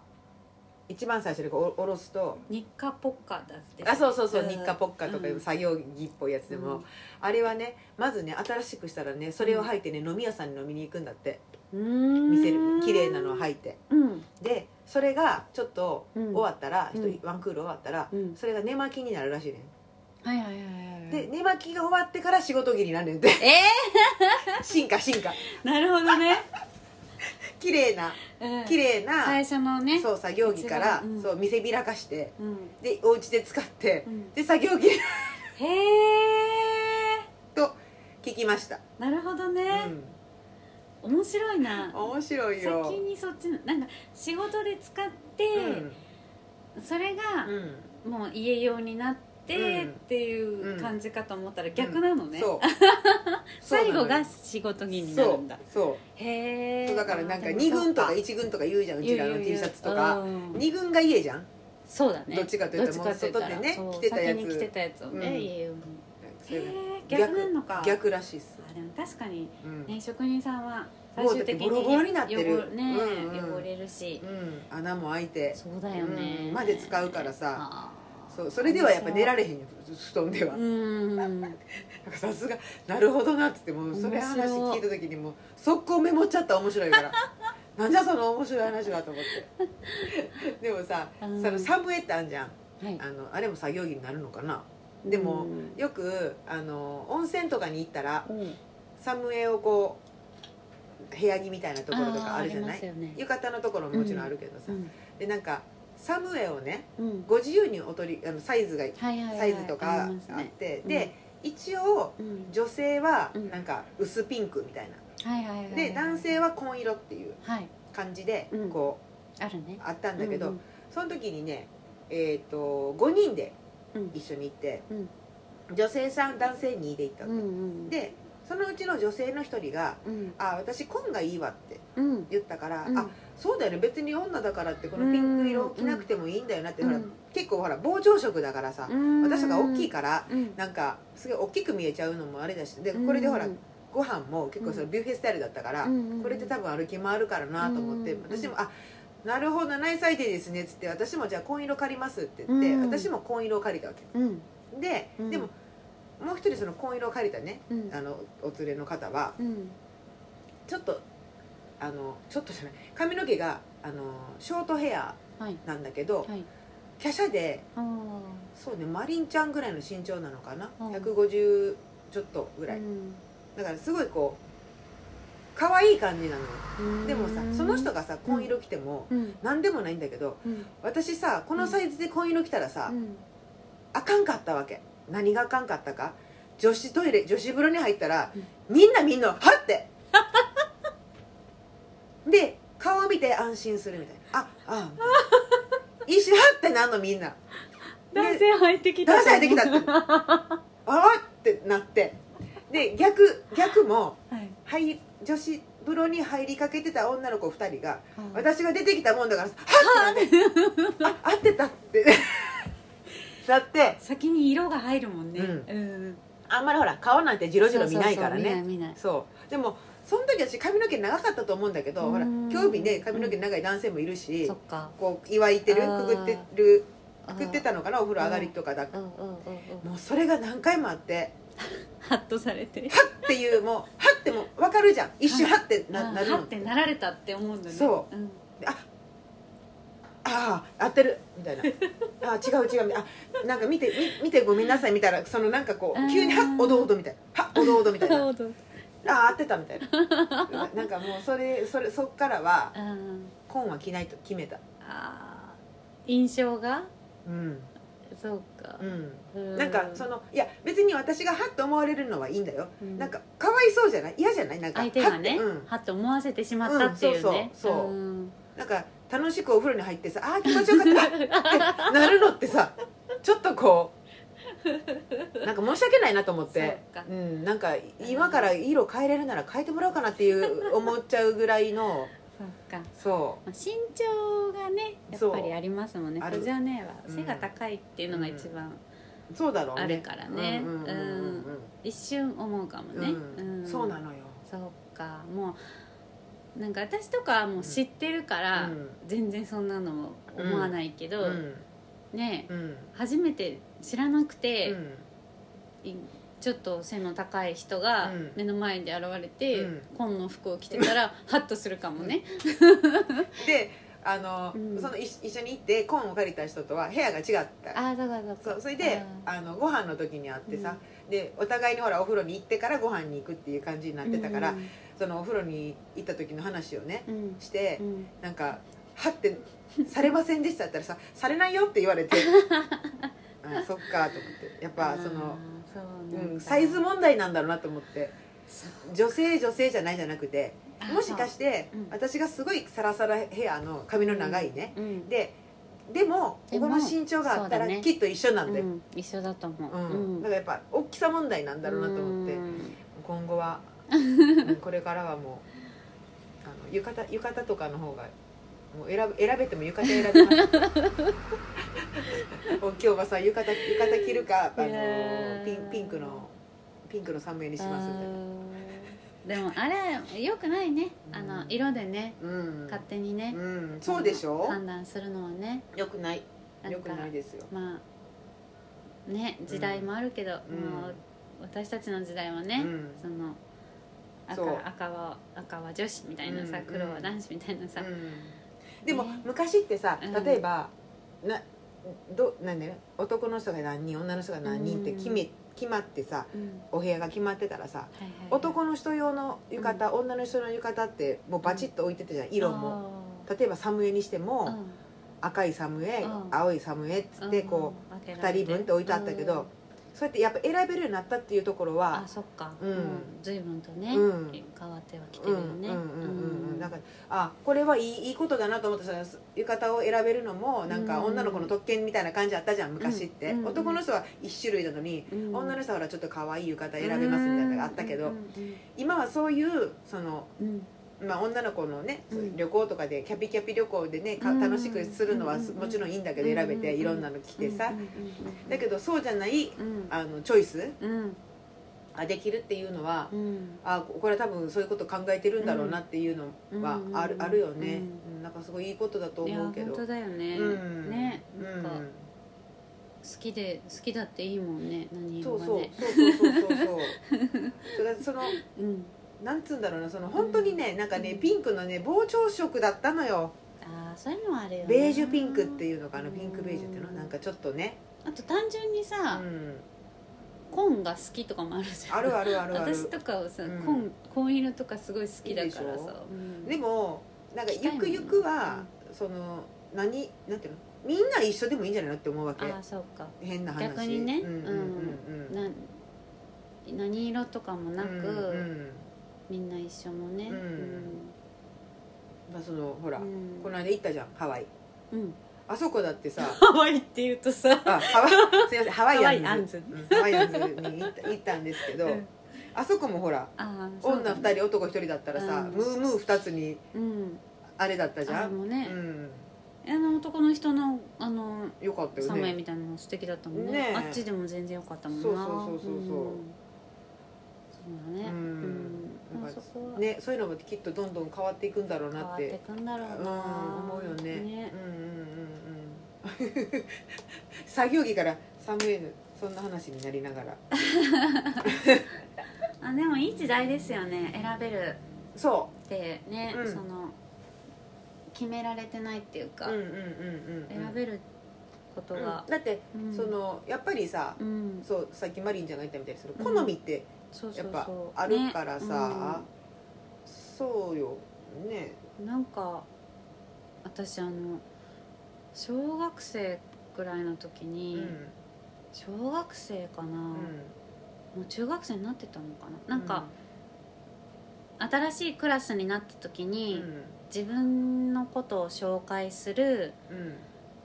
Speaker 2: 一番最初にこうおおろすと
Speaker 1: 日課ポッカだって
Speaker 2: あそうそうそう
Speaker 1: うん
Speaker 2: 日課ポッカとかいううん作業着っぽいやつでも、
Speaker 1: うん
Speaker 2: あれはねまずね新しくしたらねそれを履いてね飲み屋さんに飲みに行くんだって見せる綺麗なのを
Speaker 1: い
Speaker 2: 履いて
Speaker 1: うん
Speaker 2: でそれがちょっと
Speaker 1: うん
Speaker 2: 終わったら、
Speaker 1: うん
Speaker 2: 一人ワンクール終わったら、
Speaker 1: うん
Speaker 2: それが寝巻きになるらしいね
Speaker 4: はいはいはいはい
Speaker 2: んで寝巻きが終わってから仕事着になるねんで
Speaker 1: え
Speaker 2: [LAUGHS] 進化進化
Speaker 1: ー、なるほど
Speaker 2: [LAUGHS]
Speaker 1: ね、
Speaker 2: 綺麗な
Speaker 1: うん、
Speaker 2: 綺麗な、
Speaker 1: 最初のね
Speaker 2: そう作業着から、
Speaker 1: 一番うん
Speaker 2: そう見せびらかして
Speaker 1: うん
Speaker 2: でお家で使って、
Speaker 1: うん
Speaker 2: で作業着 [LAUGHS]
Speaker 1: へえ
Speaker 2: と聞きました、
Speaker 1: なるほどね、面白いな
Speaker 2: うん、面白いよ
Speaker 1: 先にそっちのなんか仕事で使って、それ
Speaker 2: う
Speaker 1: が
Speaker 2: んうん
Speaker 1: もう家用になって
Speaker 2: うん
Speaker 1: っていう感じかと思ったら逆なのね、
Speaker 2: そう
Speaker 1: [LAUGHS] 最後が
Speaker 2: そ
Speaker 1: 仕事着
Speaker 2: う
Speaker 1: に
Speaker 2: な
Speaker 1: な
Speaker 2: のよ
Speaker 1: るんだ
Speaker 2: そう
Speaker 1: へ
Speaker 2: そ
Speaker 1: え
Speaker 2: うだからなんか2軍とか1軍とか言うじゃんうちらの T シャツとか2軍が家じゃん
Speaker 1: そうだね
Speaker 2: どっちかというと
Speaker 1: どっちか言ったら
Speaker 2: もう外でね
Speaker 1: そう
Speaker 2: 着てたやつ
Speaker 1: 先に着てたやつをね、
Speaker 2: うん
Speaker 1: 家用に
Speaker 2: そ
Speaker 1: へ
Speaker 2: れ
Speaker 1: え
Speaker 2: が
Speaker 1: 逆なのか
Speaker 2: 逆らしいっす、
Speaker 1: あでも確かに
Speaker 2: うん
Speaker 1: ね職人さんは
Speaker 2: も
Speaker 1: 最
Speaker 2: う
Speaker 1: 終的に
Speaker 2: だってボロボロになってる
Speaker 1: 汚ね、
Speaker 2: うんうん
Speaker 1: 汚れるし
Speaker 2: うん、穴も開いて
Speaker 1: そうだよね、
Speaker 2: うんまで使うからさ
Speaker 1: あー
Speaker 2: そうそれではやっぱ寝られへんよふ布団では
Speaker 1: うーん
Speaker 2: なんかさすがなるほどなっつってもうそれ話聞いた時にもう速攻メモっちゃった面白
Speaker 1: [LAUGHS]
Speaker 2: いからなんじゃその面白い話はと思ってでもさ、
Speaker 1: うん
Speaker 2: そのサブウェイってあんじゃん
Speaker 1: はい
Speaker 2: あのあれも作業着になるのかなでも
Speaker 1: うん
Speaker 2: よくあの温泉とかに行ったら
Speaker 1: うん
Speaker 2: サムエをこう部屋着みたいなところとかあるじゃ
Speaker 1: ーり
Speaker 2: な
Speaker 1: ます
Speaker 2: い
Speaker 1: よね
Speaker 2: 浴衣のところももちろんあるけどさ、
Speaker 1: うん
Speaker 2: でなんかサムエをね
Speaker 1: うん
Speaker 2: ご自由にお取りあのサイズが
Speaker 1: はいはいはい
Speaker 2: サイズとか
Speaker 1: あ
Speaker 2: あ
Speaker 1: ります
Speaker 2: っ
Speaker 1: ね
Speaker 2: て、
Speaker 1: うん
Speaker 2: で一応
Speaker 1: うん
Speaker 2: 女性は
Speaker 1: うん
Speaker 2: なんか薄ピンクみたいな、
Speaker 1: はいはいはいはい
Speaker 2: で男性は紺色っていう
Speaker 1: はい
Speaker 2: 感じで
Speaker 1: うん
Speaker 2: こ
Speaker 1: あるね
Speaker 2: うあったんだけ
Speaker 1: う
Speaker 2: ど、
Speaker 1: ん
Speaker 2: その時にねえー、と5人で
Speaker 1: うん
Speaker 2: 一緒に行って、
Speaker 1: うん
Speaker 2: 女性さん男性2で行った
Speaker 1: う
Speaker 2: の、
Speaker 1: んうん
Speaker 2: でそのうちの女性の一人が
Speaker 1: うん
Speaker 2: 「あ私紺がいいわ」って
Speaker 1: うん
Speaker 2: 言ったから「
Speaker 1: うん
Speaker 2: あそうだよね別に女だからってこのピンク色着なくてもいいんだよな」って、
Speaker 1: うん
Speaker 2: ほら結構ほら膨張色だからさ、
Speaker 1: うん
Speaker 2: 私が大きいから
Speaker 1: うん
Speaker 2: なんかすごい大きく見えちゃうのもあれだしでこれでほら、
Speaker 1: うん
Speaker 2: ご飯も結構そのビュッフェスタイルだったから、
Speaker 1: うん
Speaker 2: これで多分歩き回るからなと思って、
Speaker 1: うん
Speaker 2: 私も「あなるほどナイスアイデアですね」っつって「私もじゃあ紺色借ります」って言って、
Speaker 1: うん
Speaker 2: 私も紺色を借りたわけ
Speaker 1: うん
Speaker 2: で、
Speaker 1: うん
Speaker 2: でももう一人その紺色を借りたね
Speaker 1: うん
Speaker 2: あのお連れの方は
Speaker 1: うん
Speaker 2: ちょっとあのちょっとじゃない髪の毛があのショートヘア
Speaker 1: はい
Speaker 2: なんだけど、
Speaker 1: はい
Speaker 2: 華奢で
Speaker 1: あー
Speaker 2: そうねマリンちゃんぐらいの身長なのかな、
Speaker 1: うん
Speaker 2: 150ちょっとぐらい、
Speaker 1: うん
Speaker 2: だからすごいこう可愛い感じなのよでもさ
Speaker 1: うん
Speaker 2: その人がさ紺色着ても
Speaker 1: うん
Speaker 2: 何でもないんだけど
Speaker 1: うん
Speaker 2: 私さこのサイズで紺色着たらさ、
Speaker 1: うん
Speaker 2: あかんかったわけ何があかんかったか女子トイレ女子風呂に入ったら、
Speaker 1: う
Speaker 2: みんなみんなはって [LAUGHS] で顔を見て安心するみたいなあああ一緒にはってなんのみんな
Speaker 1: 男性入ってきた
Speaker 2: 男性入ってきたってあらってなってで逆逆も
Speaker 1: はい
Speaker 2: 入女子風呂に入りかけてた女の子2人が
Speaker 1: あー
Speaker 2: 私が出てきたもんだからさはっあ合ってたってだって
Speaker 1: 先に色が入るもんね
Speaker 2: うん
Speaker 1: うん
Speaker 2: あんまりほら顔なんてジロジロ見ないから
Speaker 1: そうそうそう
Speaker 2: ね
Speaker 1: 見ない見ない
Speaker 2: そうでもその時私髪の毛長かったと思うんだけどほら
Speaker 1: うん
Speaker 2: 興味ね髪の毛長い男性もいるし
Speaker 1: そっか
Speaker 2: こう祝いてる
Speaker 1: あー
Speaker 2: くぐってる
Speaker 1: あー
Speaker 2: くぐってたのかなお風呂上がりとかだ
Speaker 1: うんうんうんうん
Speaker 2: もうそれが何回もあって
Speaker 1: ハッとされて
Speaker 2: はっていうもうはってもう分かるじゃん一瞬はってな,、
Speaker 1: あ
Speaker 2: なる
Speaker 1: ー
Speaker 2: の
Speaker 1: はってなられたって思うんだね
Speaker 2: そ
Speaker 1: うん
Speaker 2: ああ合ってるみたいなああ違う違うみたいなあなんか見てみ見てごめんなさいみたいなそのなんかこ
Speaker 1: うん
Speaker 2: う急にはっおどおどみたいなはっおどおどみたい
Speaker 1: なる
Speaker 2: なあ
Speaker 1: ほど
Speaker 2: あ合ってたみたいななんかもうそれそれそっからは
Speaker 1: あー
Speaker 2: 紺は着ないと決めた
Speaker 1: あー印象が
Speaker 2: うん
Speaker 1: そうか
Speaker 2: うん
Speaker 1: うん
Speaker 2: なんかそのいや別に私がはっと思われるのはいいんだよ、
Speaker 1: うん
Speaker 2: なんかかわいそうじゃない嫌じゃないなんか
Speaker 1: 相手がね
Speaker 2: はってうん
Speaker 1: はっと思わせてしまったっていうね
Speaker 2: うんそうそうそうん [LAUGHS] なんか楽しくお風呂に入ってさあー気持ちよかったって [LAUGHS] なるのってさちょっとこうなんか申し訳ないなと思って
Speaker 1: そうか
Speaker 2: ん、なんか今から色変えれるなら変えてもらおうかなっていう思っちゃうぐらいの
Speaker 1: そうか
Speaker 2: そ
Speaker 1: まあ身長がねやっぱりありますもんね
Speaker 2: そうあ
Speaker 1: コ
Speaker 2: る
Speaker 1: ジャネは
Speaker 2: うん
Speaker 1: 背が高いっていうのが一番、
Speaker 2: うそうだろうね
Speaker 1: あるからね
Speaker 2: うんうんうん
Speaker 1: 一瞬思うかも
Speaker 2: うん
Speaker 1: ね、
Speaker 2: うんそうなのよ
Speaker 1: そうかもうなんか私とかはもう知ってるから、
Speaker 2: うん
Speaker 1: 全然そんなの思わないけど、
Speaker 2: うん
Speaker 1: ね
Speaker 2: うん
Speaker 1: 初めて知らなくて、
Speaker 2: うん
Speaker 1: いちょっと背の高い人が
Speaker 2: うん
Speaker 1: 目の前で現れて、
Speaker 2: うん
Speaker 1: 紺の服を着てたらハッとするかも
Speaker 2: [LAUGHS]
Speaker 1: ね、
Speaker 2: であの、
Speaker 1: うん
Speaker 2: その一一緒に行ってコーンを借りた人とは部屋が違った
Speaker 1: ああだからだか
Speaker 2: そうそれで
Speaker 1: あ
Speaker 2: あのご飯の時に会ってさ、でお互いにほらお風呂に行ってからご飯に行くっていう感じになってたから、
Speaker 1: うん
Speaker 2: そのお風呂に行った時の話をね
Speaker 1: うん
Speaker 2: して、
Speaker 1: うん
Speaker 2: なんか「はってされませんでした」って言ったらさ「されないよ」って言
Speaker 1: [LAUGHS]
Speaker 2: われてあそっかと思ってやっぱ
Speaker 1: あー
Speaker 2: その、
Speaker 1: そう
Speaker 2: う
Speaker 1: なんだ
Speaker 2: ん、サイズ問題なんだろうなと思って
Speaker 1: そう
Speaker 2: 女性女性じゃないじゃなくて
Speaker 1: あー
Speaker 2: もしかして、
Speaker 1: そううん
Speaker 2: 私がすごいサラサラヘアの髪の長いね、
Speaker 1: うん
Speaker 2: ででも
Speaker 1: で
Speaker 2: こ
Speaker 1: も
Speaker 2: この身長があった
Speaker 1: そ
Speaker 2: ら
Speaker 1: うだね
Speaker 2: きっと一緒なんで、
Speaker 1: う
Speaker 2: うん
Speaker 1: ん一緒だと思う、
Speaker 2: だからやっぱ大きさ問題なんだろうなと思って、
Speaker 1: うん
Speaker 2: 今後は [LAUGHS] うんこれからはもうあの浴衣浴衣とかの方がもう選ぶ選べても浴衣選べます [LAUGHS] お今日はさ浴衣浴衣着るかあ
Speaker 1: いや
Speaker 2: の
Speaker 1: ー
Speaker 2: ピンピンクのピンクのサムエにしますみたいな
Speaker 1: あーでもあれよくないね
Speaker 2: うん
Speaker 1: あの色でね
Speaker 2: うん
Speaker 1: 勝手にね、
Speaker 2: うん、そうでしょ
Speaker 1: 判断するのはね
Speaker 2: よくない
Speaker 1: なんか
Speaker 2: よくないですよ、
Speaker 1: まあね時代もあるけど、
Speaker 2: うん
Speaker 1: まあ私たちの時代はね、
Speaker 2: うん
Speaker 1: その
Speaker 2: そう
Speaker 1: 赤赤は赤は女子みたいなさ、
Speaker 2: うん
Speaker 1: 黒は男子みたいなさ、
Speaker 2: うん、でも、
Speaker 1: ね
Speaker 2: 昔ってさ
Speaker 1: うん
Speaker 2: 例えば、などなんだよ男の人が何人女の人が何人って決め、決まってさ
Speaker 1: うん
Speaker 2: お部屋が決まってたらさ
Speaker 1: はいはいはい
Speaker 2: 男の人用の浴衣、女の人の浴衣ってもうバチッと置いてたじゃん色も、例えばサムエにしても、
Speaker 1: あーうん
Speaker 2: 赤いサムエ、
Speaker 1: うん
Speaker 2: 青いサムエっつってこ
Speaker 1: うん分け
Speaker 2: う、
Speaker 1: られ
Speaker 2: 二
Speaker 1: て
Speaker 2: 人分って置いてあったけど、
Speaker 1: うん
Speaker 2: そうやってやっぱ選べるようになったっていうところは
Speaker 1: あそっか、
Speaker 2: うん
Speaker 1: も随分とね、
Speaker 2: うん
Speaker 1: 変わってはきて
Speaker 2: う
Speaker 1: る
Speaker 2: ん
Speaker 1: よ
Speaker 2: うん
Speaker 1: ね
Speaker 2: うんうんだからあこれはいいいいことだなと思ってその浴衣を選べるのもなん
Speaker 1: う
Speaker 2: か
Speaker 1: ん
Speaker 2: 女の子の特権みたいな感じあったじゃん昔って、
Speaker 1: うんうん
Speaker 2: 男の人は1種類なのに、
Speaker 1: うん
Speaker 2: 女の人はほらちょっと可愛い浴衣選べますみたいなのがあったけど、
Speaker 1: うん
Speaker 2: 今はそういうその、
Speaker 1: うんうん
Speaker 2: まあ、女の子のね、
Speaker 1: うん
Speaker 2: 旅行とかでキャピキャピ旅行でねか
Speaker 1: うん
Speaker 2: 楽しくするのは
Speaker 1: うん
Speaker 2: もちろんいいんだけど選べて
Speaker 1: うん
Speaker 2: いろんなの着て
Speaker 1: う
Speaker 2: さ、
Speaker 1: んうんうん
Speaker 2: だけどそうじゃない
Speaker 1: うん
Speaker 2: あのチョイス
Speaker 1: うん
Speaker 2: ができるっていうのは
Speaker 1: う、ん
Speaker 2: あこれは多分そういうこと考えてるんだろうなっていうのは
Speaker 1: うん
Speaker 2: ある,、あるよね、
Speaker 1: う
Speaker 2: うんなんかすごいいいことだと
Speaker 1: いや
Speaker 2: 思うけ
Speaker 1: 本
Speaker 2: ど
Speaker 1: 当だよね、
Speaker 2: うん
Speaker 1: ね
Speaker 2: う
Speaker 1: なんんか好きで好きだっていいもんね何色
Speaker 2: そう
Speaker 1: が
Speaker 2: そう
Speaker 1: ね
Speaker 2: そうそうそうそうそうそれその
Speaker 1: うん
Speaker 2: なんつうんだろうなその本当にねなんかね
Speaker 1: うん
Speaker 2: ピンクのね膨張色だったのよ
Speaker 1: ああそういうのはあるよね
Speaker 2: ベージュピンクっていうのかなピンクベージュっていうの
Speaker 1: うん
Speaker 2: なんかちょっとね、
Speaker 1: あと単純に
Speaker 2: う
Speaker 1: さ、
Speaker 2: ん、
Speaker 1: 紺が好きとかもあるじゃん
Speaker 2: あるあるあるある
Speaker 1: 私とかはさ、
Speaker 2: うん
Speaker 1: 紺紺色とかすごい好きだから
Speaker 2: いいでし
Speaker 1: さうん
Speaker 2: でもなんか
Speaker 1: 着た
Speaker 2: ゆ
Speaker 1: いもん
Speaker 2: くゆくは、その何なんていうのみんな一緒でもいいんじゃないのって思うわけ
Speaker 1: ああそうか
Speaker 2: 変な話
Speaker 1: 逆にね
Speaker 2: うんうんうんう
Speaker 1: な
Speaker 2: ん
Speaker 1: 何色とかもなく、
Speaker 2: うんうん
Speaker 1: みんな一緒のね
Speaker 2: うんまあそのほら、
Speaker 1: うん
Speaker 2: この間行ったじゃんハワイ
Speaker 1: うん
Speaker 2: あそこだってさ
Speaker 1: ハワイって言うとさ
Speaker 2: あハ
Speaker 1: [LAUGHS]
Speaker 2: ワイすいませんハワイアンズ
Speaker 1: ハ
Speaker 2: うんハワイアンズに行った行ったんですけど、
Speaker 1: うん
Speaker 2: あそこもほら
Speaker 1: あーそう
Speaker 2: 女
Speaker 1: だね
Speaker 2: 2人男1人だったらさ、
Speaker 1: うん
Speaker 2: ムームー2つに
Speaker 1: うん
Speaker 2: あれだったじ
Speaker 1: あれ
Speaker 2: ゃん、
Speaker 1: もね
Speaker 2: う、ん、
Speaker 1: あの男の人のあの
Speaker 2: よかったよ
Speaker 1: サムエ
Speaker 2: ね
Speaker 1: みたいなのも素敵だったもんね
Speaker 2: ねえ
Speaker 1: あっちでも全然良かったもんな
Speaker 2: そうそうそうそうそうん
Speaker 1: そうだねう
Speaker 2: う
Speaker 1: んん、
Speaker 2: な
Speaker 1: あ
Speaker 2: ん
Speaker 1: そ
Speaker 2: か
Speaker 1: こは
Speaker 2: ねそういうのもきっとどんどん変わっていくんだろう
Speaker 1: 変
Speaker 2: な
Speaker 1: わ
Speaker 2: っ
Speaker 1: っててくんだろうな、
Speaker 2: うん思うよねうんうん [LAUGHS] うんうん作業着からサムエルそんな話になりながら
Speaker 1: あでもいい時代ですよね選べる
Speaker 2: そ
Speaker 1: ってね、
Speaker 2: うん
Speaker 1: その決められてないっていう
Speaker 2: う
Speaker 1: か、
Speaker 2: うんうんうんうん
Speaker 1: 選べること
Speaker 2: うん
Speaker 1: が、
Speaker 2: だって、
Speaker 1: うん
Speaker 2: そのやっぱりさ、
Speaker 1: うん
Speaker 2: そうさっきマリンちゃんが言ったみたいにその
Speaker 1: うん
Speaker 2: 好みって
Speaker 1: そう
Speaker 2: や
Speaker 1: そ
Speaker 2: っ
Speaker 1: う
Speaker 2: ぱ
Speaker 1: そう
Speaker 2: あるか
Speaker 1: ね
Speaker 2: らさ、
Speaker 1: う
Speaker 2: そうよね
Speaker 1: んなんか私あの小学生ぐらいの時
Speaker 2: う
Speaker 1: に、
Speaker 2: ん
Speaker 1: 小学生かな、もう中学生になってたのかななんか、新しいクラスになった時
Speaker 2: うん
Speaker 1: に、自分のことを紹介する
Speaker 2: うんうん
Speaker 1: っ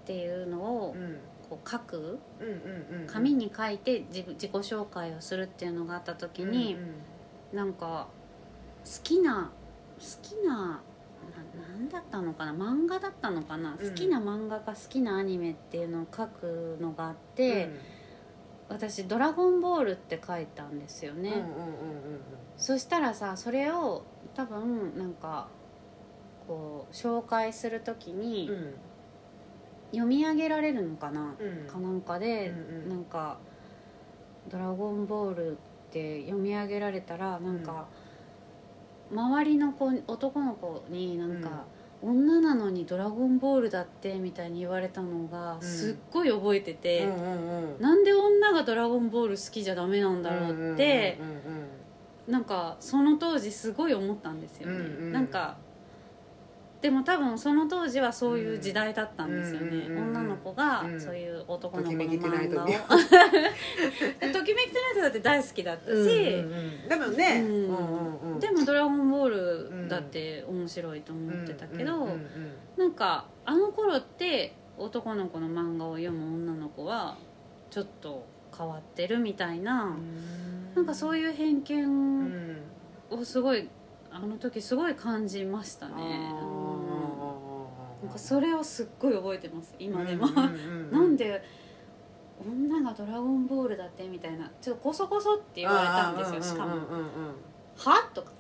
Speaker 1: ていうのを
Speaker 2: うん
Speaker 1: こう書く
Speaker 2: うんうんうん
Speaker 1: 紙に書いて自分自己紹介をするっていうのがあった時に
Speaker 2: うんう、ん
Speaker 1: なんか好きな好きなななんだったのかな漫画だったのかな、
Speaker 2: うん
Speaker 1: 好きな漫画か好きなアニメっていうのを書くのがあって、私「ドラゴンボール」って書いたんですよ
Speaker 2: うん
Speaker 1: ね、
Speaker 2: うんうんうんうん
Speaker 1: そしたらさそれを多分なんかこう紹介するときに
Speaker 2: うん
Speaker 1: 読み上げられるのかな、
Speaker 2: うん
Speaker 1: かなんかで、
Speaker 2: うん
Speaker 1: なんか「ドラゴンボール」って読み上げられたらなんか、周りの子男の子になんか、女なのに「ドラゴンボール」だってみたいに言われたのが
Speaker 2: ん
Speaker 1: すっごい覚えてて、
Speaker 2: うんうんうん
Speaker 1: なんで女が「ドラゴンボール」好きじゃダメなんだろうって、
Speaker 2: うんうんうん
Speaker 1: なんかその当時すごい思ったんですよね、
Speaker 2: うんうん
Speaker 1: なんかでも多分その当時はそういう時代だったんですよね、
Speaker 2: うんうんうんうん
Speaker 1: 女の子が
Speaker 2: うん
Speaker 1: そういう男の
Speaker 2: とき
Speaker 1: 子の
Speaker 2: めきてない
Speaker 1: 漫
Speaker 2: と
Speaker 1: 画を
Speaker 2: き
Speaker 1: ときめきてないとだって大好きだったし、
Speaker 2: うんうんうんでも
Speaker 1: う
Speaker 2: ね、
Speaker 1: ん
Speaker 2: うんうん
Speaker 1: でも「ドラゴンボール」だって面白いと思ってたけど、
Speaker 2: うんうんうん
Speaker 1: なんかあの頃って男の子の漫画を読む女の子はちょっと変わってるみたいな、
Speaker 2: うん
Speaker 1: なんかそういう偏見
Speaker 2: うん
Speaker 1: をすごいあの時すごい感じましたね、
Speaker 2: あー
Speaker 1: うんなんかそれをすっごい覚えてます今でも、
Speaker 2: うんうんうんうん
Speaker 1: [LAUGHS] なんで女が「ドラゴンボール」だってみたいなちょっとこそこそって言われたんですよしかも「
Speaker 2: うんうんうんうん
Speaker 1: は?」とか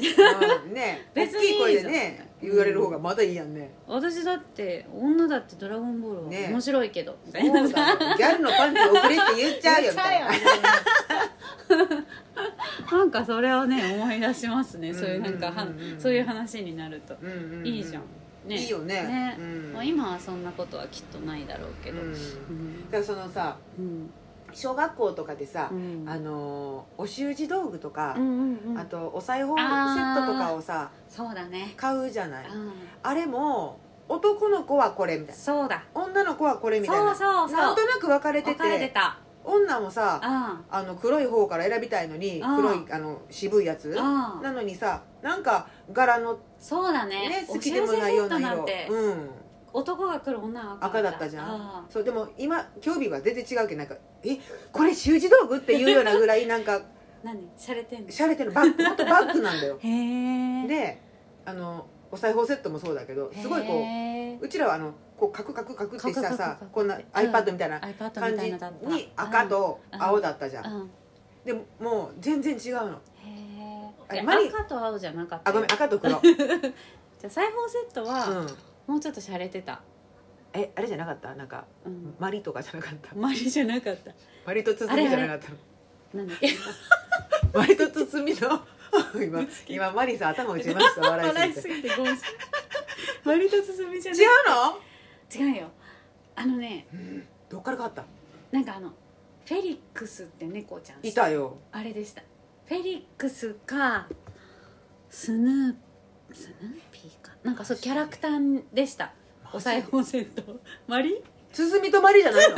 Speaker 2: うんね
Speaker 1: [LAUGHS]
Speaker 2: 大
Speaker 1: 別
Speaker 2: き
Speaker 1: にい
Speaker 2: い
Speaker 1: いじゃん
Speaker 2: 声でね言われる方がまだいいやんね
Speaker 1: 私だって女だって「ドラゴンボール」は面白いけど、み
Speaker 2: そ
Speaker 1: たいな
Speaker 2: うだよギャルのパンツ送れって言っちゃうよみたいな
Speaker 1: 言っちなんかそれを
Speaker 2: [LAUGHS]
Speaker 1: ね思い出しますねそういうなんかは
Speaker 2: うんうんうんうん
Speaker 1: そういう話になると、
Speaker 2: うんうんうん
Speaker 1: いいじゃん、ね、
Speaker 2: いいよね
Speaker 1: ね
Speaker 2: うん
Speaker 1: もう今はそんなことはきっとないだろうけ
Speaker 2: う
Speaker 1: ど、うんん
Speaker 2: だからそのさ
Speaker 1: うん
Speaker 2: 小学校とかでさ
Speaker 1: う、ん
Speaker 2: あのーお習字道具とか
Speaker 1: う、んうんうん
Speaker 2: あとお裁縫セットとかをさ
Speaker 1: そうだね、
Speaker 2: 買うじゃない
Speaker 1: うん、
Speaker 2: あれも男の子はこれみたいな
Speaker 1: そうだ
Speaker 2: 女の子はこれみたい
Speaker 1: そ
Speaker 2: な
Speaker 1: うそう
Speaker 2: な
Speaker 1: そ
Speaker 2: ん
Speaker 1: う
Speaker 2: となく分かれて
Speaker 1: 分
Speaker 2: て
Speaker 1: かれてた
Speaker 2: 女もさ
Speaker 1: あ
Speaker 2: あの黒い方から選びたいのに
Speaker 1: あー
Speaker 2: 黒いあの渋いやつ
Speaker 1: あ
Speaker 2: なのにさなんか柄の
Speaker 1: そうだね
Speaker 2: ね好きでもないような
Speaker 1: お知らせセット
Speaker 2: 色
Speaker 1: んて、
Speaker 2: うん
Speaker 1: 男が来る女は
Speaker 2: 赤だったじゃ
Speaker 1: あ
Speaker 2: んそうでも今興味は全然違うけどなんか「えこれ習字道具?」っていうようなぐらいなんか
Speaker 1: ー何しゃれてんの
Speaker 2: 洒落てるバッグほんとバッグなんだ
Speaker 1: [LAUGHS]
Speaker 2: よ
Speaker 1: へえ
Speaker 2: であのお裁縫セットもそうだけどすごいこううちらはあのこうカクカクカクってした
Speaker 1: カクカ
Speaker 2: さ
Speaker 1: クカク
Speaker 2: こんな iPad みたいな
Speaker 1: iPad
Speaker 2: 感
Speaker 1: みたい
Speaker 2: じ
Speaker 1: なのだった
Speaker 2: に赤と
Speaker 1: うん
Speaker 2: 青だったじゃ
Speaker 1: うんん、うん、
Speaker 2: でももう全然違うの
Speaker 1: へえ
Speaker 2: あ
Speaker 1: い
Speaker 2: れ
Speaker 1: や
Speaker 2: マリ
Speaker 1: 赤と青じゃなかった
Speaker 2: あ
Speaker 1: よ
Speaker 2: ごめん赤と黒
Speaker 1: じゃあ裁縫セットは
Speaker 2: うん
Speaker 1: もうちょっとしゃれてた、
Speaker 2: えあれじゃなかったなんか
Speaker 1: うん、
Speaker 2: マリとかじゃなかった
Speaker 1: マリじゃなかった
Speaker 2: マリと包みじゃなかった
Speaker 1: な
Speaker 2: の
Speaker 1: んだっけ
Speaker 2: マリと包み
Speaker 1: [LAUGHS]
Speaker 2: の今今マリさん頭打ちました笑
Speaker 1: 笑
Speaker 2: い
Speaker 1: い
Speaker 2: す
Speaker 1: す
Speaker 2: ぎて
Speaker 1: ぎてごめんなさいマリと進みじゃない
Speaker 2: 違うの
Speaker 1: 違うよあのね
Speaker 2: どっから変わった
Speaker 1: なんかあのフェリックスって猫ちゃん
Speaker 2: いたよ
Speaker 1: あれでしたフェリックスかスヌースヌーピーかなんかそうキャラクターでしたお裁縫セットマリ
Speaker 2: 包みとマリじ
Speaker 1: [LAUGHS]
Speaker 2: ゃないの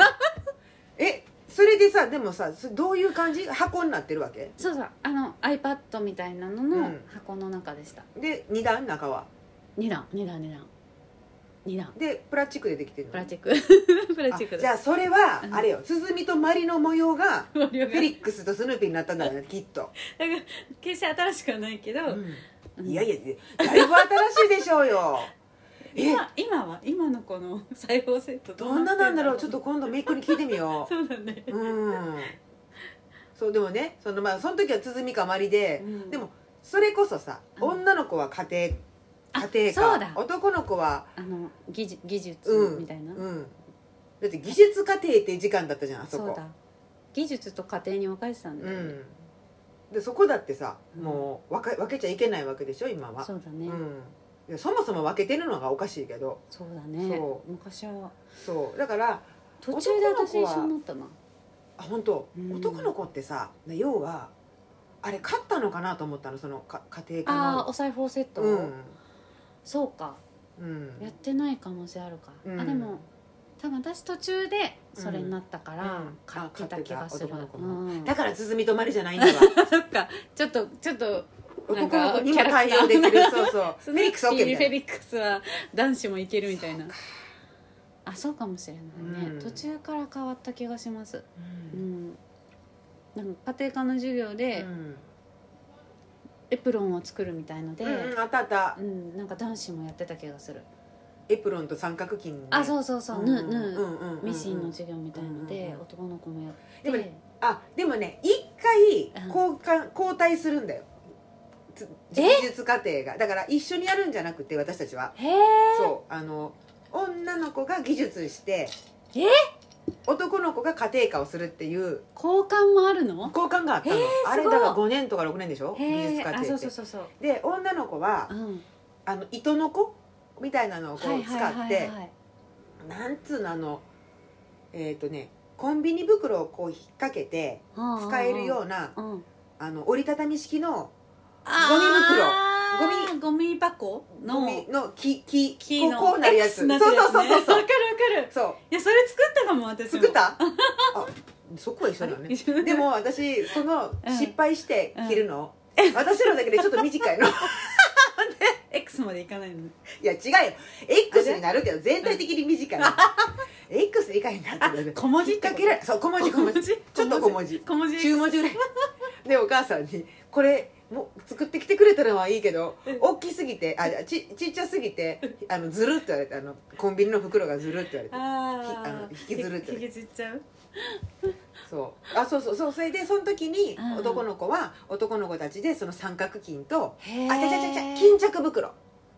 Speaker 2: えそれでさでもさそどういう感じ箱になってるわけ
Speaker 1: そうそうあの iPad みたいなの
Speaker 2: う
Speaker 1: の
Speaker 2: ん
Speaker 1: 箱の中でした、
Speaker 2: で二段中は
Speaker 1: 二段二段二段二段
Speaker 2: でプラスチックでできてるの
Speaker 1: プラチック [LAUGHS] プラチック
Speaker 2: あじゃ
Speaker 1: だ
Speaker 2: あそれは
Speaker 1: うん
Speaker 2: あれよ包みとマリの模様が
Speaker 1: フェ
Speaker 2: フェリックスとスヌーピーになったんだよねきっと、
Speaker 1: 決して新しくはないけど、うん
Speaker 2: いやいやだいぶ新しいでしょうよえ
Speaker 1: [LAUGHS] 今今は今のこの [LAUGHS] 裁縫セット
Speaker 2: どんななんだろうちょっ
Speaker 1: と
Speaker 2: と今度メイクに聞いてみよ
Speaker 1: そうだね、
Speaker 2: ううんそうでもねそのまあその時は鼓かまりで、
Speaker 1: うん
Speaker 2: でもそれこそさ
Speaker 1: うん
Speaker 2: 女の子は家
Speaker 1: あ
Speaker 2: 庭家庭科
Speaker 1: そうだ
Speaker 2: 男の子は
Speaker 1: あの技術技術
Speaker 2: うん
Speaker 1: みたいな、
Speaker 2: うんだって技術家庭っていう時間だったじゃんあそこ
Speaker 1: そうだ技術と家庭に分かれてたんだ
Speaker 2: う
Speaker 1: よね、
Speaker 2: んでそこだってさ、
Speaker 1: うん
Speaker 2: もう分け分けちゃいけないわけでしょ今は
Speaker 1: そうだね、
Speaker 2: うんでそもそも分けてるのがおかしいけど
Speaker 1: そうだね
Speaker 2: そ
Speaker 1: 昔は
Speaker 2: そうだから
Speaker 1: 途中で私
Speaker 2: 男の
Speaker 1: 一
Speaker 2: 子は
Speaker 1: 緒になったな
Speaker 2: あ本当、
Speaker 1: うん
Speaker 2: 男の子ってさ要はあれ勝ったのかなと思ったのそのか家庭科
Speaker 1: ああ
Speaker 2: の
Speaker 1: ーお裁縫セット、
Speaker 2: うん
Speaker 1: そうか
Speaker 2: うん
Speaker 1: やってない可能性あるか、
Speaker 2: うん
Speaker 1: あでも多分私途中でそれになったか
Speaker 2: う
Speaker 1: ら
Speaker 2: ん
Speaker 1: 買ってた気がする、
Speaker 2: あ買ってた男の子
Speaker 1: うん
Speaker 2: だから鼓とまりじゃないんだわ
Speaker 1: そっかちょっとちょっと [LAUGHS] な
Speaker 2: 男
Speaker 1: んか
Speaker 2: の子にも対応でき
Speaker 1: キャ
Speaker 2: る
Speaker 1: ラクター
Speaker 2: そ
Speaker 1: [LAUGHS]
Speaker 2: うそうフ
Speaker 1: ス
Speaker 2: ェ
Speaker 1: ヌー
Speaker 2: リックス OK
Speaker 1: ピー
Speaker 2: み
Speaker 1: フ
Speaker 2: た
Speaker 1: ェ
Speaker 2: いな
Speaker 1: リックスは男子もいけるみたいなあそうかもしれないね、
Speaker 2: うん
Speaker 1: 途中から変わった気がします、う
Speaker 2: うん
Speaker 1: ん、なんか家庭科の授業で
Speaker 2: うん
Speaker 1: エプロンを作るみたいので、
Speaker 2: うんうんあったあった
Speaker 1: うんなんか男子もやってた気がする、
Speaker 2: エプロンと三角巾ね
Speaker 1: あそうそうそう、
Speaker 2: ん
Speaker 1: 縫う
Speaker 2: うん
Speaker 1: 縫う、
Speaker 2: うんうんうん
Speaker 1: ミシンの授業みたいので、
Speaker 2: うんうんうん
Speaker 1: 男の子もやって
Speaker 2: でもねあでもね一回
Speaker 1: うん
Speaker 2: 交換交代するんだよつ技術過程がだから一緒にやるんじゃなくて私たちは
Speaker 1: へえ
Speaker 2: そうあの女の子が技術して
Speaker 1: え
Speaker 2: 男の子が家庭科をするっていう
Speaker 1: 交換もあるの
Speaker 2: 交換があったの、
Speaker 1: へー
Speaker 2: あれ
Speaker 1: すご
Speaker 2: だ
Speaker 1: い
Speaker 2: から5年とか6年でしょ
Speaker 1: へ
Speaker 2: 技
Speaker 1: え
Speaker 2: 術課程っ
Speaker 1: あ
Speaker 2: て
Speaker 1: そうそうそうそう
Speaker 2: で女の子は
Speaker 1: うん
Speaker 2: あの糸の子みたいなのをこう使って、
Speaker 1: い
Speaker 2: なんつうのあのえっ、とねコンビニ袋をこう引っ掛けて
Speaker 1: はい
Speaker 2: 使えるよ
Speaker 1: う
Speaker 2: うな
Speaker 1: な、うん、
Speaker 2: あの折りたたみ式の
Speaker 1: あーゴミ箱の
Speaker 2: ゴミの木木
Speaker 1: 木の
Speaker 2: こうこうなるやつ
Speaker 1: X なって
Speaker 2: そう
Speaker 1: るや
Speaker 2: そ
Speaker 1: つね
Speaker 2: うそうそうそ
Speaker 1: わ [LAUGHS]
Speaker 2: う
Speaker 1: かるわかる
Speaker 2: そう
Speaker 1: いやそれ作ったかも私も
Speaker 2: 作ったあそこは一緒だよね
Speaker 1: 一緒だ
Speaker 2: でも私その
Speaker 1: うん
Speaker 2: 失敗して着るの、私のだけでちょっと短いのい
Speaker 1: X までいかないの
Speaker 2: や違うよ X になるけど全体的に短いの X 以外になってる
Speaker 1: 小文字って
Speaker 2: か
Speaker 1: こと
Speaker 2: けられそう小文字小文字ちょっと小文字
Speaker 1: 小文字
Speaker 2: 中文字ぐらいでお母さんに「これもう作ってきてくれたのはいいけど大きすぎてあちちっちゃすぎてあのずる」って言われてあのコンビニの袋がずるって言われて
Speaker 1: あ
Speaker 2: ひあの
Speaker 1: ー
Speaker 2: 引きずるって
Speaker 1: ひきずっちゃう
Speaker 2: そうあそうそうそうそれでその時に
Speaker 1: うん
Speaker 2: 男の子は男の子たちでその三角巾と
Speaker 1: へ
Speaker 2: あ
Speaker 1: ー
Speaker 2: ちゃちゃちゃちゃ巾着袋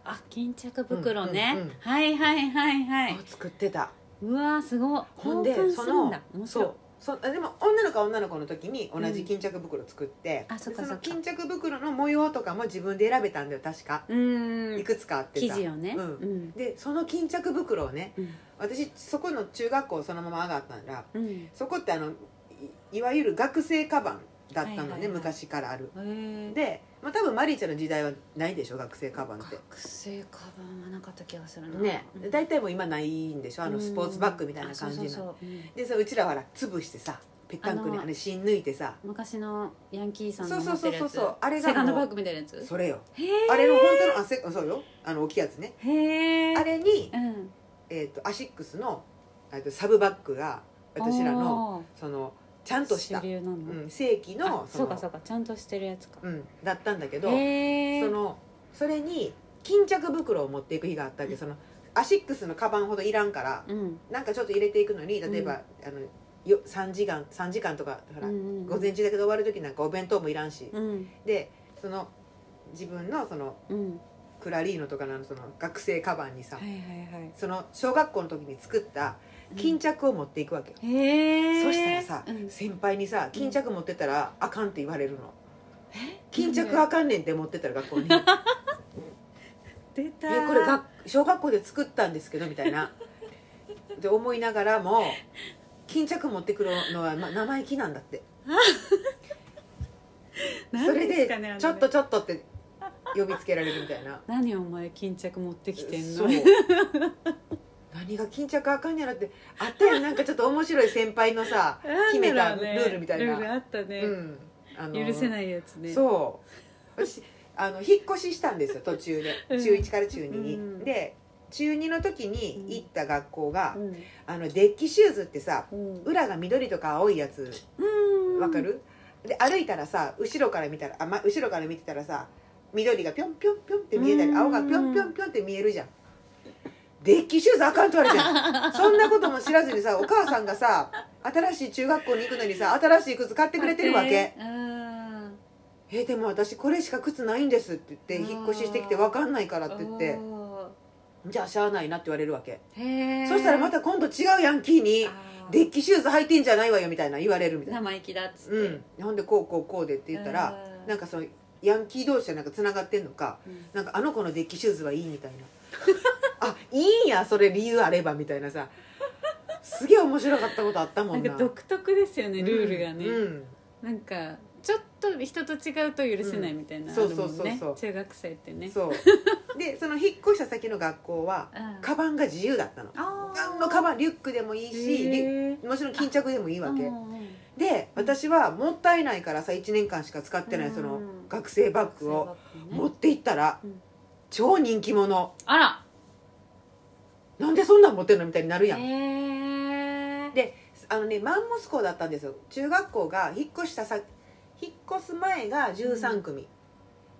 Speaker 1: あ巾着袋ね、
Speaker 2: うんうんうん
Speaker 1: はいはいはいはい
Speaker 2: を作ってた、
Speaker 1: うわーすごい
Speaker 2: ほんで
Speaker 1: 交換
Speaker 2: そ
Speaker 1: するん
Speaker 2: の
Speaker 1: だ面白い
Speaker 2: そうそでも女の子は女の子の時に同じ巾着袋作って、
Speaker 1: うんあそっか
Speaker 2: で
Speaker 1: そっ
Speaker 2: の
Speaker 1: か
Speaker 2: 巾着袋の模様とかも自分で選べたんだよ確か、
Speaker 1: うー
Speaker 2: い
Speaker 1: ん
Speaker 2: くつかあって
Speaker 1: 生
Speaker 2: さ
Speaker 1: 地をね
Speaker 2: うん
Speaker 1: うん
Speaker 2: でその巾着袋をね
Speaker 1: うん
Speaker 2: 私そこの中学校そのまま上がったんだ
Speaker 1: うん
Speaker 2: そこってあのいいわゆる学生カバンだったのね、
Speaker 1: はいはいはい
Speaker 2: 昔からある
Speaker 1: へえ
Speaker 2: で、まあ、多分マリーちゃんの時代はないでしょ学生カバンって
Speaker 1: 学生カバンはなかった気がするな
Speaker 2: ね
Speaker 1: うん
Speaker 2: で大体もう今ないんでしょあのスポーツバッグみたいな感じの
Speaker 1: うんあそうそうそううん
Speaker 2: でさうちらはほら潰してさぺったんこに
Speaker 1: あの
Speaker 2: あれ芯抜いてさ
Speaker 1: 昔のヤンキーさんの
Speaker 2: そ
Speaker 1: 持
Speaker 2: う
Speaker 1: っ
Speaker 2: そう
Speaker 1: て
Speaker 2: そう
Speaker 1: るや
Speaker 2: そう
Speaker 1: つ
Speaker 2: そうあれが
Speaker 1: セカンド
Speaker 2: もう
Speaker 1: バッグみたいなやつ
Speaker 2: それよ
Speaker 1: へえ
Speaker 2: あれの本当のあせそうよあの大きいやつね
Speaker 1: へえ
Speaker 2: あれに
Speaker 1: う、ん
Speaker 2: えー、とアシックスのえーとサブバッグが私らの
Speaker 1: の
Speaker 2: そのちゃんとした
Speaker 1: 主流なの、
Speaker 2: うん、正規の
Speaker 1: あそうか
Speaker 2: の
Speaker 1: そうかちゃんとしてるやつか
Speaker 2: うん、だったんだけど、
Speaker 1: へえ
Speaker 2: そのそれに巾着袋を持っていく日があったわけそのアシックスのカバンほどいらんから
Speaker 1: うん
Speaker 2: なんかちょっと入れていくのに例えば、あのよ3時間3時間とかほら、
Speaker 1: うん
Speaker 2: 午前中だけど終わる時なんかお弁当もいらんし、
Speaker 1: うん
Speaker 2: でその自分のその
Speaker 1: うん
Speaker 2: クラリーノとかのその学生カバンにさ、
Speaker 1: はいはいはい
Speaker 2: その小学校の時に作った巾着を持っていくわけよ、
Speaker 1: へえ
Speaker 2: そしたらさ、
Speaker 1: うん
Speaker 2: 先輩にさ巾着持ってたらあかんって言われるの
Speaker 1: え
Speaker 2: 巾着あかんねんって持ってったら学校に「え
Speaker 1: 出たー
Speaker 2: これ学小学校で作ったんですけど」みたいなで思いながらも巾着持ってくるのは、ま、生意気なんだってそれ
Speaker 1: 何す
Speaker 2: で
Speaker 1: かねあのね
Speaker 2: 「ちょっとちょっと」って呼びつけられるみたいな
Speaker 1: 何お前巾着持ってきてんの
Speaker 2: そう何が巾着あかんやろってあったよなんかちょっと面白い先輩のさ決め
Speaker 1: なんだ
Speaker 2: た
Speaker 1: ろうね
Speaker 2: ルールみたいな
Speaker 1: ルールあったね、
Speaker 2: うんあの
Speaker 1: 許せないやつねう
Speaker 2: そう私あの引っ越ししたんですよ途中で
Speaker 1: うん
Speaker 2: 中1から中2に、
Speaker 1: うん
Speaker 2: で中2の時に行った学校が、
Speaker 1: ん
Speaker 2: あのデッキシューズってさ
Speaker 1: うん
Speaker 2: 裏が緑とか青いやつ
Speaker 1: うん
Speaker 2: わかる、で歩いたらさ後ろから見たらあ、ま、後ろから見てたらさ緑がピョンピョンピョンって見えたり
Speaker 1: うん
Speaker 2: 青がピョンピョンピョンって見えるじゃんデッキシューズあかんとあるじゃ
Speaker 1: [LAUGHS]
Speaker 2: んそんなことも知らずにさお母さんがさ新しい中学校に行くのにさ新しい靴買ってくれてるわけ
Speaker 1: うん
Speaker 2: えーでも私これしか靴ないんですって言って
Speaker 1: あー
Speaker 2: 引っ越ししてきて分かんないからって言って
Speaker 1: お
Speaker 2: じゃあしゃあないなって言われるわけ
Speaker 1: ーへえ
Speaker 2: そしたらまた今度違うヤンキーに
Speaker 1: あー
Speaker 2: デッキシューズ履いてんじゃないわよみたいな言われるみたいな
Speaker 1: 生意気だっつって、
Speaker 2: うんほんでこうこうこうでって言ったら
Speaker 1: うん
Speaker 2: なんかそのヤンキー同士はなんかつながってんのか
Speaker 1: うん
Speaker 2: なんかあの子のデッキシューズはいいみたいな [LAUGHS] あいいんやそれ理由あればみたいなさすげえ面白かったことあったも
Speaker 1: なんん
Speaker 2: な
Speaker 1: か独特ですよねルールがね、
Speaker 2: うんうん
Speaker 1: なんかちょっと人と違うと許せないみたいな、
Speaker 2: うん
Speaker 1: あるもんね
Speaker 2: そうそうそうそう
Speaker 1: 中学生ってね
Speaker 2: そうでその引っ越した先の学校は
Speaker 1: うん
Speaker 2: カバンが自由だったの
Speaker 1: あ
Speaker 2: 何のカバンリュックでもいいし、リュ
Speaker 1: へー
Speaker 2: もちろん巾着でもいいわけ
Speaker 1: うんうんうん
Speaker 2: で私はもったいないからさ1年間しか使ってな
Speaker 1: う
Speaker 2: い
Speaker 1: ん
Speaker 2: その学生バッグを
Speaker 1: 学生バッグね
Speaker 2: 持って行ったら
Speaker 1: うん
Speaker 2: 超人気者
Speaker 1: あら
Speaker 2: なんでそんなん持ってんのみたいになるやん
Speaker 1: へえ
Speaker 2: であのねマンモス校だったんですよ中学校が引っ越した先引っ越す前が13組、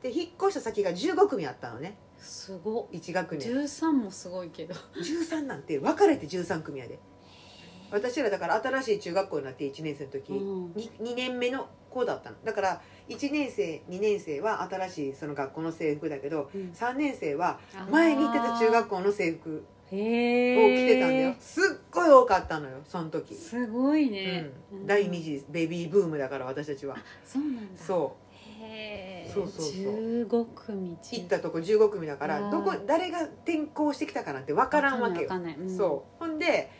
Speaker 2: で引っ越した先が15組あったのね
Speaker 1: すごっ
Speaker 2: 1学年
Speaker 1: 13もすごいけど
Speaker 2: 13なんて分かれて13組やで私らだから新しい中学校になって1年生の時、
Speaker 1: うん
Speaker 2: 2, 2年目の子だったのだから1年生2年生は新しいその学校の制服だけど
Speaker 1: うん
Speaker 2: 3年生は前に行ってた中学校の制服
Speaker 1: へ
Speaker 2: を
Speaker 1: え
Speaker 2: 着てたんだよすっごい多かったのよその時、
Speaker 1: すごいね、
Speaker 2: うん、第二次ベビーブームだから私たちは
Speaker 1: そうなんだ
Speaker 2: そ
Speaker 5: へ
Speaker 2: う
Speaker 5: え
Speaker 2: そうそうそう
Speaker 1: 15組中
Speaker 2: 行ったとこ15組だか
Speaker 1: う
Speaker 2: ら
Speaker 1: ん
Speaker 2: どこ誰が転校してきたかなんて分からんわけよ
Speaker 1: わかんないわかんないうん
Speaker 2: そうほんで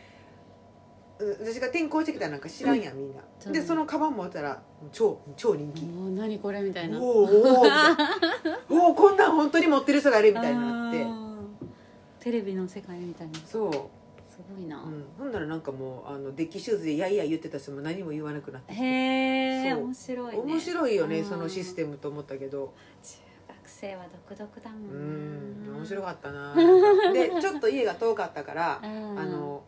Speaker 2: うん私が転校してきたなんか知らんやんみんな、
Speaker 1: そう
Speaker 2: でそのカバン持ったら超超人気、
Speaker 1: もう何これみたいな
Speaker 2: おおおおみたいなおおこんなん本当に持ってる人がいるみたいになって
Speaker 1: あーテレビの世界みたいなす
Speaker 2: そ
Speaker 1: ごいな、
Speaker 2: う、うん、ほんならなんかもうあのデッキシューズでやいやい言ってた人も何も言わなくなってきて
Speaker 1: へえ
Speaker 2: そう
Speaker 1: 面白いね
Speaker 2: 面白いよね
Speaker 1: うん
Speaker 2: そのシステムと思ったけど
Speaker 1: 中学生は独特だも
Speaker 2: うんん
Speaker 1: な
Speaker 2: 面白かったなでちょっと家が遠かったから
Speaker 1: あー
Speaker 2: あの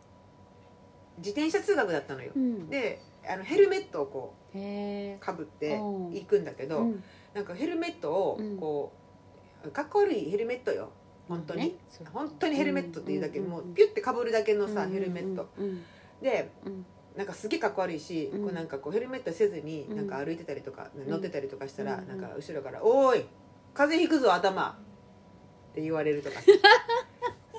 Speaker 2: 自転車通学だったのよ
Speaker 1: うん
Speaker 2: であのヘルメットをこ
Speaker 1: へえ
Speaker 2: うかぶって
Speaker 1: おう
Speaker 2: 行くんだけど、
Speaker 1: うん
Speaker 2: なんかヘルメットをこう、かっこ悪いヘルメットよ本当に、
Speaker 1: ねそう
Speaker 2: 本当にヘルメットっていうだけ、
Speaker 1: うんうんうん
Speaker 2: もうピュッてかぶるだけのさ、
Speaker 1: うん
Speaker 2: ヘルメット
Speaker 1: うん
Speaker 2: で
Speaker 1: うん
Speaker 2: なんかすげえかっこ悪いし、
Speaker 1: うん
Speaker 2: こうなんかこうヘルメットせずに
Speaker 1: うん
Speaker 2: なんか歩いてたりとか、
Speaker 1: ん
Speaker 2: 乗ってたりとかしたら、
Speaker 1: うん
Speaker 2: なんか後ろから「おーい風邪ひくぞ頭!」って言われ
Speaker 1: [LAUGHS]
Speaker 2: るとか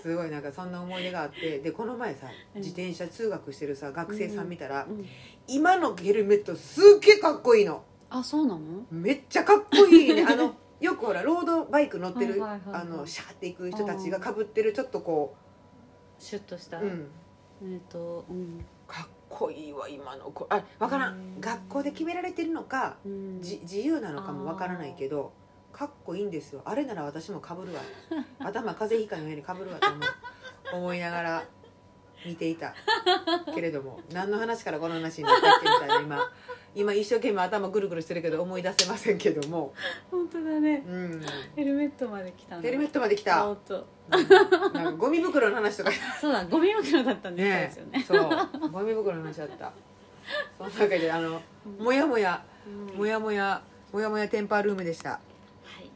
Speaker 2: すごいなんかそんな思い出があってでこの前さ
Speaker 1: うん
Speaker 2: 自転車通学してるさ学生さん見たら、
Speaker 1: うんうん
Speaker 2: 今のヘルメットすっげえかっこいいの
Speaker 1: あそうなの
Speaker 2: めっちゃかっこいいねあのよくほらロードバイク乗ってる、
Speaker 1: はいはいはいはい
Speaker 2: あのシャーって行く人たちがかぶってるちょっとこ
Speaker 1: シュッとし
Speaker 2: う、
Speaker 1: た、
Speaker 2: うん、
Speaker 1: えっとうん
Speaker 2: かっこいいわ今の子あ分からん、
Speaker 1: うん
Speaker 2: 学校で決められてるのか
Speaker 1: うん
Speaker 2: じ自由なのかもわからないけどかっこいいんですよあれなら私もかぶるわ [LAUGHS] 頭風邪ひかのようにかぶるわと思う思いながら見ていたけれども何の話からこの話になってきてみたいな今今一生懸命頭ぐるぐるしてるけど思い出せませんけども、
Speaker 1: 本当だね
Speaker 2: うん、
Speaker 1: ヘルメットまで来たの
Speaker 2: ヘルメットまで来た、
Speaker 1: おっと
Speaker 2: うんなんかゴミ袋の話と
Speaker 1: [LAUGHS]
Speaker 2: か
Speaker 1: そうだゴミ袋だったんです、そうで
Speaker 2: ね
Speaker 1: すよね
Speaker 2: そうゴミ袋の話だったその中であのもやもやもやもやもやもやテンパールームでした
Speaker 5: はい